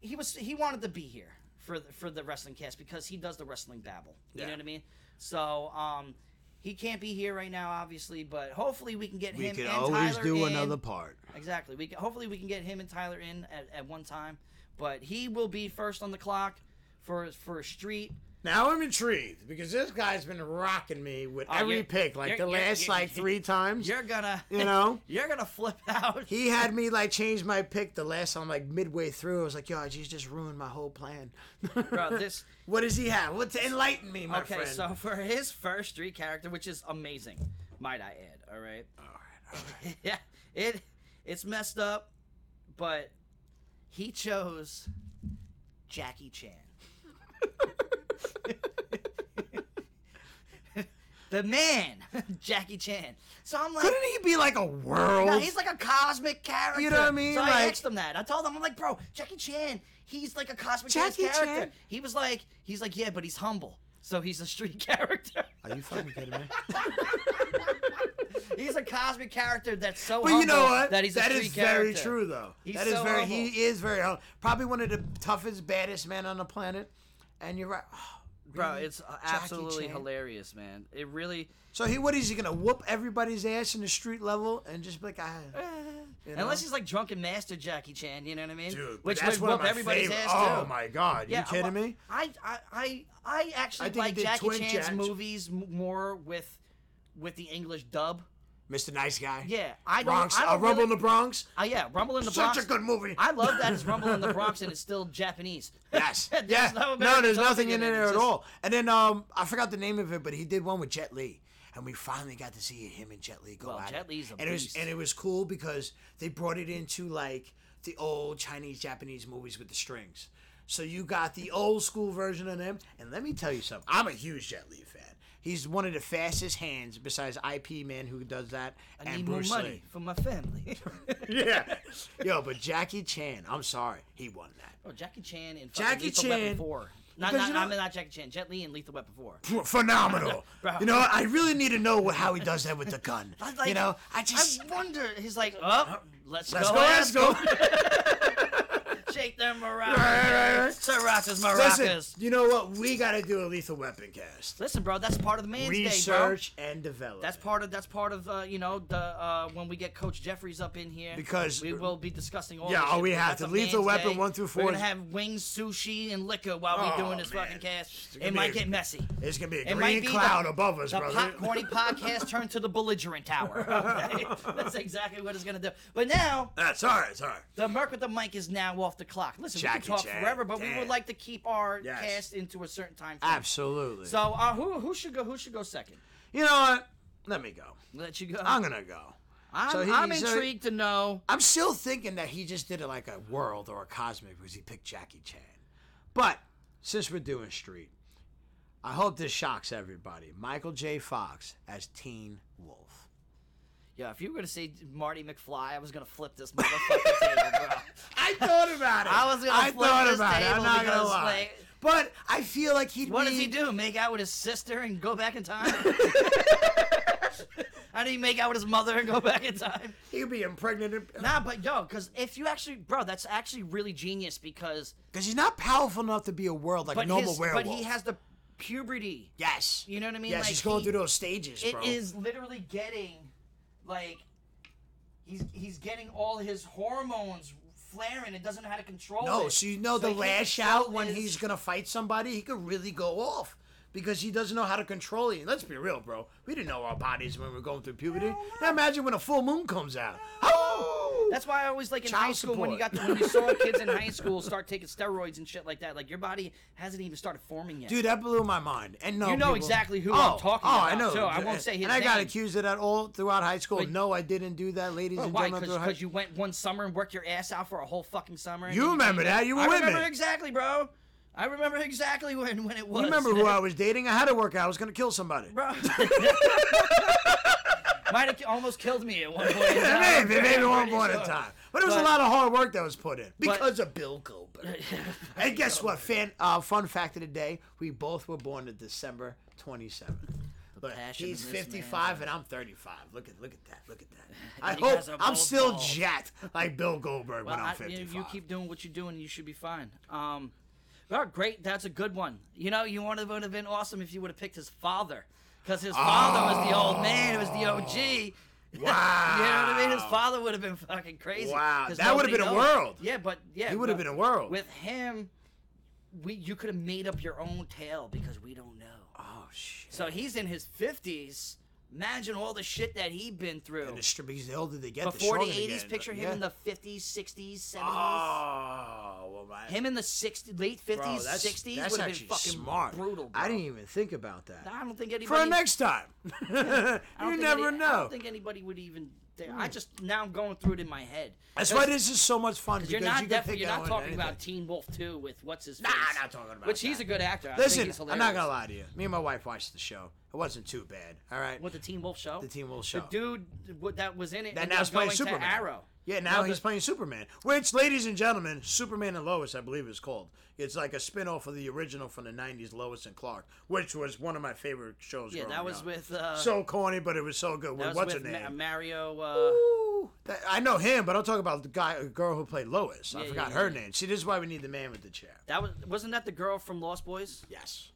Speaker 1: he was he wanted to be here for the, for the wrestling cast because he does the wrestling babble. You know
Speaker 2: Yeah.
Speaker 1: what I mean? So um, he can't be here right now, obviously, but hopefully we can get
Speaker 2: We
Speaker 1: him.
Speaker 2: could
Speaker 1: and
Speaker 2: always
Speaker 1: Tyler
Speaker 2: do
Speaker 1: in.
Speaker 2: another part.
Speaker 1: Exactly. We can, hopefully we can get him and Tyler in at, at one time, but he will be first on the clock for for street.
Speaker 2: Now I'm intrigued because this guy's been rocking me with
Speaker 1: Oh,
Speaker 2: every
Speaker 1: you're-
Speaker 2: pick like the
Speaker 1: you're- you're-
Speaker 2: last
Speaker 1: you're-
Speaker 2: like three times.
Speaker 1: You're gonna *laughs*
Speaker 2: You know?
Speaker 1: you're gonna flip out.
Speaker 2: He had me like change my pick the last time like midway through. I was like, yo, you just ruined my whole plan. *laughs*
Speaker 1: Bro, this
Speaker 2: what does he have? What's enlighten me, my
Speaker 1: Okay,
Speaker 2: friend?
Speaker 1: so for his first street character, which is amazing, might I add. All right. *laughs* yeah, it it's messed up, but he chose Jackie Chan. *laughs* the man, *laughs* Jackie Chan. So I'm like,
Speaker 2: Couldn't he be like a world?
Speaker 1: no, he's like a cosmic character.
Speaker 2: You know what I mean?
Speaker 1: So I
Speaker 2: Like-
Speaker 1: asked him that. I told him, I'm like, bro, Jackie Chan, he's like a cosmic
Speaker 2: Jackie
Speaker 1: character.
Speaker 2: Chan?
Speaker 1: He was like, he's like, yeah, but he's humble. So he's a street *laughs* character.
Speaker 2: Are you fucking
Speaker 1: *laughs*
Speaker 2: kidding me?
Speaker 1: he's a cosmic character that's so
Speaker 2: But
Speaker 1: humble
Speaker 2: you know what?
Speaker 1: that he's a
Speaker 2: That
Speaker 1: street
Speaker 2: is very
Speaker 1: character.
Speaker 2: true, though.
Speaker 1: He's
Speaker 2: that is
Speaker 1: so
Speaker 2: very.
Speaker 1: humble.
Speaker 2: He is very humble. Probably one of the toughest, baddest men on the planet. And you're right. *sighs*
Speaker 1: Bro,
Speaker 2: Really?
Speaker 1: it's uh,
Speaker 2: Jackie
Speaker 1: absolutely
Speaker 2: Chan?
Speaker 1: hilarious, man. It really.
Speaker 2: So he, what is he gonna whoop everybody's ass in the street level and just be like, ah, *sighs* you know?
Speaker 1: Unless he's like drunken master Jackie Chan, you know what I mean?
Speaker 2: Dude,
Speaker 1: Which
Speaker 2: that's
Speaker 1: would
Speaker 2: one of
Speaker 1: whoop
Speaker 2: my
Speaker 1: everybody's
Speaker 2: favorite-
Speaker 1: ass
Speaker 2: Oh
Speaker 1: too.
Speaker 2: my god, you
Speaker 1: I-
Speaker 2: kidding me?
Speaker 1: I I I, I actually
Speaker 2: I think he
Speaker 1: like
Speaker 2: did
Speaker 1: Jackie
Speaker 2: Twin
Speaker 1: Chan's
Speaker 2: Jacks.
Speaker 1: movies m- more with with the English dub.
Speaker 2: Mr. Nice Guy.
Speaker 1: Yeah, I don't.
Speaker 2: Bronx.
Speaker 1: I
Speaker 2: A
Speaker 1: don't
Speaker 2: Rumble
Speaker 1: really,
Speaker 2: in the Bronx.
Speaker 1: Uh, yeah, Rumble in the
Speaker 2: Such
Speaker 1: Bronx.
Speaker 2: a good movie.
Speaker 1: I love that it's Rumble in the Bronx and it's still Japanese.
Speaker 2: *laughs*
Speaker 1: *laughs*
Speaker 2: Yes.
Speaker 1: There's
Speaker 2: yeah.
Speaker 1: no
Speaker 2: No,
Speaker 1: American
Speaker 2: there's
Speaker 1: dubbing
Speaker 2: nothing in
Speaker 1: in it,
Speaker 2: there
Speaker 1: it's
Speaker 2: at
Speaker 1: just-
Speaker 2: all. And then um, I forgot the name of it, but he did one with Jet Li, and we finally got to see him and Jet Li go
Speaker 1: Well,
Speaker 2: at
Speaker 1: Jet
Speaker 2: it.
Speaker 1: Li's a
Speaker 2: and
Speaker 1: beast.
Speaker 2: it was and it was cool because they brought it into like the old Chinese Japanese movies with the strings. So you got the old school version of them, and let me tell you something. I'm a huge Jet Li fan. He's one of the fastest hands besides IP man who does that
Speaker 1: I
Speaker 2: and
Speaker 1: need
Speaker 2: Bruce
Speaker 1: more
Speaker 2: Lee. *laughs*
Speaker 1: money for my family. *laughs*
Speaker 2: Yeah. Yo, but Jackie Chan, I'm sorry, he won that.
Speaker 1: Bro, Oh, Jackie Chan and
Speaker 2: Jackie
Speaker 1: Lethal Weapon
Speaker 2: Chan-
Speaker 1: Four. Not, not,
Speaker 2: Because you
Speaker 1: I
Speaker 2: know-
Speaker 1: mean, not Jackie Chan. Jet Li and Lethal Weapon
Speaker 2: *laughs*
Speaker 1: Four.
Speaker 2: Ph- *laughs* phenomenal.
Speaker 1: Bro.
Speaker 2: You know, what? I really need to know what, how he does that with the gun.
Speaker 1: I was *laughs* like-
Speaker 2: you know, I just
Speaker 1: I wonder. He's like, oh, let's,
Speaker 2: Uh, let's
Speaker 1: go,
Speaker 2: go, let's go.
Speaker 1: Shake
Speaker 2: *laughs*
Speaker 1: them
Speaker 2: Right, right,
Speaker 1: maracas,
Speaker 2: right.
Speaker 1: sriracha's maracas.
Speaker 2: Listen, you know what? We got to do a lethal weapon cast.
Speaker 1: Listen, bro, that's part of the man's day, bro.
Speaker 2: Research and develop.
Speaker 1: That's part of that's part of uh, you know the uh, when we get Coach Jeffries up in here
Speaker 2: Because-
Speaker 1: we will be discussing all.
Speaker 2: Yeah,
Speaker 1: this
Speaker 2: oh,
Speaker 1: shit,
Speaker 2: we
Speaker 1: bro.
Speaker 2: have
Speaker 1: That's
Speaker 2: to.
Speaker 1: a
Speaker 2: Lethal
Speaker 1: man's
Speaker 2: Weapon
Speaker 1: day.
Speaker 2: 1 through
Speaker 1: We're
Speaker 2: 4
Speaker 1: gonna
Speaker 2: is-
Speaker 1: have wings, sushi, and liquor while we're
Speaker 2: Oh,
Speaker 1: doing this fucking
Speaker 2: man.
Speaker 1: cast.
Speaker 2: It's gonna
Speaker 1: It
Speaker 2: be
Speaker 1: might
Speaker 2: a-
Speaker 1: get messy.
Speaker 2: It's gonna be a
Speaker 1: It might
Speaker 2: green
Speaker 1: be the-
Speaker 2: cloud above us,
Speaker 1: the
Speaker 2: brother.
Speaker 1: Pop, corny podcast turned to the belligerent tower. Okay? That's exactly what it's gonna do. But now
Speaker 2: *laughs* That's all right. It's all right.
Speaker 1: the Merc with the mic is now off the clock. Listen, we
Speaker 2: Jackie
Speaker 1: can talk
Speaker 2: Chan,
Speaker 1: forever, but we
Speaker 2: damn.
Speaker 1: would like to keep our
Speaker 2: Yes.
Speaker 1: cast into a certain time frame.
Speaker 2: Absolutely.
Speaker 1: So uh, who who should go? Who should go second?
Speaker 2: you know what? Let me go.
Speaker 1: Let you go.
Speaker 2: I'm gonna go.
Speaker 1: I'm,
Speaker 2: So he-
Speaker 1: I'm
Speaker 2: so-
Speaker 1: intrigued to know.
Speaker 2: I'm still thinking that he just did it like a world or a cosmic because he picked Jackie Chan. But since we're doing Street, I hope this shocks everybody. Michael J. Fox as Teen Wolf.
Speaker 1: Yeah, if you were gonna say Marty McFly, I was gonna flip this motherfucking *laughs* table, bro.
Speaker 2: I thought about
Speaker 1: *laughs*
Speaker 2: it.
Speaker 1: I was gonna flip this table
Speaker 2: I'm not gonna
Speaker 1: because,
Speaker 2: lie.
Speaker 1: like-
Speaker 2: but I feel like he'd
Speaker 1: What
Speaker 2: be.
Speaker 1: does he do? Make out with his sister and go back in *laughs* time? How do you make out with his mother and go back in time?
Speaker 2: He'd be impregnated
Speaker 1: Nah, but yo, because if you actually, bro, that's actually really genius because,
Speaker 2: because he's not powerful enough to be a world like
Speaker 1: but
Speaker 2: normal
Speaker 1: his,
Speaker 2: werewolf.
Speaker 1: but he has the puberty.
Speaker 2: Yes.
Speaker 1: You know what I mean?
Speaker 2: Yes,
Speaker 1: Like,
Speaker 2: he's going
Speaker 1: he-
Speaker 2: through those stages,
Speaker 1: It
Speaker 2: bro.
Speaker 1: is literally getting like he's he's getting all his hormones flaring and doesn't know how to control it.
Speaker 2: No, so you know
Speaker 1: So
Speaker 2: the
Speaker 1: he can't
Speaker 2: lash out
Speaker 1: control
Speaker 2: when
Speaker 1: his-
Speaker 2: he's gonna fight somebody, he could really go off because he doesn't know how to control it. And let's be real, bro. We didn't know our bodies when we were going through puberty. Now imagine when a full moon comes out. Oh!
Speaker 1: That's why I always like in
Speaker 2: Child
Speaker 1: high school when you got
Speaker 2: support.
Speaker 1: the, when you
Speaker 2: *laughs*
Speaker 1: saw kids in high school start taking steroids and shit like that. Like your body hasn't even started forming yet.
Speaker 2: Dude, that blew my mind. And no,
Speaker 1: You know
Speaker 2: people-
Speaker 1: exactly who
Speaker 2: oh,
Speaker 1: I'm talking
Speaker 2: oh,
Speaker 1: about,
Speaker 2: I know.
Speaker 1: too. I
Speaker 2: And-
Speaker 1: won't say his
Speaker 2: And I got
Speaker 1: name.
Speaker 2: accused of that all throughout high school.
Speaker 1: But-
Speaker 2: no, I didn't do that, ladies
Speaker 1: But
Speaker 2: and
Speaker 1: why?
Speaker 2: gentlemen. throughout high-
Speaker 1: Because you went one summer and worked your ass out for a whole fucking summer. and
Speaker 2: You
Speaker 1: then
Speaker 2: remember
Speaker 1: came back.
Speaker 2: that. You were
Speaker 1: I
Speaker 2: with
Speaker 1: remember
Speaker 2: me.
Speaker 1: exactly, bro. I remember exactly when when it was.
Speaker 2: You
Speaker 1: *laughs*
Speaker 2: remember who I was dating? I had to work out. I was gonna kill somebody. *laughs*
Speaker 1: bro. *laughs* Might have ki- almost killed me at one point. in time.
Speaker 2: Yeah, maybe,
Speaker 1: I'm
Speaker 2: maybe one
Speaker 1: pretty
Speaker 2: point
Speaker 1: sure.
Speaker 2: in time. But it was
Speaker 1: But-
Speaker 2: a lot of hard work that was put in because of
Speaker 1: *laughs*
Speaker 2: Bill Goldberg. and guess what? Fan, uh, fun fact of the day: we both were born on December 27th. Look,
Speaker 1: passion
Speaker 2: he's
Speaker 1: in this
Speaker 2: 55 and I'm 35. Look at look at that.
Speaker 1: *laughs*
Speaker 2: Look at that. I
Speaker 1: you
Speaker 2: hope
Speaker 1: guys are
Speaker 2: I'm
Speaker 1: both
Speaker 2: still
Speaker 1: bald.
Speaker 2: jacked like Bill Goldberg
Speaker 1: Well,
Speaker 2: when I'm
Speaker 1: I- you,
Speaker 2: 55.
Speaker 1: you keep *laughs* doing what you're doing, you should be fine. Um, well, great. That's a good one. You know, you wanted would have been awesome if you would have picked his father, because his father was the
Speaker 2: Oh.
Speaker 1: old man. It was the OG. You
Speaker 2: wow.
Speaker 1: know what I mean? His father would have been fucking crazy.
Speaker 2: Wow,
Speaker 1: 'cause
Speaker 2: that would've
Speaker 1: nobody
Speaker 2: been a
Speaker 1: knows.
Speaker 2: world.
Speaker 1: Yeah, but yeah,
Speaker 2: He would have
Speaker 1: but
Speaker 2: been a world.
Speaker 1: With him, we you could have made up your own tale because we don't know.
Speaker 2: oh shit.
Speaker 1: So he's in his fifties. Imagine all the shit that he'd been through
Speaker 2: And the strip because the older they get,
Speaker 1: before
Speaker 2: the
Speaker 1: the
Speaker 2: stronger they
Speaker 1: eighties.
Speaker 2: get.
Speaker 1: Picture him
Speaker 2: Yeah.
Speaker 1: in the fifties, sixties, seventies.
Speaker 2: Oh, well, my
Speaker 1: Him in the 60s, late 50s, 60s would have been fucking brutal. Bro.
Speaker 2: I didn't even think about that.
Speaker 1: I don't think anybody.
Speaker 2: For next time, *laughs*
Speaker 1: *laughs* I don't
Speaker 2: you
Speaker 1: think any-
Speaker 2: never
Speaker 1: I
Speaker 2: know. Hmm.
Speaker 1: don't think anybody would even They, I just now I'm going through it in my head.
Speaker 2: That's why this is so much fun because
Speaker 1: You're
Speaker 2: you
Speaker 1: not
Speaker 2: can
Speaker 1: definitely
Speaker 2: pick
Speaker 1: you're
Speaker 2: out
Speaker 1: not
Speaker 2: on
Speaker 1: talking about
Speaker 2: anything.
Speaker 1: Teen Wolf 2 with what's his
Speaker 2: Nah,
Speaker 1: face.
Speaker 2: not talking about
Speaker 1: Which
Speaker 2: that.
Speaker 1: he's a good actor. I think
Speaker 2: Listen,
Speaker 1: he's
Speaker 2: I'm not
Speaker 1: hilarious.
Speaker 2: gonna lie to you. Me and my wife watched the show. It wasn't too bad. All right.
Speaker 1: With the Teen Wolf show.
Speaker 2: the Teen Wolf
Speaker 1: The
Speaker 2: show.
Speaker 1: dude w- that was in it.
Speaker 2: that
Speaker 1: and
Speaker 2: now
Speaker 1: now
Speaker 2: he's playing
Speaker 1: going
Speaker 2: Superman.
Speaker 1: To Arrow.
Speaker 2: Yeah, now
Speaker 1: No,
Speaker 2: he's
Speaker 1: the-
Speaker 2: playing Superman. Which, ladies and gentlemen, Superman and Lois, I believe, is called. It's like a spin off of the original from the '90s, Lois and Clark, which was one of my favorite shows.
Speaker 1: Yeah,
Speaker 2: growing
Speaker 1: that was
Speaker 2: up.
Speaker 1: with. Uh,
Speaker 2: so corny, but it was so good.
Speaker 1: that was
Speaker 2: What's
Speaker 1: with
Speaker 2: her
Speaker 1: Ma-
Speaker 2: name?
Speaker 1: Mario. Uh,
Speaker 2: Ooh, that- I know him, but I'm talking about the guy, a girl who played Lois. I
Speaker 1: Yeah,
Speaker 2: forgot
Speaker 1: yeah,
Speaker 2: her
Speaker 1: yeah.
Speaker 2: name. See, this is why we need the man with the chair.
Speaker 1: that was wasn't that the girl from Lost Boys?
Speaker 2: Yes,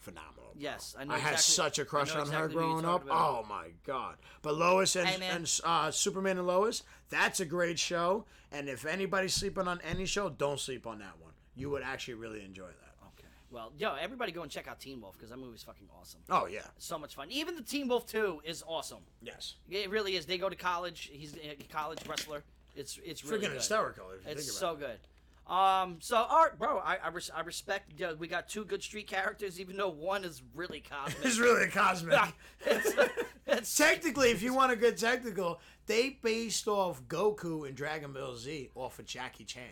Speaker 2: phenomenal.
Speaker 1: Yes, I know.
Speaker 2: I
Speaker 1: exactly,
Speaker 2: had such a crush
Speaker 1: I know
Speaker 2: on her
Speaker 1: exactly who you're
Speaker 2: growing up.
Speaker 1: talking about.
Speaker 2: Oh my god! But Lois and,
Speaker 1: Hey, man.
Speaker 2: and uh, Superman and Lois, that's a great show. And if anybody's sleeping on any show, don't sleep on that one. You would actually really enjoy that.
Speaker 1: Okay. Well, yo, everybody go and check out Teen Wolf because that movie's fucking awesome.
Speaker 2: Oh yeah,
Speaker 1: So much fun. Even the Teen Wolf 2 is awesome.
Speaker 2: yes.
Speaker 1: It really is. They go to college. He's a college wrestler. It's it's
Speaker 2: Freaking
Speaker 1: really good.
Speaker 2: hysterical. If you
Speaker 1: It's
Speaker 2: think
Speaker 1: so
Speaker 2: about
Speaker 1: good. Um, so all right, bro, I I, res- I respect. You know, we got two good street characters, even though one is really
Speaker 2: it. *laughs*
Speaker 1: cosmic.
Speaker 2: It's really cosmic.
Speaker 1: *laughs* Ah. it's, it's,
Speaker 2: Technically, if you want a good technical, they based off Goku and Dragon Ball Z off of Jackie Chan.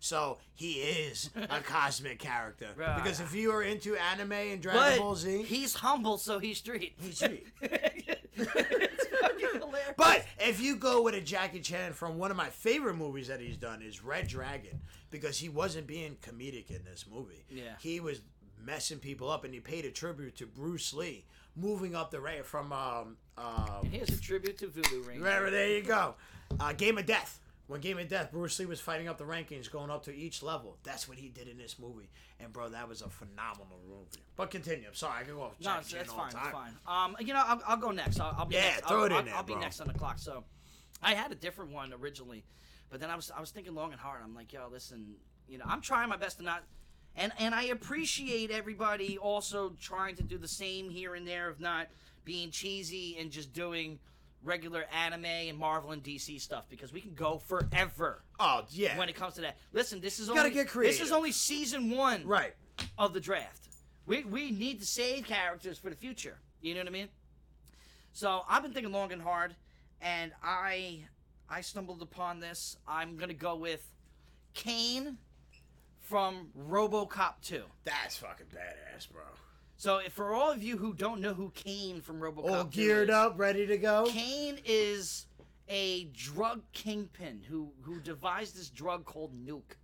Speaker 2: So he is
Speaker 1: *laughs*
Speaker 2: a cosmic character.
Speaker 1: Right.
Speaker 2: Because if you are into anime and Dragon Ball
Speaker 1: but
Speaker 2: Z,
Speaker 1: he's humble, so he's street. *laughs*
Speaker 2: he's sweet. *laughs*
Speaker 1: it's fucking hilarious.
Speaker 2: But if you go with a Jackie Chan from one of my favorite movies that he's done is Red Dragon because he wasn't being comedic in this movie.
Speaker 1: Yeah.
Speaker 2: He was messing people up and he paid a tribute to Bruce Lee moving up the rank from um um
Speaker 1: here's a tribute to Voodoo Ring.
Speaker 2: wherever there you go. Uh, Game of Death. When Game of Death, Bruce Lee was fighting up the rankings, going up to each level. That's what he did in this movie. And bro, that was a phenomenal movie. But continue. I'm sorry, I can go off
Speaker 1: No,
Speaker 2: Jackie
Speaker 1: it's,
Speaker 2: Chan
Speaker 1: it's
Speaker 2: all
Speaker 1: fine.
Speaker 2: the
Speaker 1: It's
Speaker 2: time.
Speaker 1: fine. Um, you know, I'll, I'll go next. I'll, I'll be
Speaker 2: Yeah,
Speaker 1: next.
Speaker 2: throw
Speaker 1: I'll,
Speaker 2: it in
Speaker 1: I'll,
Speaker 2: there,
Speaker 1: I'll be
Speaker 2: bro.
Speaker 1: next on the clock. So, I had a different one originally, but then I was I was thinking long and hard. I'm like, yo, listen, you know, I'm trying my best to not, and and I appreciate everybody also trying to do the same here and there, if not being cheesy and just doing regular anime and Marvel and DC stuff because we can go forever
Speaker 2: Oh yeah.
Speaker 1: when it comes to that. Listen, this is
Speaker 2: gotta
Speaker 1: only
Speaker 2: get
Speaker 1: this
Speaker 2: creative.
Speaker 1: is only season one
Speaker 2: right.
Speaker 1: of the draft. We, we need to save characters for the future. You know what I mean? So I've been thinking long and hard, and I I stumbled upon this. I'm gonna go with Kane from RoboCop 2.
Speaker 2: That's fucking badass, bro.
Speaker 1: So if for all of you who don't know who Kane from RoboCop
Speaker 2: All
Speaker 1: 2
Speaker 2: geared
Speaker 1: is,
Speaker 2: up, ready to go.
Speaker 1: Kane is a drug kingpin who who devised this drug called Nuke,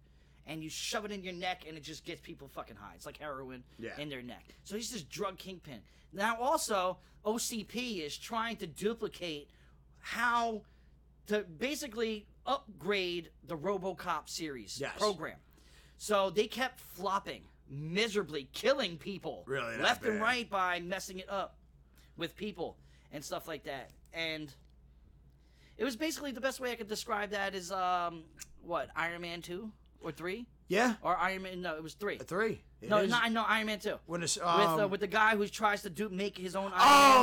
Speaker 1: and you shove it in your neck, and it just gets people fucking high. It's like heroin
Speaker 2: Yeah.
Speaker 1: in their neck. So he's this drug kingpin. Now also OCP is trying to duplicate how to basically upgrade the RoboCop series
Speaker 2: Yes.
Speaker 1: program. So they kept flopping miserably, killing people
Speaker 2: Really that
Speaker 1: left and
Speaker 2: bad.
Speaker 1: right by messing it up with people and stuff like that. And it was basically the best way I could describe that is um what Iron Man two or three
Speaker 2: Yeah,
Speaker 1: or Iron Man no it was three.
Speaker 2: a three. It
Speaker 1: no,
Speaker 2: is-
Speaker 1: no, no Iron Man two
Speaker 2: When it's,
Speaker 1: with uh,
Speaker 2: um,
Speaker 1: with the guy who tries to do make his own. Iron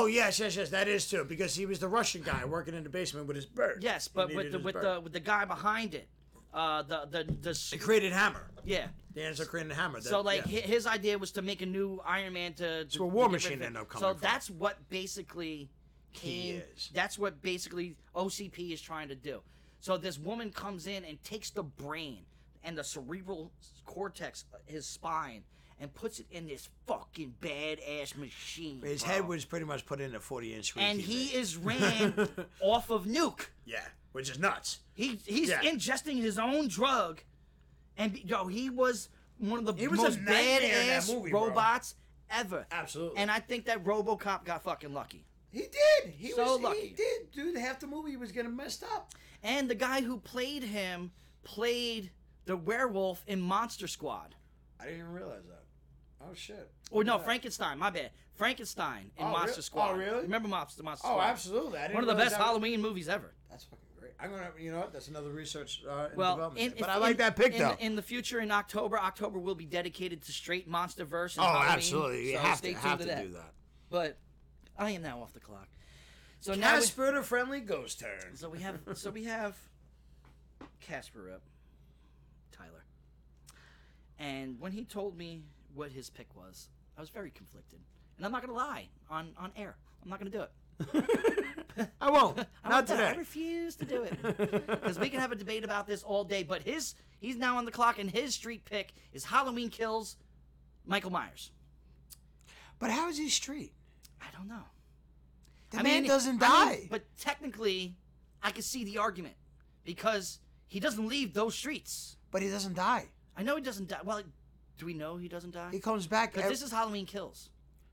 Speaker 2: oh
Speaker 1: Man.
Speaker 2: yes, yes, yes. That is too because he was the Russian guy working in the basement with his bird.
Speaker 1: yes,
Speaker 2: He
Speaker 1: but with
Speaker 2: needed
Speaker 1: the
Speaker 2: his
Speaker 1: with
Speaker 2: bird.
Speaker 1: the with the guy behind it, uh the the the, s-
Speaker 2: They created hammer.
Speaker 1: yeah.
Speaker 2: The answer created hammer.
Speaker 1: So
Speaker 2: That-
Speaker 1: like
Speaker 2: yeah.
Speaker 1: hi- his idea was to make a new Iron Man to. to
Speaker 2: where War
Speaker 1: to get rid
Speaker 2: Machine
Speaker 1: of it.
Speaker 2: ended up coming
Speaker 1: So
Speaker 2: from.
Speaker 1: that's what basically came.
Speaker 2: is.
Speaker 1: That's what basically OCP is trying to do. So this woman comes in and takes the brain and the cerebral cortex, uh, his spine, and puts it in this fucking badass machine.
Speaker 2: his
Speaker 1: bro.
Speaker 2: head was pretty much put in a forty-inch.
Speaker 1: And he is
Speaker 2: *laughs*
Speaker 1: ran off of Nuke.
Speaker 2: yeah, which is nuts.
Speaker 1: He he's
Speaker 2: Yeah.
Speaker 1: ingesting his own drug, and be- yo, he was one of the
Speaker 2: was a
Speaker 1: most
Speaker 2: nightmare in that
Speaker 1: badass
Speaker 2: movie, bro.
Speaker 1: robots ever.
Speaker 2: Absolutely.
Speaker 1: And I think that RoboCop got fucking lucky.
Speaker 2: He did. He
Speaker 1: So was- he lucky.
Speaker 2: did. Dude, half the movie he was getting messed up.
Speaker 1: And the guy who played him played the werewolf in Monster Squad.
Speaker 2: I didn't even realize that. Oh shit.
Speaker 1: Or no, Frankenstein. My bad. Frankenstein in
Speaker 2: Oh,
Speaker 1: Monster
Speaker 2: real- oh,
Speaker 1: Squad.
Speaker 2: really?
Speaker 1: Remember Monster Monster
Speaker 2: Oh,
Speaker 1: Squad?
Speaker 2: absolutely. I didn't
Speaker 1: One of the
Speaker 2: realize
Speaker 1: best
Speaker 2: that was-
Speaker 1: Halloween movies ever.
Speaker 2: That's fucking great. I'm gonna, you know, what? that's another research uh, and
Speaker 1: Well,
Speaker 2: development.
Speaker 1: in,
Speaker 2: but
Speaker 1: if-
Speaker 2: I like
Speaker 1: in-
Speaker 2: that pick
Speaker 1: in,
Speaker 2: though.
Speaker 1: In the future, in October, October will be dedicated to straight MonsterVerse. And
Speaker 2: oh,
Speaker 1: Halloween,
Speaker 2: absolutely. You
Speaker 1: so
Speaker 2: have
Speaker 1: stay
Speaker 2: to
Speaker 1: tuned
Speaker 2: have
Speaker 1: to
Speaker 2: to
Speaker 1: that.
Speaker 2: do that.
Speaker 1: But I am now off the clock. So now, we,
Speaker 2: Casper the friendly ghost
Speaker 1: *laughs*
Speaker 2: turn.
Speaker 1: so we have, so we have Casper up, Tyler, and when he told me what his pick was, I was very conflicted, and I'm not gonna lie on on air. I'm not gonna do it.
Speaker 2: I won't.
Speaker 1: I
Speaker 2: Not
Speaker 1: won't do it. I
Speaker 2: today.
Speaker 1: refuse to do it *laughs*
Speaker 2: *laughs*
Speaker 1: because we can have a debate about this all day. But his he's now on the clock, and his street pick is Halloween Kills, Michael Myers.
Speaker 2: But how is he street?
Speaker 1: I don't know.
Speaker 2: The
Speaker 1: I
Speaker 2: man
Speaker 1: mean,
Speaker 2: doesn't
Speaker 1: I
Speaker 2: die.
Speaker 1: mean, but technically, I can see the argument because he doesn't leave those streets.
Speaker 2: but he doesn't die.
Speaker 1: I know he doesn't die. Well, do we know he doesn't die?
Speaker 2: He comes back.
Speaker 1: Because
Speaker 2: ev-
Speaker 1: this is Halloween Kills.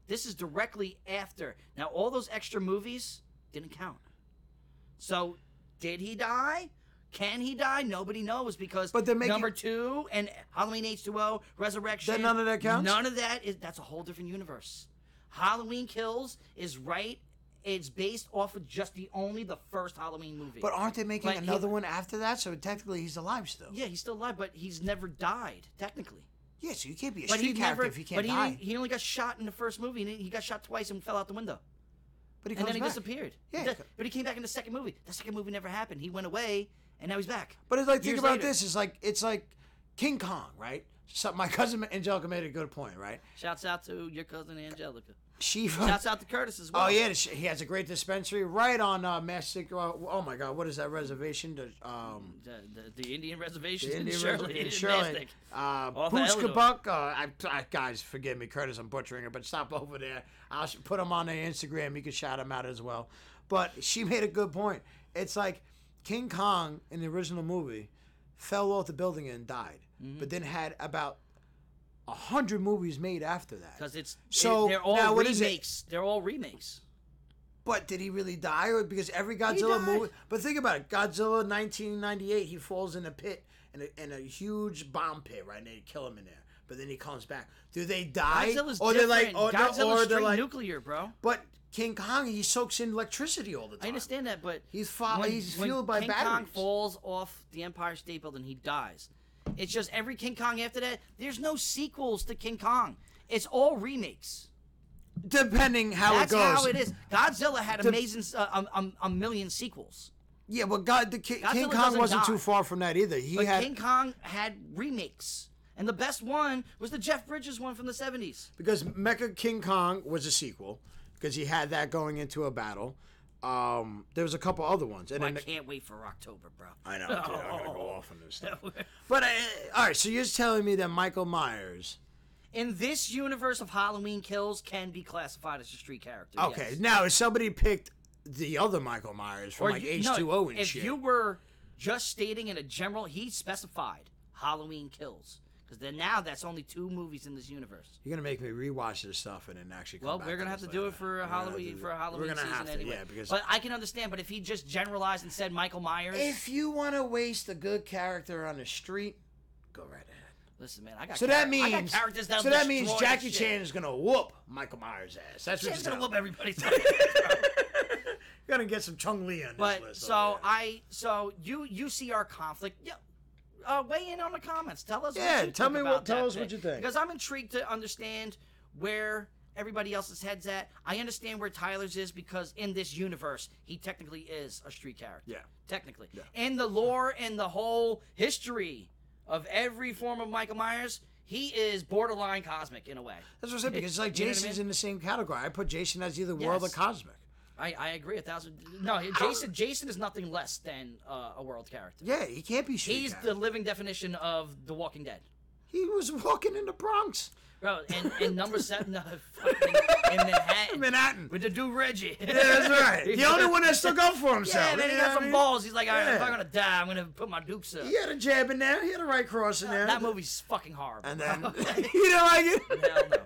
Speaker 1: This is directly after. Now, all those extra movies didn't count. So, did he die? Can he die? Nobody knows because
Speaker 2: But they're making-
Speaker 1: number two and Halloween H2O, Resurrection.
Speaker 2: Then none of that counts?
Speaker 1: None of that is. That's a whole different universe. Halloween Kills is right. It's based off of just the only the first Halloween movie.
Speaker 2: but aren't they making
Speaker 1: Like, he-
Speaker 2: another one after that? So technically, he's alive still. Yeah.
Speaker 1: yeah, he's still alive, but he's never died technically.
Speaker 2: so you can't be a
Speaker 1: But he
Speaker 2: street character
Speaker 1: never.
Speaker 2: if you
Speaker 1: but
Speaker 2: can't
Speaker 1: he,
Speaker 2: die.
Speaker 1: he only got shot in the first movie. And he he got shot twice and fell out the window.
Speaker 2: but he
Speaker 1: and
Speaker 2: comes
Speaker 1: then he
Speaker 2: back.
Speaker 1: disappeared.
Speaker 2: Yeah,
Speaker 1: Yeah,
Speaker 2: c-
Speaker 1: but he came back in the second movie. The second movie never happened. He went away, and now he's back.
Speaker 2: But it's like think
Speaker 1: Years
Speaker 2: about
Speaker 1: later.
Speaker 2: this. It's like it's like King Kong, right? So my cousin Angelica made a good point, right?
Speaker 1: Shouts out to your cousin Angelica. *laughs*
Speaker 2: She.
Speaker 1: Shouts out to Curtis as well.
Speaker 2: *laughs* Oh yeah, she- he has a great dispensary right on uh, Massachusetts. Oh my God, what is that reservation? The, um,
Speaker 1: the, the, the Indian reservations
Speaker 2: the Indian
Speaker 1: in Shirley.
Speaker 2: reservation in
Speaker 1: in
Speaker 2: Shirley.
Speaker 1: Mastic.
Speaker 2: Uh,
Speaker 1: Off of Elidor.
Speaker 2: Buck. Uh, I, I, guys, forgive me, Curtis. I'm butchering it, but stop *laughs* over there. I'll sh- put him on their Instagram. You can shout him out as well. But she made a good point. It's like King Kong in the original movie fell off the building and died, but then had about a hundred movies made after that.
Speaker 1: Because it's
Speaker 2: So,
Speaker 1: so they're all
Speaker 2: now what is it?
Speaker 1: remakes. They're all remakes.
Speaker 2: But did he really die? Or because every Godzilla
Speaker 1: died.
Speaker 2: movie. But think about it. Godzilla 1998, he falls in a pit in a, in a huge bomb pit, right? And they kill him in there. But then he comes back. Do they die?
Speaker 1: Godzilla's
Speaker 2: or they're
Speaker 1: different.
Speaker 2: like, or, no,
Speaker 1: Godzilla's
Speaker 2: or they're
Speaker 1: straight
Speaker 2: like.
Speaker 1: nuclear, bro.
Speaker 2: But King Kong, he soaks in electricity all the time.
Speaker 1: I understand that, but
Speaker 2: He's fo- he's fueled by
Speaker 1: King Kong
Speaker 2: batteries.
Speaker 1: falls off the Empire State Building, he dies. It's just every King Kong after that. There's no sequels to King Kong. It's all remakes.
Speaker 2: Depending how
Speaker 1: That's
Speaker 2: it goes.
Speaker 1: how it is. Godzilla had amazing uh, um, um, a million sequels.
Speaker 2: Yeah, but God, the Ki- King
Speaker 1: Godzilla
Speaker 2: Kong
Speaker 1: doesn't
Speaker 2: wasn't
Speaker 1: die.
Speaker 2: too far from that either. He
Speaker 1: But
Speaker 2: had
Speaker 1: King Kong had remakes, and the best one was the Jeff Bridges one from the seventies.
Speaker 2: because Mecha King Kong was a sequel because he had that going into a battle. Um, there was a couple other ones, and
Speaker 1: I
Speaker 2: then the-
Speaker 1: can't wait for October, bro.
Speaker 2: I know. Dude, I'm gonna
Speaker 1: Oh.
Speaker 2: go off on
Speaker 1: *laughs*
Speaker 2: this stuff. But uh, all right, so you're just telling me that Michael Myers.
Speaker 1: In this universe of Halloween Kills, can be classified as a street character.
Speaker 2: Okay,
Speaker 1: yes.
Speaker 2: now if somebody picked the other Michael Myers from
Speaker 1: Or
Speaker 2: like
Speaker 1: you-
Speaker 2: H
Speaker 1: no,
Speaker 2: two O and
Speaker 1: if
Speaker 2: shit,
Speaker 1: you were just stating in a general, he specified Halloween Kills because then now that's only two movies in this universe.
Speaker 2: you're gonna make me rewatch this stuff and then actually. Come
Speaker 1: Well,
Speaker 2: back
Speaker 1: we're
Speaker 2: to
Speaker 1: gonna have
Speaker 2: this
Speaker 1: to do
Speaker 2: later.
Speaker 1: it for
Speaker 2: We're gonna have to
Speaker 1: Halloween
Speaker 2: do
Speaker 1: for
Speaker 2: it.
Speaker 1: Halloween
Speaker 2: We're gonna
Speaker 1: season
Speaker 2: have to,
Speaker 1: anyway.
Speaker 2: yeah, because
Speaker 1: but I can understand. But if he just generalized and said Michael Myers,
Speaker 2: if you want to waste a good character on the street, go right ahead.
Speaker 1: listen, man, I got
Speaker 2: So that
Speaker 1: char- I got
Speaker 2: means
Speaker 1: characters that'll
Speaker 2: so that means
Speaker 1: destroy
Speaker 2: Jackie
Speaker 1: shit.
Speaker 2: Chan is gonna whoop Michael Myers' ass. That's what
Speaker 1: Chan's
Speaker 2: he's
Speaker 1: gonna whoop
Speaker 2: You're
Speaker 1: everybody's
Speaker 2: *laughs* gonna get some Chung Lee on this
Speaker 1: But
Speaker 2: list.
Speaker 1: so I so you you see our conflict. Yeah. Uh, weigh in on the comments. Tell us.
Speaker 2: Yeah,
Speaker 1: what you
Speaker 2: tell
Speaker 1: think
Speaker 2: me
Speaker 1: about
Speaker 2: what- tell
Speaker 1: that
Speaker 2: us what
Speaker 1: pick.
Speaker 2: you think.
Speaker 1: Because I'm intrigued to understand where everybody else's heads at. I understand where Tyler's is because in this universe he technically is a street character.
Speaker 2: Yeah.
Speaker 1: technically. In the lore and the whole history of every form of Michael Myers, he is borderline cosmic in a way.
Speaker 2: That's what I'm saying because it's like
Speaker 1: You know what I
Speaker 2: Jason's
Speaker 1: mean?
Speaker 2: in the same category. I put Jason as either world or
Speaker 1: Yes.
Speaker 2: cosmic.
Speaker 1: I, I agree a thousand. No, Jason Jason is nothing less than uh, a world character.
Speaker 2: Yeah, he can't be street.
Speaker 1: He's the
Speaker 2: character.
Speaker 1: living definition of The Walking Dead.
Speaker 2: he was walking in the Bronx,
Speaker 1: Bro, and, and number
Speaker 2: *laughs*
Speaker 1: seven, no, fucking, in Manhattan.
Speaker 2: Manhattan.
Speaker 1: With the dude Reggie. Yeah,
Speaker 2: That's right. The
Speaker 1: *laughs*
Speaker 2: only one that still go for himself.
Speaker 1: Yeah, man,
Speaker 2: you
Speaker 1: he
Speaker 2: know what
Speaker 1: got
Speaker 2: I
Speaker 1: some
Speaker 2: mean?
Speaker 1: balls. He's like, all right, if
Speaker 2: Yeah.
Speaker 1: I'm going to die, I'm going to put my dukes up.
Speaker 2: He had a jab in there. He had a right cross in there.
Speaker 1: That movie's fucking horrible. *laughs*
Speaker 2: And then *laughs* you know, like it.
Speaker 1: Hell no.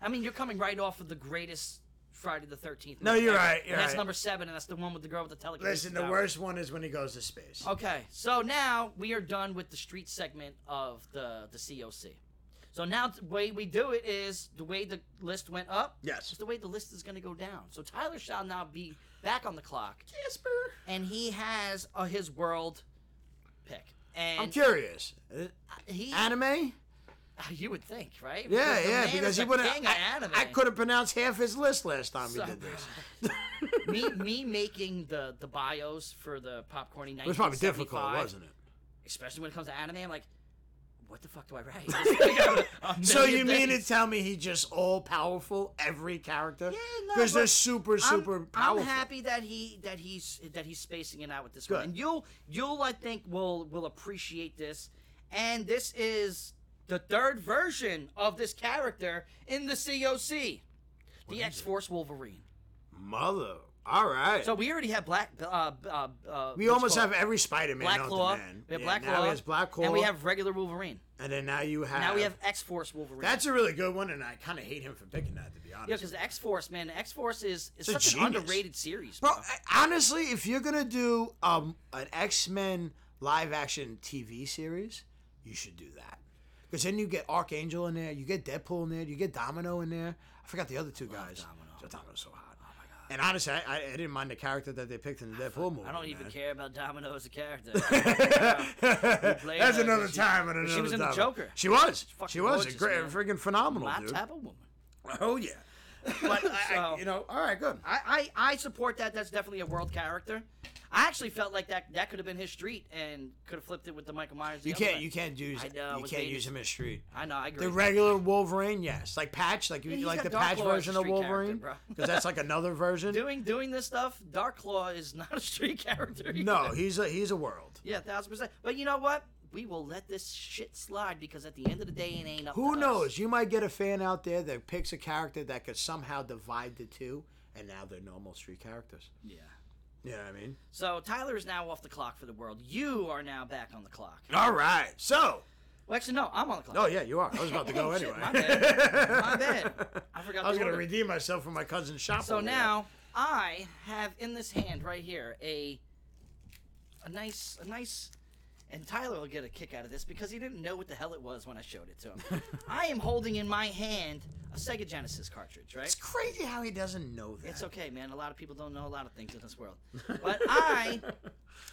Speaker 1: I mean, you're coming right off of the greatest Friday the 13th.
Speaker 2: No,
Speaker 1: movie
Speaker 2: you're
Speaker 1: ever.
Speaker 2: right, you're
Speaker 1: and that's
Speaker 2: right.
Speaker 1: number seven, and that's the one with the girl with the telekinesis.
Speaker 2: Listen, the
Speaker 1: power.
Speaker 2: worst one is when he goes to space.
Speaker 1: Okay, so now we are done with the street segment of the the COC. So now the way we do it is the way the list went up.
Speaker 2: Yes.
Speaker 1: Is the way the list is going to go down. So Tyler shall now be back on the clock,
Speaker 2: Casper.
Speaker 1: and he has uh, his world pick. And
Speaker 2: I'm curious. Uh,
Speaker 1: he,
Speaker 2: Anime?
Speaker 1: *sighs* you would think, right?
Speaker 2: Yeah,
Speaker 1: the
Speaker 2: yeah,
Speaker 1: man
Speaker 2: because
Speaker 1: is
Speaker 2: he
Speaker 1: a
Speaker 2: wouldn't.
Speaker 1: king of
Speaker 2: I,
Speaker 1: anime.
Speaker 2: I couldn't pronounce half his list last time
Speaker 1: So-
Speaker 2: we did
Speaker 1: *laughs*
Speaker 2: this. *laughs*
Speaker 1: me, me making the the bios for the popcorny.
Speaker 2: It was probably difficult, wasn't it?
Speaker 1: Especially when it comes to anime, I'm like, what the fuck do I
Speaker 2: *laughs*
Speaker 1: write? *laughs* A
Speaker 2: So you
Speaker 1: million
Speaker 2: mean to
Speaker 1: things.
Speaker 2: tell me he's just all powerful, every character?
Speaker 1: Yeah, no,
Speaker 2: Because they're
Speaker 1: but
Speaker 2: super,
Speaker 1: I'm-
Speaker 2: super
Speaker 1: I'm,
Speaker 2: powerful.
Speaker 1: happy that he that he's that he's spacing it out with this
Speaker 2: Good.
Speaker 1: one, and you'll you'll I think will will appreciate this. And this is the third version of this character in the COC, the X Force Wolverine.
Speaker 2: Mother. All right.
Speaker 1: So we already have Black. Uh, uh, uh,
Speaker 2: we
Speaker 1: what's
Speaker 2: almost
Speaker 1: called
Speaker 2: have every Spider-Man
Speaker 1: Black
Speaker 2: known to
Speaker 1: Claw.
Speaker 2: man.
Speaker 1: We have
Speaker 2: Yeah,
Speaker 1: Black
Speaker 2: now
Speaker 1: Claw.
Speaker 2: he has Black Claw.
Speaker 1: and we have regular Wolverine.
Speaker 2: and then now you have.
Speaker 1: Now we have X Force Wolverine.
Speaker 2: That's a really good one, and I kind of hate him for picking that, to be honest.
Speaker 1: yeah, because X Force, man, X Force is, is
Speaker 2: a
Speaker 1: such an
Speaker 2: genius.
Speaker 1: underrated series,
Speaker 2: Bro,
Speaker 1: bro.
Speaker 2: I- honestly, if you're gonna do um, an X Men live action TV series, you should do that. Because then you get Archangel in there, you get Deadpool in there, you get Domino in there. I forgot the other two guys. Domino. Domino's so hot. Oh my god. And honestly, I, I, I didn't mind the character that they picked in the Deadpool movie.
Speaker 1: I don't even
Speaker 2: man. *laughs*
Speaker 1: care about Domino as a character. played
Speaker 2: That's
Speaker 1: her,
Speaker 2: another
Speaker 1: but she-
Speaker 2: time. And
Speaker 1: but
Speaker 2: another
Speaker 1: she was in The
Speaker 2: time.
Speaker 1: Joker.
Speaker 2: She was.
Speaker 1: fucking
Speaker 2: She was.
Speaker 1: gorgeous,
Speaker 2: a great,
Speaker 1: man.
Speaker 2: freaking phenomenal,
Speaker 1: My
Speaker 2: dude.
Speaker 1: type of woman.
Speaker 2: Oh yeah. But I, I,
Speaker 1: So-
Speaker 2: *laughs* you know, all right, good.
Speaker 1: I, I, I support that. That's definitely a world character. I actually felt like that that could have been his street and could have flipped it with the Michael Myers. the
Speaker 2: You
Speaker 1: other
Speaker 2: can't.
Speaker 1: way.
Speaker 2: You can't use.
Speaker 1: I uh, know, it
Speaker 2: you
Speaker 1: was
Speaker 2: can't
Speaker 1: dangerous.
Speaker 2: use him in street.
Speaker 1: I know. I agree.
Speaker 2: The regular Wolverine, yes. Like Patch, like
Speaker 1: Yeah,
Speaker 2: you
Speaker 1: he's
Speaker 2: like
Speaker 1: got
Speaker 2: the
Speaker 1: Dark
Speaker 2: Patch
Speaker 1: Claw as a
Speaker 2: version of
Speaker 1: street character,
Speaker 2: Wolverine,
Speaker 1: bro. *laughs*
Speaker 2: because that's like another version.
Speaker 1: doing doing this stuff. Dark Claw is *laughs* not a street character. either.
Speaker 2: no, he's a he's a world.
Speaker 1: Yeah, thousand percent. But you know what? We will let this shit slide because at the end of the day, it ain't up.
Speaker 2: Who
Speaker 1: to Us.
Speaker 2: knows? You might get a fan out there that picks a character that could somehow divide the two, and now they're normal street characters.
Speaker 1: Yeah.
Speaker 2: You know what I mean?
Speaker 1: So Tyler is now off the clock for the world. You are now back on the clock.
Speaker 2: All right. So,
Speaker 1: Well, actually, no, I'm on the clock.
Speaker 2: oh yeah, you are. I was about to go
Speaker 1: *laughs* Oh, shit,
Speaker 2: anyway.
Speaker 1: my bad. My bad.
Speaker 2: *laughs*
Speaker 1: I forgot.
Speaker 2: I was
Speaker 1: the
Speaker 2: gonna
Speaker 1: order.
Speaker 2: redeem myself for my cousin's shop.
Speaker 1: So
Speaker 2: over there.
Speaker 1: now I have in this hand right here a a nice a nice and Tyler will get a kick out of this because he didn't know what the hell it was when I showed it to
Speaker 2: *laughs*
Speaker 1: him. I am holding in my hand a Sega Genesis cartridge, right?
Speaker 2: it's crazy how he doesn't know that. *laughs*
Speaker 1: It's okay, man. A lot of people don't know a lot of things in this world. But I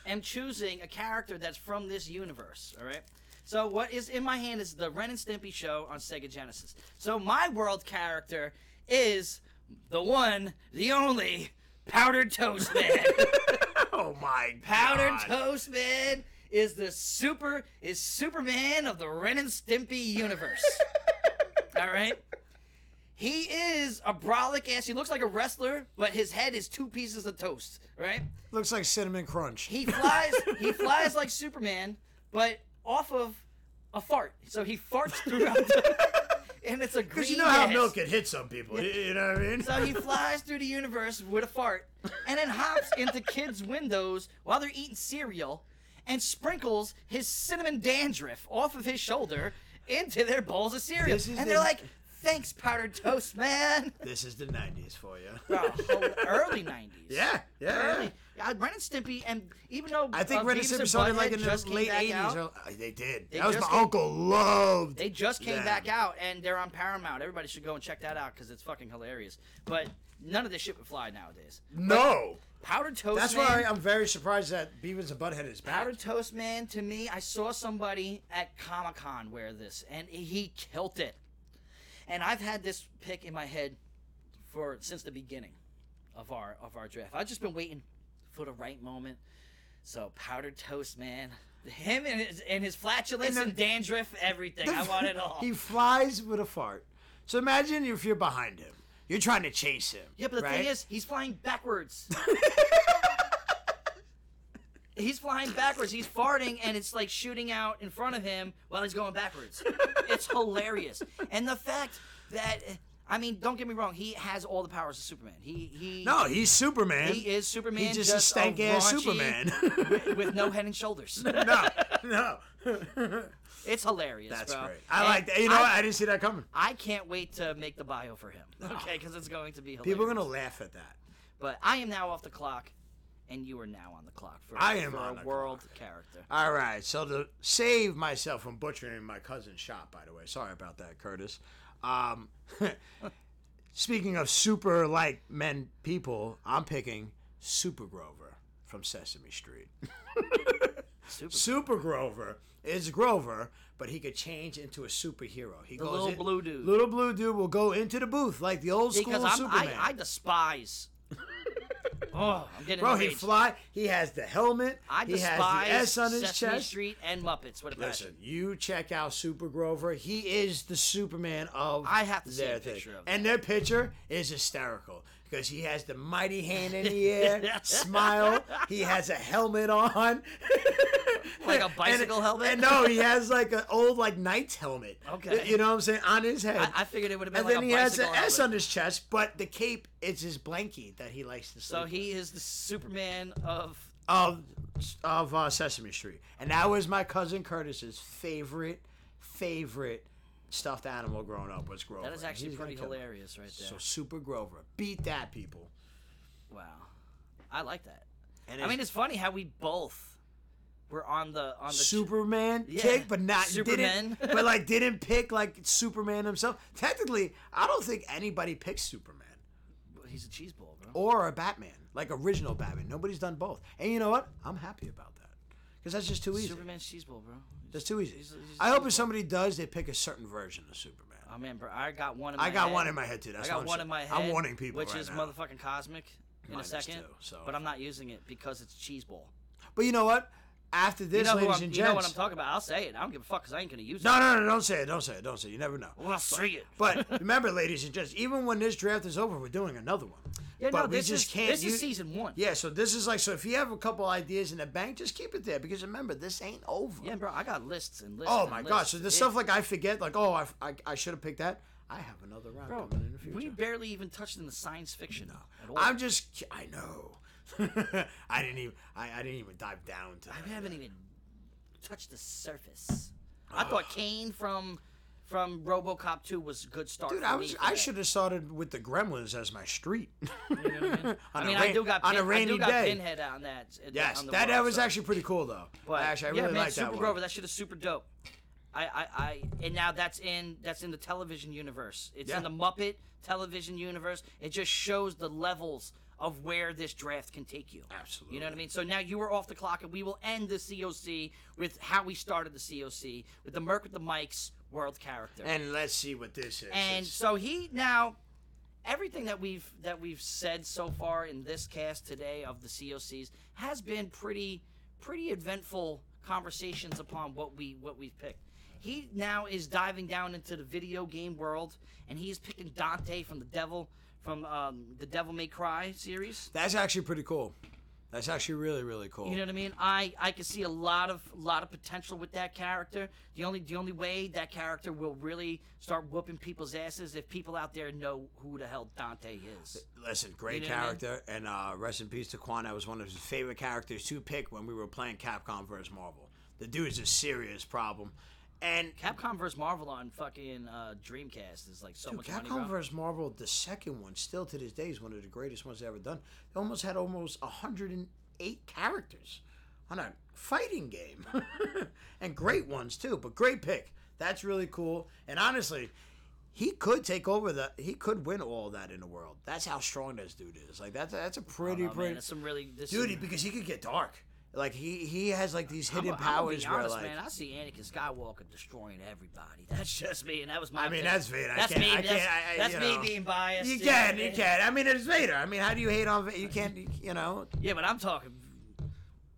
Speaker 1: am choosing a character that's from this universe, all right? So what is in my hand is the Ren and Stimpy show on Sega Genesis. So my world character is the one, the only Powdered Toast Man.
Speaker 2: *laughs* oh my
Speaker 1: Powdered
Speaker 2: god.
Speaker 1: Toast Man is the super is Superman of the Ren and Stimpy
Speaker 2: *laughs*
Speaker 1: universe. All right. He is a brolic ass. He looks like a wrestler, but his head is two pieces of toast. Right.
Speaker 2: Looks like cinnamon crunch. *laughs*
Speaker 1: He flies. he flies like Superman, but off of a fart. So he farts throughout. The, *laughs* and it's a green.
Speaker 2: Because you know how
Speaker 1: gas.
Speaker 2: milk can hit some people. You- You know what I mean?
Speaker 1: So he flies through the universe with a fart and then hops into kids' windows while they're eating cereal and sprinkles his cinnamon dandruff off of his shoulder into their bowls of cereal.
Speaker 2: This is
Speaker 1: And they're
Speaker 2: the-
Speaker 1: like, thanks, powdered toast, man.
Speaker 2: This is the '90s for you.
Speaker 1: Bro, early 90s.
Speaker 2: Yeah, yeah.
Speaker 1: Early. Yeah, Ren and Stimpy, and even though
Speaker 2: I think
Speaker 1: uh,
Speaker 2: Ren and
Speaker 1: Beavis
Speaker 2: Stimpy started
Speaker 1: Butthead
Speaker 2: like in the
Speaker 1: just came
Speaker 2: late
Speaker 1: back
Speaker 2: '80s.
Speaker 1: out,
Speaker 2: Or, uh, they did. that was
Speaker 1: just
Speaker 2: my
Speaker 1: came-
Speaker 2: uncle loved.
Speaker 1: They just came
Speaker 2: Yeah.
Speaker 1: back out and they're on Paramount. Everybody should go and check that out because it's fucking hilarious. But none of this shit would fly nowadays.
Speaker 2: no,
Speaker 1: Powdered toast.
Speaker 2: that's
Speaker 1: man,
Speaker 2: why I'm very surprised that Beavis and Butthead is back.
Speaker 1: Powdered Toast Man, to me, I saw somebody at Comic Con wear this, and he killed it. And I've had this pick in my head for since the beginning of our of our draft. I've just been waiting for the right moment. So Powdered Toast Man, him and his, and his flatulence and, dandruff, everything. I want it all.
Speaker 2: *laughs* he flies with a fart. So imagine if you're behind him, you're trying to chase him.
Speaker 1: yeah, but the
Speaker 2: right?
Speaker 1: thing is, he's flying
Speaker 2: *laughs*
Speaker 1: backwards. He's flying backwards. He's farting, and it's like shooting out in front of him while he's going backwards. It's hilarious, and the fact that I mean, don't get me wrong, he has all the powers of Superman. He he
Speaker 2: no, he's Superman.
Speaker 1: he is Superman.
Speaker 2: He's just, a stank
Speaker 1: a
Speaker 2: ass
Speaker 1: raunchy-
Speaker 2: Superman. *laughs*
Speaker 1: *laughs* with, with no head and shoulders.
Speaker 2: no, no.
Speaker 1: It's hilarious.
Speaker 2: That's
Speaker 1: bro.
Speaker 2: great. I
Speaker 1: And
Speaker 2: like that. You know,
Speaker 1: I,
Speaker 2: what? I didn't see that coming.
Speaker 1: I can't wait to make the bio for him. *laughs* Okay, because it's going to be hilarious.
Speaker 2: People are gonna laugh at that.
Speaker 1: But I am now off the clock, and you are now on the clock for
Speaker 2: I am
Speaker 1: for
Speaker 2: on
Speaker 1: a
Speaker 2: the
Speaker 1: world character.
Speaker 2: All right. So to save myself from butchering my cousin's shop, by the way, sorry about that, Curtis. Um, *laughs* speaking of super like men people, I'm picking Super Grover from
Speaker 1: *laughs*
Speaker 2: Sesame Street.
Speaker 1: Super.
Speaker 2: Super Grover is Grover, but he could change into a superhero. He the goes
Speaker 1: little
Speaker 2: in-
Speaker 1: blue dude.
Speaker 2: Little blue dude will go into the booth like the old school
Speaker 1: because I'm,
Speaker 2: *laughs* Superman.
Speaker 1: I, I despise Oh, I'm getting
Speaker 2: Bro, he
Speaker 1: enraged.
Speaker 2: fly. He has the helmet.
Speaker 1: I
Speaker 2: he has
Speaker 1: despise
Speaker 2: the S on his
Speaker 1: Sesame
Speaker 2: chest.
Speaker 1: Street and Muppets. What a passion.
Speaker 2: Listen, you check out Super Grover. He is the Superman of
Speaker 1: I have to see
Speaker 2: their
Speaker 1: a
Speaker 2: thing.
Speaker 1: picture of
Speaker 2: And their picture is hysterical because he has the mighty hand
Speaker 1: *laughs*
Speaker 2: in the air, smile. He has a helmet on,
Speaker 1: *laughs* Like a
Speaker 2: And-
Speaker 1: bicycle helmet?
Speaker 2: And no, he has like an old like knight's helmet.
Speaker 1: Okay.
Speaker 2: you know what I'm saying on his head.
Speaker 1: I, I figured it would have been
Speaker 2: and
Speaker 1: like
Speaker 2: then
Speaker 1: a
Speaker 2: he has an
Speaker 1: bicycle
Speaker 2: S
Speaker 1: helmet.
Speaker 2: on his chest, but the cape is his blankie that he likes to sleep.
Speaker 1: So he is the Superman of.
Speaker 2: of of uh, Sesame Street, and that was my cousin Curtis's favorite favorite stuffed animal growing up was Grover.
Speaker 1: That is
Speaker 2: and
Speaker 1: actually
Speaker 2: Oh, he's gonna
Speaker 1: pretty
Speaker 2: kill him.
Speaker 1: hilarious, right there.
Speaker 2: So Super Grover, beat that people.
Speaker 1: wow, I like that.
Speaker 2: And
Speaker 1: I mean, it's funny how we both were on the on the
Speaker 2: Superman
Speaker 1: Yeah.
Speaker 2: kick, but not
Speaker 1: Superman. *laughs*
Speaker 2: didn't, but like didn't pick like Superman himself. Technically, I don't think anybody picks Superman
Speaker 1: He's a cheese ball, bro.
Speaker 2: or a Batman, like original Batman. Nobody's done both, and you know what? I'm happy about that because that's just too easy.
Speaker 1: Superman's cheese ball, bro.
Speaker 2: That's too easy.
Speaker 1: he's- he's-
Speaker 2: I hope if somebody does, they pick a certain version of Superman.
Speaker 1: Oh man, bro, I got one. In my
Speaker 2: I got
Speaker 1: head.
Speaker 2: one in my head too.
Speaker 1: I
Speaker 2: That's what
Speaker 1: got
Speaker 2: I'm
Speaker 1: one
Speaker 2: saying.
Speaker 1: in my head.
Speaker 2: I'm warning people
Speaker 1: which
Speaker 2: right
Speaker 1: is
Speaker 2: now.
Speaker 1: motherfucking cosmic in
Speaker 2: Mine
Speaker 1: a
Speaker 2: is
Speaker 1: second.
Speaker 2: too, so-
Speaker 1: But I'm not using it because it's cheese ball.
Speaker 2: but you know what? After this,
Speaker 1: You know, who
Speaker 2: ladies
Speaker 1: I'm-
Speaker 2: and
Speaker 1: you know what I'm
Speaker 2: gents.
Speaker 1: talking about. I'll say it. I don't give a fuck because I ain't gonna use it.
Speaker 2: No, no, no! Don't say it! Don't say it! Don't say it! You never know.
Speaker 1: Well, I'll say it.
Speaker 2: But *laughs* remember, ladies and gents, even when this draft is over, we're doing another one.
Speaker 1: yeah,
Speaker 2: but
Speaker 1: no,
Speaker 2: we
Speaker 1: this
Speaker 2: just
Speaker 1: is
Speaker 2: can't
Speaker 1: this
Speaker 2: use-
Speaker 1: is season one.
Speaker 2: Yeah, so this is like so. If you have a couple ideas in the bank, just keep it there because remember, this ain't over.
Speaker 1: Yeah, bro, I got lists and lists.
Speaker 2: oh
Speaker 1: and
Speaker 2: my
Speaker 1: lists.
Speaker 2: gosh! So there's
Speaker 1: It-
Speaker 2: stuff like I forget, like oh, I, I, I should have picked that. I have another round
Speaker 1: Bro,
Speaker 2: coming in the future.
Speaker 1: we barely even touched on the science fiction at all.
Speaker 2: I'm just. I know. *laughs* I didn't even. I, I didn't even dive down to.
Speaker 1: I
Speaker 2: that.
Speaker 1: haven't even touched the surface. I thought Kane from from RoboCop 2 was a good start.
Speaker 2: Dude,
Speaker 1: for
Speaker 2: I
Speaker 1: me
Speaker 2: was
Speaker 1: for
Speaker 2: I
Speaker 1: that.
Speaker 2: should have started with the Gremlins as my street.
Speaker 1: I
Speaker 2: *laughs* On a
Speaker 1: mean, I
Speaker 2: rain-
Speaker 1: do got
Speaker 2: on a
Speaker 1: pin-
Speaker 2: rainy
Speaker 1: I do got
Speaker 2: day.
Speaker 1: Pinhead on that.
Speaker 2: Yes,
Speaker 1: on the
Speaker 2: that, that
Speaker 1: wall,
Speaker 2: was
Speaker 1: so-
Speaker 2: actually pretty cool though.
Speaker 1: But
Speaker 2: actually, I
Speaker 1: yeah,
Speaker 2: really
Speaker 1: man,
Speaker 2: like
Speaker 1: Super
Speaker 2: that one.
Speaker 1: Grover, that shit is super dope. I, I, I, and now that's in that's in the television universe. It's
Speaker 2: Yeah.
Speaker 1: in the Muppet television universe. It just shows the levels of where this draft can take you.
Speaker 2: Absolutely.
Speaker 1: You know what I mean? So now you are off the clock, and we will end the COC with how we started the COC with the Merc with the Mics world character.
Speaker 2: And let's see what this is.
Speaker 1: And
Speaker 2: It's-
Speaker 1: so he now everything that we've that we've said so far in this cast today of the COCs has been pretty pretty eventful conversations upon what we what we've picked. He now is diving down into the video game world and he's picking Dante from the Devil from um, the Devil May Cry series.
Speaker 2: that's actually pretty cool. That's actually really really cool.
Speaker 1: You know what I mean? I I can see a lot of lot of potential with that character. The only the only way that character will really start whooping people's asses if people out there know who the hell Dante is.
Speaker 2: Listen, great
Speaker 1: You know what I mean?
Speaker 2: character, and uh, rest in peace to Quan. That was one of his favorite characters to pick when we were playing Capcom vs. Marvel. The dude's a serious problem, and
Speaker 1: Capcom vs. Marvel on fucking uh, Dreamcast is like so
Speaker 2: Dude,
Speaker 1: much money.
Speaker 2: Capcom
Speaker 1: Bro.
Speaker 2: vs. Marvel, the second one, still to this day is one of the greatest ones ever done. They almost had almost 108 characters on a fighting game, *laughs* and great ones too. But great pick. That's really cool. And honestly, he could take over the. He could win all that in the world. That's how strong this dude is. Like that's that's a pretty
Speaker 1: Oh, man,
Speaker 2: pretty
Speaker 1: that's some really this
Speaker 2: dude
Speaker 1: Is,
Speaker 2: because he could get dark. Like he he has like these
Speaker 1: I'm,
Speaker 2: hidden
Speaker 1: I'm gonna
Speaker 2: powers
Speaker 1: be
Speaker 2: where
Speaker 1: honest,
Speaker 2: like.
Speaker 1: man. I see Anakin Skywalker destroying everybody. *laughs* That's just me, and that was my.
Speaker 2: I mean,
Speaker 1: opinion.
Speaker 2: that's Vader. I
Speaker 1: That's
Speaker 2: can't-
Speaker 1: me.
Speaker 2: I
Speaker 1: that's
Speaker 2: can't- I- I-
Speaker 1: that's
Speaker 2: you
Speaker 1: me
Speaker 2: know.
Speaker 1: being biased.
Speaker 2: You
Speaker 1: know
Speaker 2: can,
Speaker 1: what I
Speaker 2: you
Speaker 1: mean?
Speaker 2: can. I mean, it's Vader. I mean, how do you hate on? Va- You can't, you know.
Speaker 1: Yeah, but I'm talking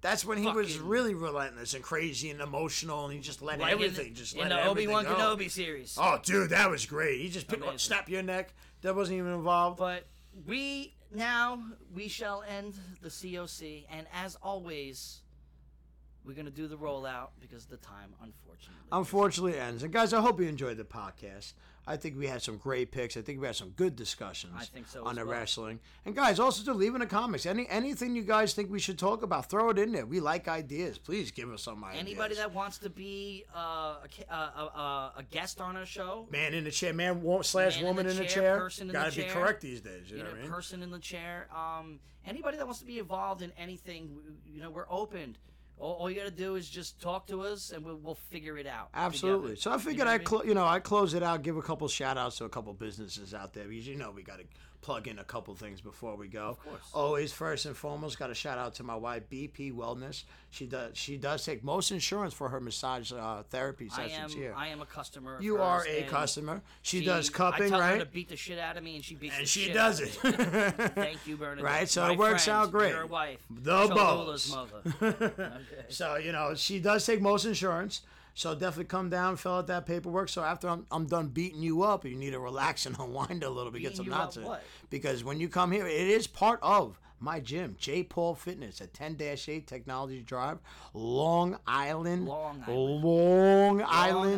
Speaker 2: That's when he was
Speaker 1: Fucking-
Speaker 2: really relentless and crazy and emotional, and he just let
Speaker 1: like
Speaker 2: everything
Speaker 1: in the,
Speaker 2: just
Speaker 1: in
Speaker 2: let
Speaker 1: the Obi
Speaker 2: everything
Speaker 1: Wan
Speaker 2: go.
Speaker 1: Kenobi series.
Speaker 2: Oh, dude, that was great. He just picked,
Speaker 1: Amazing.
Speaker 2: snap your neck. That wasn't even involved.
Speaker 1: But we now we shall end the COC, and as always, we're gonna do the rollout because of the time, unfortunately.
Speaker 2: Oh, Unfortunately, it ends. And guys, I hope you enjoyed the podcast. I think we had some great picks. I think we had some good discussions
Speaker 1: I think so as
Speaker 2: on the
Speaker 1: well.
Speaker 2: wrestling. And guys, also to leave in the comments any anything you guys think we should talk about, throw it in there. We like ideas. Please give us some ideas.
Speaker 1: Anybody that wants to be uh, a, ca- uh, uh, a guest on our show,
Speaker 2: man in the chair, man wo- slash
Speaker 1: Man in
Speaker 2: woman
Speaker 1: the
Speaker 2: in the
Speaker 1: chair,
Speaker 2: chair,
Speaker 1: person in the
Speaker 2: gotta be
Speaker 1: chair.
Speaker 2: correct these days. You,
Speaker 1: you
Speaker 2: know,
Speaker 1: know,
Speaker 2: what I mean?
Speaker 1: person in the chair, um, anybody that wants to be involved in anything, w- you know, we're open. All, all you gotta do is just talk to us, and we'll, we'll figure it out. together.
Speaker 2: Absolutely. So I
Speaker 1: You know
Speaker 2: figured
Speaker 1: what
Speaker 2: I,
Speaker 1: mean?
Speaker 2: clo- you know, I close it out, give a couple shout outs to a couple businesses out there because you know we got to plug in a couple things before we go. Of
Speaker 1: course.
Speaker 2: Always first and foremost, got a shout out to my wife, BP Wellness. She does she does take most insurance for her massage uh, therapy
Speaker 1: I
Speaker 2: sessions
Speaker 1: am.
Speaker 2: here.
Speaker 1: I am a customer. of
Speaker 2: you are
Speaker 1: hers,
Speaker 2: a
Speaker 1: and
Speaker 2: customer. She,
Speaker 1: she-
Speaker 2: does cupping,
Speaker 1: I tell
Speaker 2: right?
Speaker 1: Her to beat the shit out of me, and she beats.
Speaker 2: and
Speaker 1: the
Speaker 2: she
Speaker 1: shit
Speaker 2: does
Speaker 1: out of
Speaker 2: it. *laughs*
Speaker 1: me. Thank you, Bernadette.
Speaker 2: Right, so
Speaker 1: My
Speaker 2: it works
Speaker 1: friend,
Speaker 2: out great.
Speaker 1: Your wife,
Speaker 2: The
Speaker 1: Cholula's
Speaker 2: bones. *laughs*
Speaker 1: mother. *laughs* Okay.
Speaker 2: So you know she does take most insurance. So definitely come down, fill out that paperwork. So after I'm, I'm done beating you up, you need to relax and *laughs* unwind a little bit, get
Speaker 1: Beating
Speaker 2: some
Speaker 1: you up
Speaker 2: knots in.
Speaker 1: what?
Speaker 2: Because when you come here, it is part of my gym, J Paul Fitness at 10-8 Technology Drive, Long Island,
Speaker 1: Long Island.
Speaker 2: Long Island,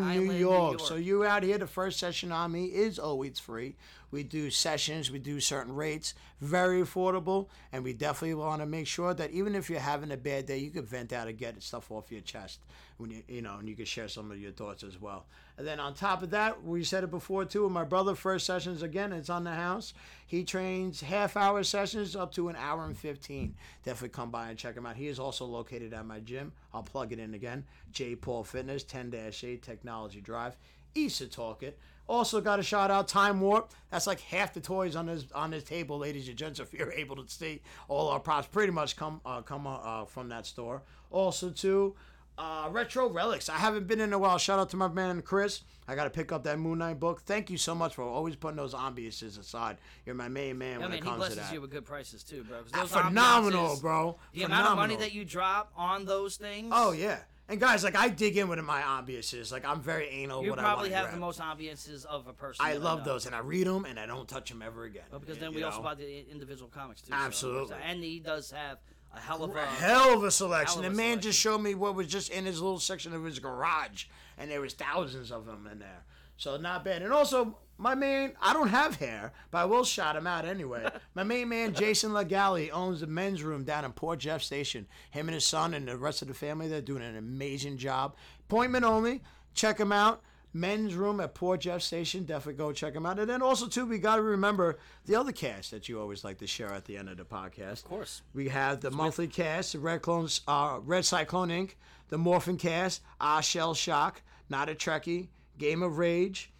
Speaker 1: Island,
Speaker 2: New,
Speaker 1: New
Speaker 2: York. So
Speaker 1: York.
Speaker 2: you out here, the first session on me is always free. We do sessions, we do certain rates, very affordable, and we definitely want to make sure that even if you're having a bad day, you can vent out and get stuff off your chest when you you know, and you can share some of your thoughts as well. And then on top of that, we said it before too. with My brother first sessions again, it's on the house. He trains half hour sessions up to an hour and fifteen. Definitely come by and check him out. He is also located at my gym. I'll plug it in again. J Paul Fitness, 10-8 Technology Drive. East of Talkit. Also got a shout out Time Warp. That's like half the toys on this on this table, ladies and gents. If you're *laughs* able to see, all our props pretty much come uh, come uh, uh, from that store. Also too, uh, Retro Relics. I haven't been in a while. Shout out to my man Chris. I got to pick up that Moon Knight book. Thank you so much for always putting those ambiances aside. You're my main man
Speaker 1: I
Speaker 2: when
Speaker 1: mean,
Speaker 2: it
Speaker 1: he
Speaker 2: comes to
Speaker 1: blesses
Speaker 2: that.
Speaker 1: you with good prices too, bro. 'cause
Speaker 2: Ah,
Speaker 1: those
Speaker 2: phenomenal,
Speaker 1: ambiances-
Speaker 2: bro.
Speaker 1: The amount of money
Speaker 2: Phenomenal.
Speaker 1: that you drop on those things.
Speaker 2: Oh yeah. And guys, like I dig in with my ambiances. Like I'm very anal.
Speaker 1: You
Speaker 2: what
Speaker 1: probably
Speaker 2: I wanna
Speaker 1: have the
Speaker 2: grab.
Speaker 1: most ambiances of a person.
Speaker 2: I
Speaker 1: that
Speaker 2: love
Speaker 1: know.
Speaker 2: those, and I read them, and I don't touch them ever again.
Speaker 1: Well, because
Speaker 2: y-
Speaker 1: then
Speaker 2: you
Speaker 1: we also
Speaker 2: know?
Speaker 1: bought the individual comics too. so-
Speaker 2: Absolutely.
Speaker 1: and he does have a hell of um, a.
Speaker 2: a hell of a selection.
Speaker 1: hell of
Speaker 2: the
Speaker 1: a
Speaker 2: man just showed me what was just in his little section of his garage, and there was thousands of them in there. So not bad. And also, my man, I don't have hair, but I will shout him out anyway. my main man, Jason Legale, owns the men's room down in Port Jeff Station. Him and his son and the rest of the family, they're doing an amazing job. Appointment only. Check him out. Men's Room at Port Jeff Station. Definitely go check them out. And then also, too, we got to remember the other cast that you always like to share at the end of the podcast. Of
Speaker 1: course.
Speaker 2: We have the monthly cast, the Red Clones, uh, Red Cyclone Inc., the Morphin cast, Ah Shell Shock, Not a Trekkie, Game of Rage,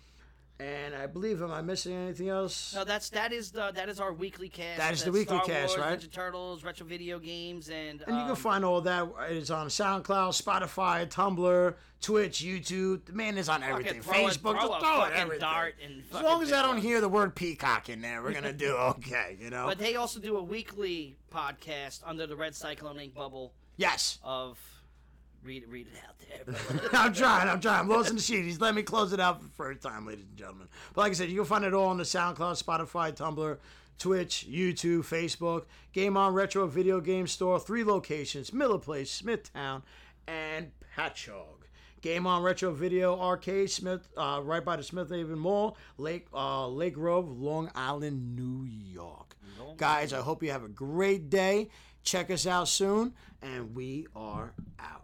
Speaker 2: and I believe, am I missing anything else?
Speaker 1: No, that's that is the that is our weekly cast.
Speaker 2: That is the
Speaker 1: That's
Speaker 2: weekly
Speaker 1: Star
Speaker 2: cast,
Speaker 1: Wars,
Speaker 2: right?
Speaker 1: Ninja Turtles, retro video games, and,
Speaker 2: And you
Speaker 1: um,
Speaker 2: can find all that is on SoundCloud, Spotify, Tumblr, Twitch, YouTube. The man is on everything.
Speaker 1: throw it-
Speaker 2: Facebook,
Speaker 1: throw
Speaker 2: just
Speaker 1: a
Speaker 2: throw it
Speaker 1: fucking
Speaker 2: everything.
Speaker 1: dart and
Speaker 2: as
Speaker 1: fucking
Speaker 2: long as I
Speaker 1: pick
Speaker 2: don't
Speaker 1: one.
Speaker 2: hear the word peacock in there, we're
Speaker 1: *laughs*
Speaker 2: gonna do okay. You know.
Speaker 1: But they also do a weekly podcast under the Red Cyclone Inc. bubble
Speaker 2: yes.
Speaker 1: of read it, read it out there. brother. *laughs*
Speaker 2: *laughs* I'm trying. I'm trying. I'm losing the sheet. He's let me close it out for the first time, ladies and gentlemen. But like I said, you can find it all on the SoundCloud, Spotify, Tumblr, Twitch, YouTube, Facebook, Game On Retro Video Game Store, three locations: Miller Place, Smithtown, and Patchogue. Game on Retro Video Arcade, Smith, uh, right by the Smith Haven Mall, Lake uh, Lake Grove, Long Island, New York. Guys, I hope you have a great day. Check us out soon, and we are out.